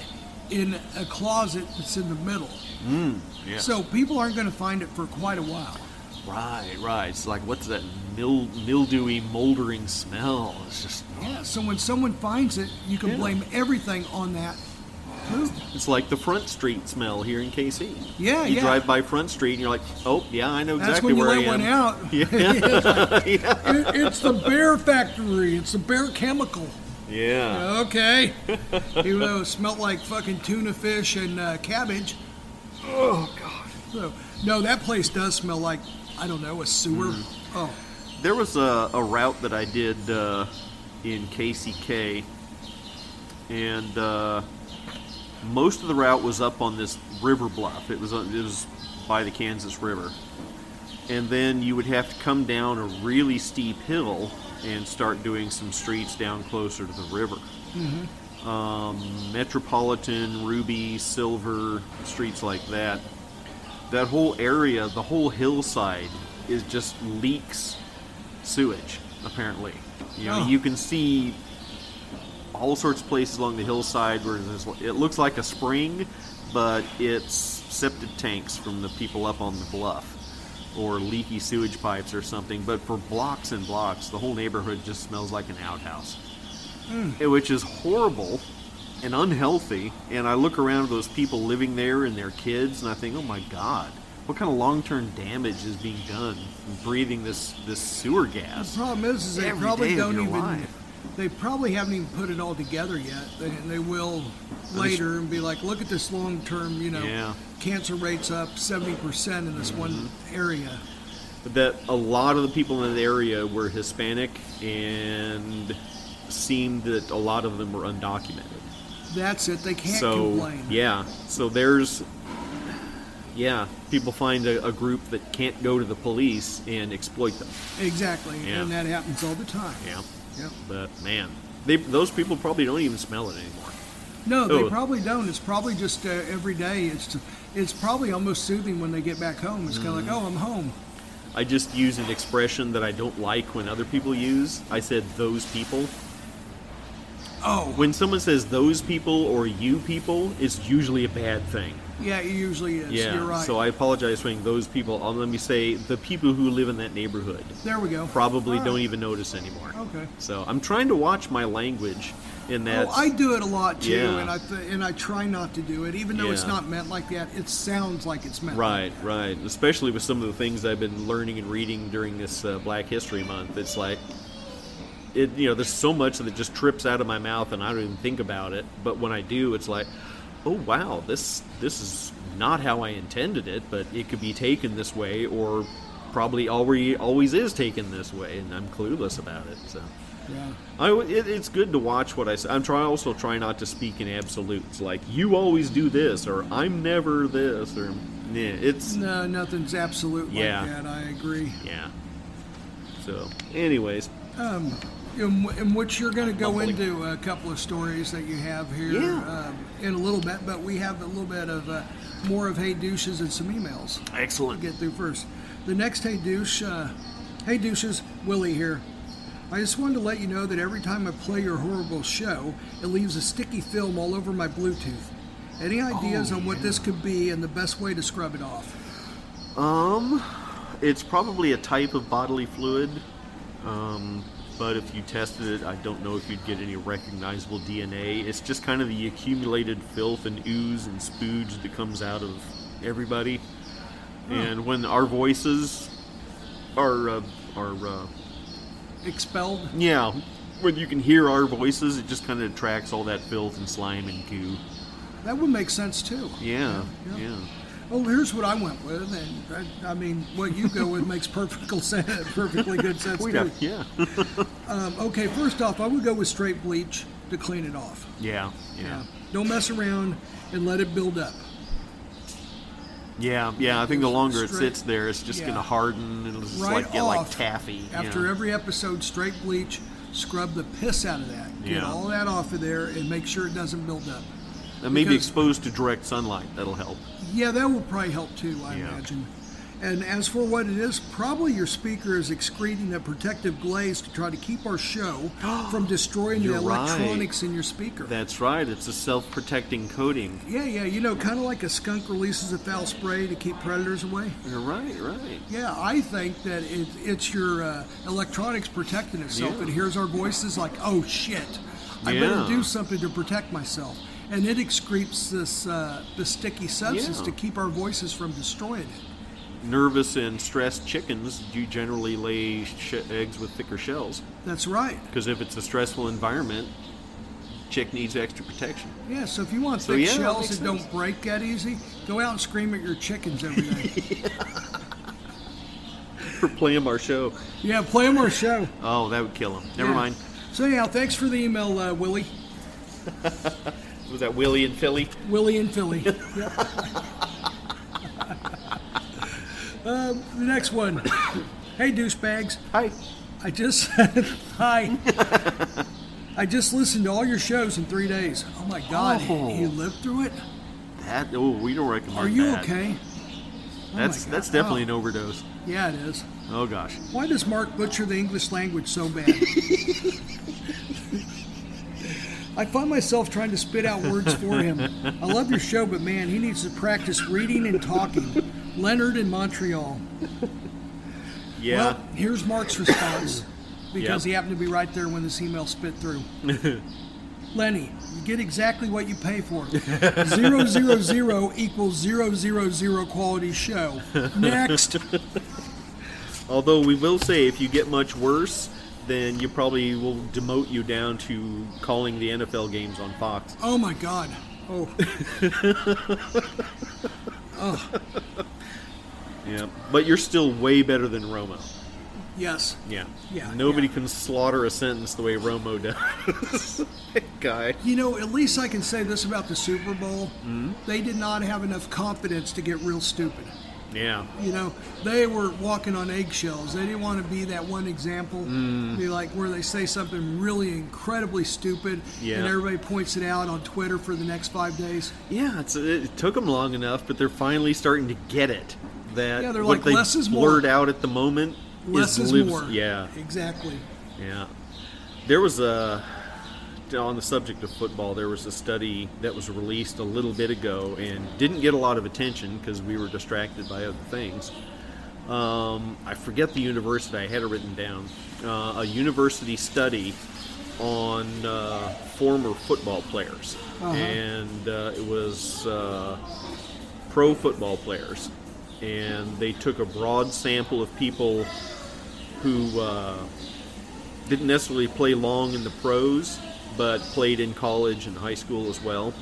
[SPEAKER 5] in a closet that's in the middle.
[SPEAKER 6] Mm, Yeah.
[SPEAKER 5] So people aren't going to find it for quite a while.
[SPEAKER 6] right, right. It's like what's that mil- mildewy, moldering smell? It's just
[SPEAKER 5] Yeah. So when someone finds it, you can
[SPEAKER 6] Yeah.
[SPEAKER 5] blame everything on that. poop.
[SPEAKER 6] It's like the Front Street smell here in KC.
[SPEAKER 5] Yeah,
[SPEAKER 6] you
[SPEAKER 5] yeah.
[SPEAKER 6] drive by Front Street and you're like, oh yeah, I know
[SPEAKER 5] That's
[SPEAKER 6] exactly
[SPEAKER 5] when you
[SPEAKER 6] where I
[SPEAKER 5] let
[SPEAKER 6] am.
[SPEAKER 5] one out.
[SPEAKER 6] (laughs) Yeah.
[SPEAKER 5] (laughs) It's
[SPEAKER 6] (laughs)
[SPEAKER 5] like, "It- it's the bear factory. It's the bear chemical.
[SPEAKER 6] Yeah.
[SPEAKER 5] Okay. (laughs) Even though it smelled like fucking tuna fish and uh, cabbage. Oh, God. So, no, that place does smell like, I don't know, a sewer.
[SPEAKER 6] Mm.
[SPEAKER 5] Oh,
[SPEAKER 6] There was a, a route that I did uh, in KCK, and uh, most of the route was up on this river bluff. It was on, it was by the Kansas River, and then you would have to come down a really steep hill and start doing some streets down closer to the river. Um, Metropolitan, Ruby, Silver, streets like that. That whole area, the whole hillside, is just leaks sewage. Apparently, you know,
[SPEAKER 5] Oh.
[SPEAKER 6] you can see all sorts of places along the hillside where there's, it looks like a spring, but it's septic tanks from the people up on the bluff or leaky sewage pipes or something. But for blocks and blocks, the whole neighborhood just smells like an outhouse, Eh, which is horrible and unhealthy. And I look around at those people living there and their kids, and I think, oh my god. What kind of long-term damage is being done from breathing this, this sewer gas?
[SPEAKER 5] problem is, is they
[SPEAKER 6] Every
[SPEAKER 5] probably
[SPEAKER 6] day of
[SPEAKER 5] don't
[SPEAKER 6] your
[SPEAKER 5] even.
[SPEAKER 6] life.
[SPEAKER 5] They probably haven't even put it all together yet, They- and they will later and be like, "Look at this long-term, you know,
[SPEAKER 6] Yeah.
[SPEAKER 5] cancer rates up seventy percent in this one
[SPEAKER 6] Mm-hmm.
[SPEAKER 5] area."
[SPEAKER 6] that a lot of the people in the area were Hispanic and seemed that a lot of them were undocumented.
[SPEAKER 5] That's it. They can't
[SPEAKER 6] so
[SPEAKER 5] complain.
[SPEAKER 6] yeah, so there's yeah, people find a, a group that can't go to the police and exploit them.
[SPEAKER 5] Exactly,
[SPEAKER 6] Yeah.
[SPEAKER 5] and that happens all the time.
[SPEAKER 6] Yeah,
[SPEAKER 5] Yep.
[SPEAKER 6] but man, they those people probably don't even smell it anymore.
[SPEAKER 5] No, they
[SPEAKER 6] Oh.
[SPEAKER 5] probably don't. It's probably just uh, every day. It's it's probably almost soothing when they get back home. It's
[SPEAKER 6] Mm.
[SPEAKER 5] kind of like, "Oh, I'm home."
[SPEAKER 6] I just use an expression that I don't like when other people use. I said those people.
[SPEAKER 5] Oh,
[SPEAKER 6] When someone says those people or you people, it's usually a bad thing.
[SPEAKER 5] yeah, it usually is.
[SPEAKER 6] Yeah,
[SPEAKER 5] You're right.
[SPEAKER 6] so I apologize for those people. Um, let me say the people who live in that neighborhood
[SPEAKER 5] there we go.
[SPEAKER 6] probably
[SPEAKER 5] All
[SPEAKER 6] don't
[SPEAKER 5] right.
[SPEAKER 6] even notice anymore.
[SPEAKER 5] Okay.
[SPEAKER 6] So I'm trying to watch my language in that.
[SPEAKER 5] Oh, I do it a lot too,
[SPEAKER 6] Yeah.
[SPEAKER 5] and I th- and I try not to do it, even though it's
[SPEAKER 6] Yeah.
[SPEAKER 5] not meant like that. It sounds like it's meant.
[SPEAKER 6] Right,
[SPEAKER 5] Like
[SPEAKER 6] right. Especially with some of the things I've been learning and reading during this uh, Black History Month. It's like, it you know, there's so much that just trips out of my mouth and I don't even think about it. But when I do, it's like, oh wow, this this is not how I intended it, but it could be taken this way, or probably already always is taken this way, and I'm clueless about it. So.
[SPEAKER 5] that. Yeah.
[SPEAKER 6] I, it, it's good to watch what I say. I'm try, also trying not to speak in absolutes, like "you always do this" or "I'm never this" or yeah, it's
[SPEAKER 5] No, nothing's absolute
[SPEAKER 6] Yeah.
[SPEAKER 5] like that. I agree.
[SPEAKER 6] yeah. So, anyways,
[SPEAKER 5] And, wh- and which you're going to go
[SPEAKER 6] Bubbling.
[SPEAKER 5] into uh, a couple of stories that you have here
[SPEAKER 6] Yeah.
[SPEAKER 5] um, in a little bit, but we have a little bit of uh, more of hey douches and some emails.
[SPEAKER 6] excellent.
[SPEAKER 5] get through first. The next Hey Douche, uh, Hey Douches, Willie here. I just wanted to let you know that every time I play your horrible show, it leaves a sticky film all over my Bluetooth. Any ideas on what this could be and the best way to scrub it off?
[SPEAKER 6] Um, it's probably a type of bodily fluid. Um, but if you tested it, I don't know if you'd get any recognizable DNA. It's just kind of the accumulated filth and ooze and spooge that comes out of everybody. And when our voices are uh, are uh,
[SPEAKER 5] Expelled?
[SPEAKER 6] yeah, when you can hear our voices, it just kind of attracts all that filth and slime and goo.
[SPEAKER 5] That would make sense too.
[SPEAKER 6] Yeah,
[SPEAKER 5] Yeah, yeah.
[SPEAKER 6] yeah.
[SPEAKER 5] Well, here's what I went with, and I, I mean, what you go with makes (laughs) perfect sense, perfectly good sense
[SPEAKER 6] Wait
[SPEAKER 5] too.
[SPEAKER 6] up, (laughs) yeah.
[SPEAKER 5] Um, okay, first off, I would go with straight bleach to clean it off.
[SPEAKER 6] yeah,
[SPEAKER 5] Yeah.
[SPEAKER 6] yeah.
[SPEAKER 5] Don't mess around and let it build up.
[SPEAKER 6] Yeah, yeah. I think the
[SPEAKER 5] Goes
[SPEAKER 6] longer it
[SPEAKER 5] straight-
[SPEAKER 6] sits there, it's just
[SPEAKER 5] yeah.
[SPEAKER 6] going to harden and it'll just
[SPEAKER 5] Right
[SPEAKER 6] like get
[SPEAKER 5] off
[SPEAKER 6] like taffy.
[SPEAKER 5] After
[SPEAKER 6] yeah.
[SPEAKER 5] every episode, straight bleach, scrub the piss out of that. Get
[SPEAKER 6] Yeah.
[SPEAKER 5] all that off of there and make sure it doesn't build up.
[SPEAKER 6] and maybe
[SPEAKER 5] because-
[SPEAKER 6] exposed to direct sunlight. That'll help.
[SPEAKER 5] Yeah, that will probably help too, I
[SPEAKER 6] Yeah.
[SPEAKER 5] imagine. And as for what it is, probably your speaker is excreting a protective glaze to try to keep our
[SPEAKER 6] (gasps)
[SPEAKER 5] show from destroying the
[SPEAKER 6] You're right.
[SPEAKER 5] electronics in your speaker.
[SPEAKER 6] That's right. It's a self-protecting coating.
[SPEAKER 5] yeah, yeah, you know, kind of like a skunk releases a foul spray to keep predators away.
[SPEAKER 6] You're right. Right.
[SPEAKER 5] Yeah, I think that it, it's your uh, electronics protecting itself.
[SPEAKER 6] Yeah.
[SPEAKER 5] It hears our voices like, oh shit, I better
[SPEAKER 6] Yeah.
[SPEAKER 5] do something to protect myself. And it excretes this uh, the sticky substance
[SPEAKER 6] Yeah.
[SPEAKER 5] to keep our voices from destroying it.
[SPEAKER 6] Nervous and stressed chickens do generally lay sh- eggs with thicker shells
[SPEAKER 5] That's right.
[SPEAKER 6] because if it's a stressful environment, chick needs extra protection. (laughs)
[SPEAKER 5] Yeah, so if you want
[SPEAKER 6] So,
[SPEAKER 5] thick
[SPEAKER 6] yeah, that
[SPEAKER 5] shells
[SPEAKER 6] makes
[SPEAKER 5] that don't
[SPEAKER 6] sense.
[SPEAKER 5] break that easy, go out and scream at your chickens every
[SPEAKER 6] (laughs)
[SPEAKER 5] day.
[SPEAKER 6] For playing our show.
[SPEAKER 5] yeah, play them our show.
[SPEAKER 6] Oh, that would kill him. Never
[SPEAKER 5] Yeah.
[SPEAKER 6] mind.
[SPEAKER 5] So, anyhow, thanks for the email, uh, Willie.
[SPEAKER 6] Was that Willie and Philly?
[SPEAKER 5] Willie and Philly. (laughs) um, the next one. Hey, douchebags.
[SPEAKER 6] Hi.
[SPEAKER 5] I just (laughs) hi. I just listened to all your shows in three days. Oh my God!
[SPEAKER 6] Oh.
[SPEAKER 5] You lived through it.
[SPEAKER 6] That. Oh, we don't recommend.
[SPEAKER 5] Are you
[SPEAKER 6] that.
[SPEAKER 5] okay? Oh my
[SPEAKER 6] That's
[SPEAKER 5] God.
[SPEAKER 6] that's definitely
[SPEAKER 5] Oh.
[SPEAKER 6] an overdose.
[SPEAKER 5] Yeah, it is.
[SPEAKER 6] Oh gosh.
[SPEAKER 5] Why does Mark butcher the English language so bad? I find myself trying to spit out words for him. I love your show, but man, he needs to practice reading and talking. Leonard in Montreal.
[SPEAKER 6] Yeah.
[SPEAKER 5] Well, here's Mark's
[SPEAKER 6] (coughs)
[SPEAKER 5] response because
[SPEAKER 6] Yeah.
[SPEAKER 5] he happened to be right there when this email spit through.
[SPEAKER 6] (laughs)
[SPEAKER 5] Lenny, you get exactly what you pay for. zero zero zero equals zero zero zero quality show.
[SPEAKER 6] (laughs)
[SPEAKER 5] Next.
[SPEAKER 6] Although we will say, if you get much worse, then you probably will demote you down to calling the NFL games on Fox.
[SPEAKER 5] Oh my God. Oh,
[SPEAKER 6] Yeah. But you're still way better than Roma.
[SPEAKER 5] yes.
[SPEAKER 6] Yeah.
[SPEAKER 5] Yeah,
[SPEAKER 6] Nobody
[SPEAKER 5] yeah.
[SPEAKER 6] can slaughter a sentence the way Romo (laughs) does. Guy.
[SPEAKER 5] You know, at least I can say this about the Super Bowl.
[SPEAKER 6] Mm-hmm.
[SPEAKER 5] They did not have enough confidence to get real stupid.
[SPEAKER 6] Yeah.
[SPEAKER 5] You know, they were walking on eggshells. They didn't want to be that one example,
[SPEAKER 6] Mm.
[SPEAKER 5] be like where they say something really incredibly stupid,
[SPEAKER 6] Yeah.
[SPEAKER 5] and everybody points it out on Twitter for the next five days.
[SPEAKER 6] Yeah, it's, it took them long enough, but they're finally starting to get it. That
[SPEAKER 5] Yeah, they're
[SPEAKER 6] what
[SPEAKER 5] like,
[SPEAKER 6] they
[SPEAKER 5] less is more.
[SPEAKER 6] blurred out at the moment
[SPEAKER 5] Less is,
[SPEAKER 6] lives-
[SPEAKER 5] more.
[SPEAKER 6] Yeah,
[SPEAKER 5] exactly.
[SPEAKER 6] yeah. There was a on the subject of football. There was a study that was released a little bit ago and didn't get a lot of attention because we were distracted by other things. Um, I forget the university. I had it written down. Uh, a university study on uh, former football players, and uh, it was. Uh, pro football players, and they took a broad sample of people who uh, didn't necessarily play long in the pros, but played in college and high school as well.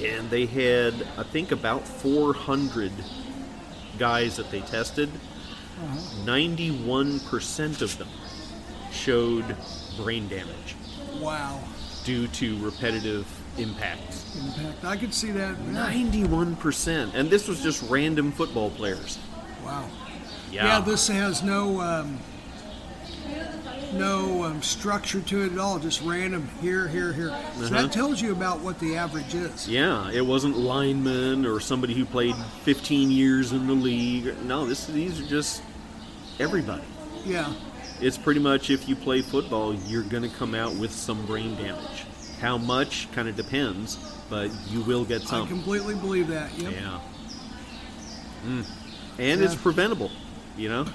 [SPEAKER 6] And they had, I think, about 400 guys that they tested. 91% of them showed brain damage
[SPEAKER 5] Wow.
[SPEAKER 6] due to repetitive impacts.
[SPEAKER 5] Impact. I could see that. Yeah.
[SPEAKER 6] 91%. And this was just random football players.
[SPEAKER 5] Wow. Yeah, this has no um, no um, structure to it at all. Just random here, here, here. So
[SPEAKER 6] Uh-huh.
[SPEAKER 5] that tells you about what the average is.
[SPEAKER 6] Yeah, it wasn't linemen or somebody who played 15 years in the league. No, this these are just everybody.
[SPEAKER 5] Yeah.
[SPEAKER 6] It's pretty much if you play football, you're going to come out with some brain damage. How much kind of depends, but you will get
[SPEAKER 5] I
[SPEAKER 6] some.
[SPEAKER 5] completely believe that. Yep.
[SPEAKER 6] Yeah. Mm. And it's
[SPEAKER 5] Yeah.
[SPEAKER 6] preventable, you know.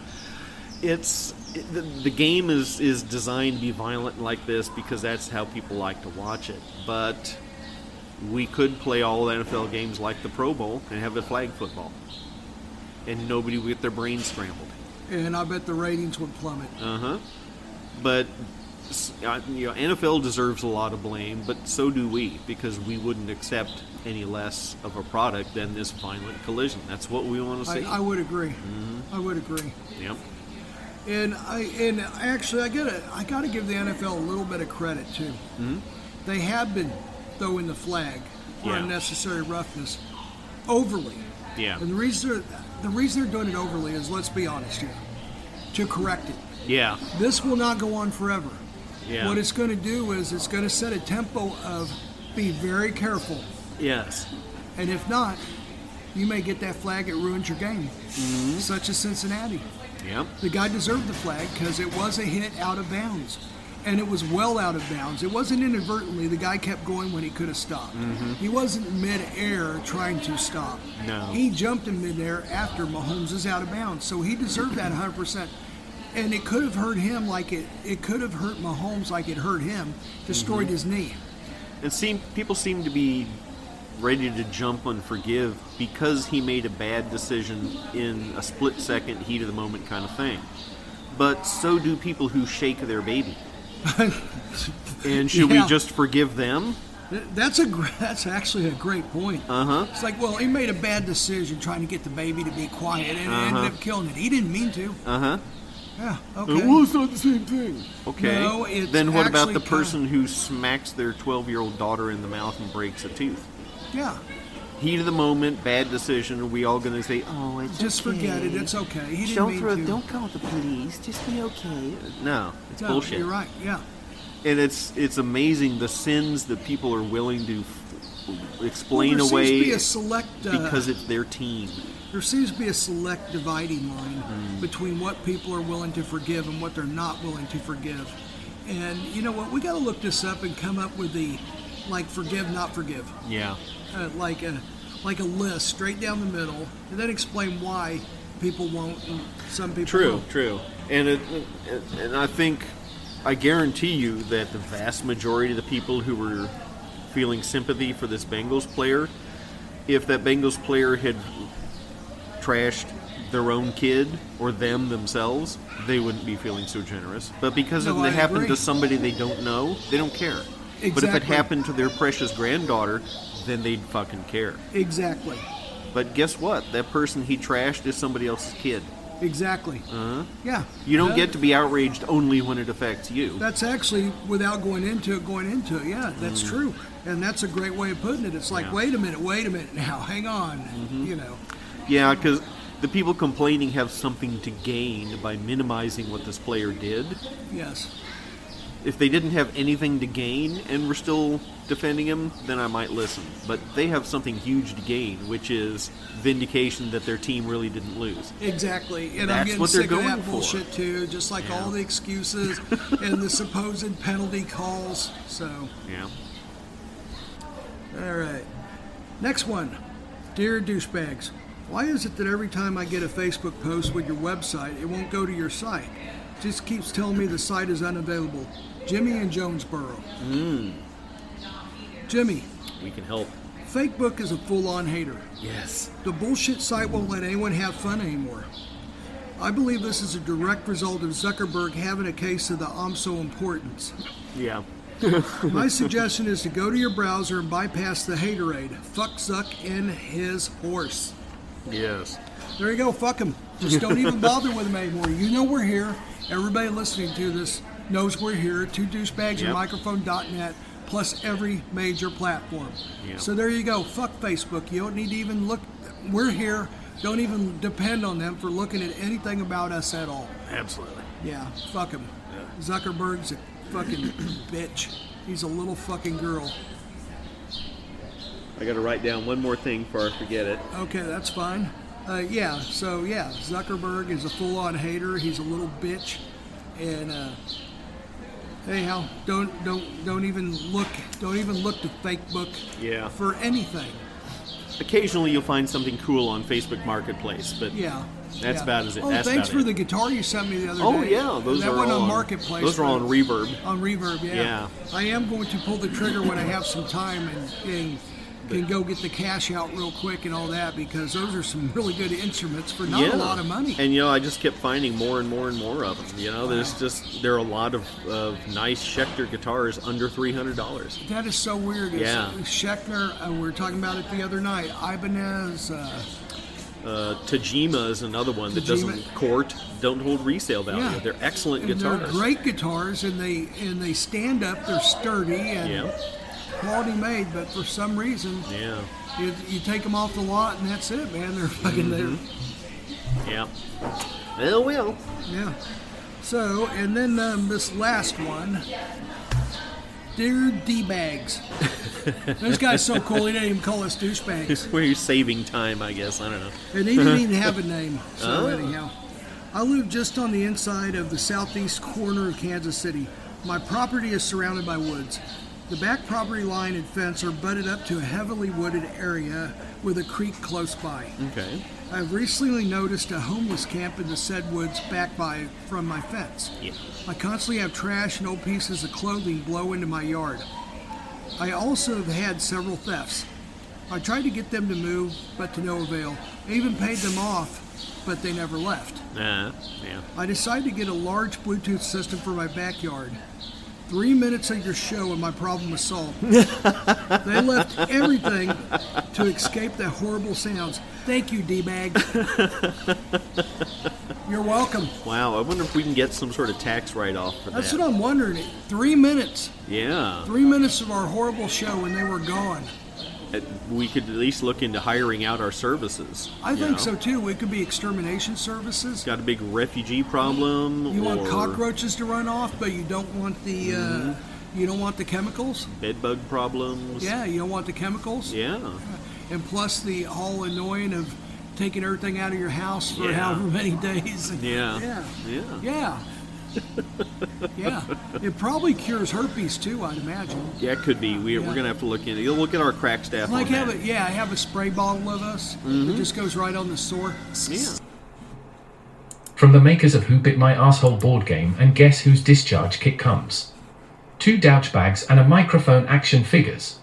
[SPEAKER 6] It's it, the, the game is is designed to be violent like this because that's how people like to watch it. But we could play all NFL games like the Pro Bowl and have a flag football, and nobody would get their brains scrambled.
[SPEAKER 5] And I bet the ratings would plummet.
[SPEAKER 6] Uh huh. But s- uh, you know, NFL deserves a lot of blame, but so do we because we wouldn't accept any less of a product than this violent collision. That's what we want to
[SPEAKER 5] I,
[SPEAKER 6] see. Mm-hmm.
[SPEAKER 5] I would agree. I would agree.
[SPEAKER 6] yep.
[SPEAKER 5] And I and actually I gotta I gotta give the NFL a little bit of credit too.
[SPEAKER 6] Hmm?
[SPEAKER 5] They have been throwing the flag for
[SPEAKER 6] Yeah.
[SPEAKER 5] unnecessary roughness overly.
[SPEAKER 6] Yeah.
[SPEAKER 5] And the reason they're, the reason they're doing it overly is let's be honest here, to correct it.
[SPEAKER 6] Yeah.
[SPEAKER 5] This will not go on forever.
[SPEAKER 6] Yeah.
[SPEAKER 5] What it's going to do is it's going to set a tempo of be very careful,
[SPEAKER 6] Yes.
[SPEAKER 5] and if not, you may get that flag. It ruins your game,
[SPEAKER 6] Mm-hmm.
[SPEAKER 5] such as Cincinnati.
[SPEAKER 6] Yep.
[SPEAKER 5] The guy deserved the flag because it was a hit out of bounds. And it was well out of bounds. It wasn't inadvertently. The guy kept going when he could have stopped. He wasn't midair trying to stop.
[SPEAKER 6] No.
[SPEAKER 5] He jumped in midair after Mahomes was out of bounds. So he deserved that 100%. And it could have hurt him like it, it could have hurt Mahomes like it hurt him, destroyed his knee.
[SPEAKER 6] And seem people seem to be ready to jump and forgive because he made a bad decision in a split second heat of the moment kind of thing. But so do people who shake their baby.
[SPEAKER 5] (laughs)
[SPEAKER 6] and should
[SPEAKER 5] Yeah.
[SPEAKER 6] we just forgive them?
[SPEAKER 5] Th- That's a gr- (laughs) that's actually a great point. Uh huh.
[SPEAKER 6] Uh-huh.
[SPEAKER 5] It's like, well, he made a bad decision trying to get the baby to be quiet, and it
[SPEAKER 6] Uh-huh.
[SPEAKER 5] ended up killing it. He didn't mean to.
[SPEAKER 6] Uh huh.
[SPEAKER 5] Yeah. Okay.
[SPEAKER 6] not the same thing. Okay.
[SPEAKER 5] No, it's
[SPEAKER 6] then what about
[SPEAKER 5] actually
[SPEAKER 6] the
[SPEAKER 5] kind-
[SPEAKER 6] person who smacks their 12 year old daughter in the mouth and breaks a tooth?
[SPEAKER 5] Yeah.
[SPEAKER 6] Heat of the moment, bad decision. Are we all going to say, "Oh, it's
[SPEAKER 5] Just
[SPEAKER 6] okay.
[SPEAKER 5] forget it. It's okay. He didn't
[SPEAKER 6] Don't
[SPEAKER 5] mean
[SPEAKER 6] throw.
[SPEAKER 5] to.
[SPEAKER 6] Don't call the police. Just be okay." No, it's
[SPEAKER 5] No,
[SPEAKER 6] bullshit.
[SPEAKER 5] You're right. Yeah.
[SPEAKER 6] And it's it's amazing the sins that people are willing to f- explain
[SPEAKER 5] well, there
[SPEAKER 6] away
[SPEAKER 5] seems to be a select uh,
[SPEAKER 6] because it's their team.
[SPEAKER 5] there seems to be a select
[SPEAKER 6] Mm.
[SPEAKER 5] dividing line between what people are willing to forgive and what they're not willing to forgive. And you know what? We got to look this up and come up with the, like, forgive, not forgive,
[SPEAKER 6] Yeah.
[SPEAKER 5] uh, like a, like a list straight down the middle, and then explain why people won't and some people.
[SPEAKER 6] True,
[SPEAKER 5] will.
[SPEAKER 6] true. And it, it, and I think I guarantee you that the vast majority of the people who were feeling sympathy for this Bengals player, if that Bengals player had trashed their own kid or them themselves, they wouldn't be feeling so generous. But because
[SPEAKER 5] No,
[SPEAKER 6] it
[SPEAKER 5] I
[SPEAKER 6] happened
[SPEAKER 5] agree.
[SPEAKER 6] to somebody they don't know, they don't care. But if it
[SPEAKER 5] Exactly.
[SPEAKER 6] happened to their precious granddaughter, then they'd fucking care.
[SPEAKER 5] Exactly.
[SPEAKER 6] But guess what? That person he trashed is somebody else's kid.
[SPEAKER 5] Exactly. Uh-huh. Yeah.
[SPEAKER 6] You don't
[SPEAKER 5] Yeah.
[SPEAKER 6] get to be outraged only when it affects you.
[SPEAKER 5] That's actually without going into it, going into it. Yeah, that's true. And that's a great way of putting it. It's like,
[SPEAKER 6] Mm. Yeah. Mm-hmm.
[SPEAKER 5] wait a minute, wait a minute now, hang on. You know,
[SPEAKER 6] Yeah, because the people complaining have something to gain by minimizing what this player did.
[SPEAKER 5] yes.
[SPEAKER 6] If they didn't have anything to gain and were still defending him, then I might listen. But they have something huge to gain, which is vindication that their team really didn't lose.
[SPEAKER 5] Exactly. And I'm
[SPEAKER 6] That's
[SPEAKER 5] getting
[SPEAKER 6] what they're
[SPEAKER 5] sick
[SPEAKER 6] going
[SPEAKER 5] of that
[SPEAKER 6] for.
[SPEAKER 5] bullshit too, just like all the
[SPEAKER 6] (laughs)
[SPEAKER 5] excuses and the supposed penalty calls. So,
[SPEAKER 6] Yeah.
[SPEAKER 5] all right. Next one. Dear douchebags, why is it that every time I get a Facebook post with your website, it won't go to your site? Just keeps telling me the site is unavailable. Jimmy in Jonesboro. Jimmy,
[SPEAKER 6] We can help.
[SPEAKER 5] Fakebook is a full-on hater.
[SPEAKER 6] Yes.
[SPEAKER 5] The bullshit site won't let anyone have fun anymore. I believe this is a direct result of Zuckerberg having a case of the I'm so importance.
[SPEAKER 6] Yeah.
[SPEAKER 5] (laughs) My suggestion is to go to your browser and bypass the haterade. Fuck Zuck and his horse.
[SPEAKER 6] Yes.
[SPEAKER 5] There you go, fuck him. Just don't even bother with him anymore. You know we're here. Everybody listening to this knows we're here. Two douchebags
[SPEAKER 6] Yep.
[SPEAKER 5] and microphone.net plus every major platform.
[SPEAKER 6] Yep.
[SPEAKER 5] So there you go. Fuck Facebook. You don't need to even look. We're here. Don't even depend on them for looking at anything about us at all.
[SPEAKER 6] Absolutely.
[SPEAKER 5] Yeah, fuck him. Zuckerberg's a fucking
[SPEAKER 6] (clears throat)
[SPEAKER 5] bitch. He's a little fucking girl.
[SPEAKER 6] I got to write down one more thing before I forget it.
[SPEAKER 5] Okay, that's fine. Uh, yeah, so yeah, Zuckerberg is a full-on hater. He's a little bitch, and uh, anyhow, don't don't don't even look don't even look to Facebook
[SPEAKER 6] Yeah.
[SPEAKER 5] for anything.
[SPEAKER 6] Occasionally you'll find something cool on Facebook Marketplace, but
[SPEAKER 5] Yeah,
[SPEAKER 6] That's
[SPEAKER 5] yeah.
[SPEAKER 6] about as it-
[SPEAKER 5] Oh,
[SPEAKER 6] that's
[SPEAKER 5] thanks
[SPEAKER 6] about
[SPEAKER 5] for
[SPEAKER 6] it.
[SPEAKER 5] the guitar you sent me the other
[SPEAKER 6] Oh
[SPEAKER 5] day.
[SPEAKER 6] yeah, those
[SPEAKER 5] that
[SPEAKER 6] are
[SPEAKER 5] went
[SPEAKER 6] all
[SPEAKER 5] on Marketplace.
[SPEAKER 6] Those are
[SPEAKER 5] but-
[SPEAKER 6] on Reverb.
[SPEAKER 5] on Reverb. Yeah.
[SPEAKER 6] Yeah.
[SPEAKER 5] I am going to pull the trigger when I have some time and. and can go get the cash out real quick and all that because those are some really good instruments for not
[SPEAKER 6] yeah.
[SPEAKER 5] a lot of money.
[SPEAKER 6] And you know, I just kept finding more and more and more of them. You know, there's just there are a lot of, of nice Schecter guitars under three hundred dollars.
[SPEAKER 5] That is so weird. It's
[SPEAKER 6] Yeah.
[SPEAKER 5] Schechner, uh, we were talking about it the other night. Ibanez, uh,
[SPEAKER 6] Uh, Tajima is another one that
[SPEAKER 5] Tajima.
[SPEAKER 6] doesn't court, don't hold resale value.
[SPEAKER 5] Yeah.
[SPEAKER 6] They're excellent
[SPEAKER 5] and
[SPEAKER 6] guitars.
[SPEAKER 5] they're great guitars, and they and they stand up. They're sturdy and
[SPEAKER 6] Yeah,
[SPEAKER 5] quality made. But for some reason,
[SPEAKER 6] yeah,
[SPEAKER 5] you, you take them off the lot, and that's it, man. They're fucking
[SPEAKER 6] Mm-hmm. yeah. Well, well.
[SPEAKER 5] there. Yeah. So, and then um, this last one, dear d
[SPEAKER 6] (laughs)
[SPEAKER 5] bags. this guy's so cool. He didn't even call us douchebags.
[SPEAKER 6] We're saving time, I guess. I don't know.
[SPEAKER 5] And he didn't even have a name. So
[SPEAKER 6] Oh.
[SPEAKER 5] anyhow, I live just on the inside of the southeast corner of Kansas City. My property is surrounded by woods. The back property line and fence are butted up to a heavily wooded area with a creek close by.
[SPEAKER 6] Okay.
[SPEAKER 5] I've recently noticed a homeless camp in the said woods back by from my fence.
[SPEAKER 6] Yeah.
[SPEAKER 5] I constantly have trash and old pieces of clothing blow into my yard. I also have had several thefts. I tried to get them to move, but to no avail. I even paid them off, but they never left.
[SPEAKER 6] Uh, yeah.
[SPEAKER 5] I decided to get a large Bluetooth system for my backyard. Three minutes of your show and my problem was solved. they left everything to escape the horrible sounds. Thank you, D-Bag. You're welcome.
[SPEAKER 6] Wow. I wonder if we can get some sort of tax write-off for
[SPEAKER 5] That's
[SPEAKER 6] that.
[SPEAKER 5] what I'm wondering. Three minutes.
[SPEAKER 6] yeah.
[SPEAKER 5] Three minutes of our horrible show and they were gone.
[SPEAKER 6] Uh, We could at least look into hiring out our services.
[SPEAKER 5] I
[SPEAKER 6] you
[SPEAKER 5] think
[SPEAKER 6] know?
[SPEAKER 5] so too. We could be extermination services.
[SPEAKER 6] got a big refugee problem
[SPEAKER 5] You
[SPEAKER 6] or
[SPEAKER 5] want cockroaches to run off, but you don't want the uh, you don't want the chemicals.
[SPEAKER 6] bed bug problems.
[SPEAKER 5] Yeah, you don't want the chemicals.
[SPEAKER 6] Yeah.
[SPEAKER 5] And plus the whole annoying of taking everything out of your house for
[SPEAKER 6] (laughs) Yeah.
[SPEAKER 5] however many days.
[SPEAKER 6] Yeah.
[SPEAKER 5] Yeah.
[SPEAKER 6] Yeah.
[SPEAKER 5] Yeah. yeah, it probably cures herpes too. I'd imagine.
[SPEAKER 6] Yeah, it could be. We, We're
[SPEAKER 5] Yeah.
[SPEAKER 6] going to have to look into. You'll look at our crack staff.
[SPEAKER 5] Like
[SPEAKER 6] on
[SPEAKER 5] have
[SPEAKER 6] that.
[SPEAKER 5] it, yeah. I have a spray bottle of us. It just goes right on the sore.
[SPEAKER 6] Mm-hmm. Yeah.
[SPEAKER 7] From the makers of Who Bit My Asshole board game and Guess Whose Discharge Kit comes. Two douche bags and a microphone action figures.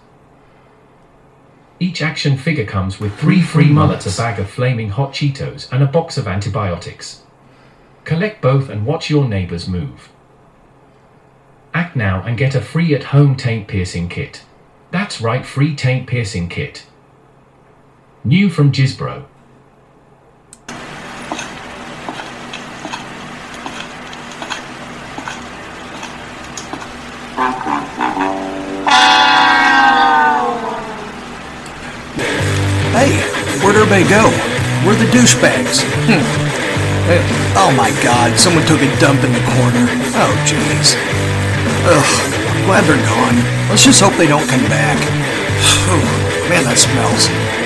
[SPEAKER 7] Each action figure comes with three free mullets, a bag of flaming hot Cheetos, and a box of antibiotics. Collect both and watch your neighbors move. Act now and get a free at home taint piercing kit. That's right, free taint piercing kit. New from Jizbro.
[SPEAKER 1] Hey, where'd everybody go? We're the douchebags. Hmm. Eh, Oh my god, someone took a dump in the corner. Oh jeez. Ugh, (sighs) I'm glad they're gone. Let's just hope they don't come back. Whew, Man, that smells.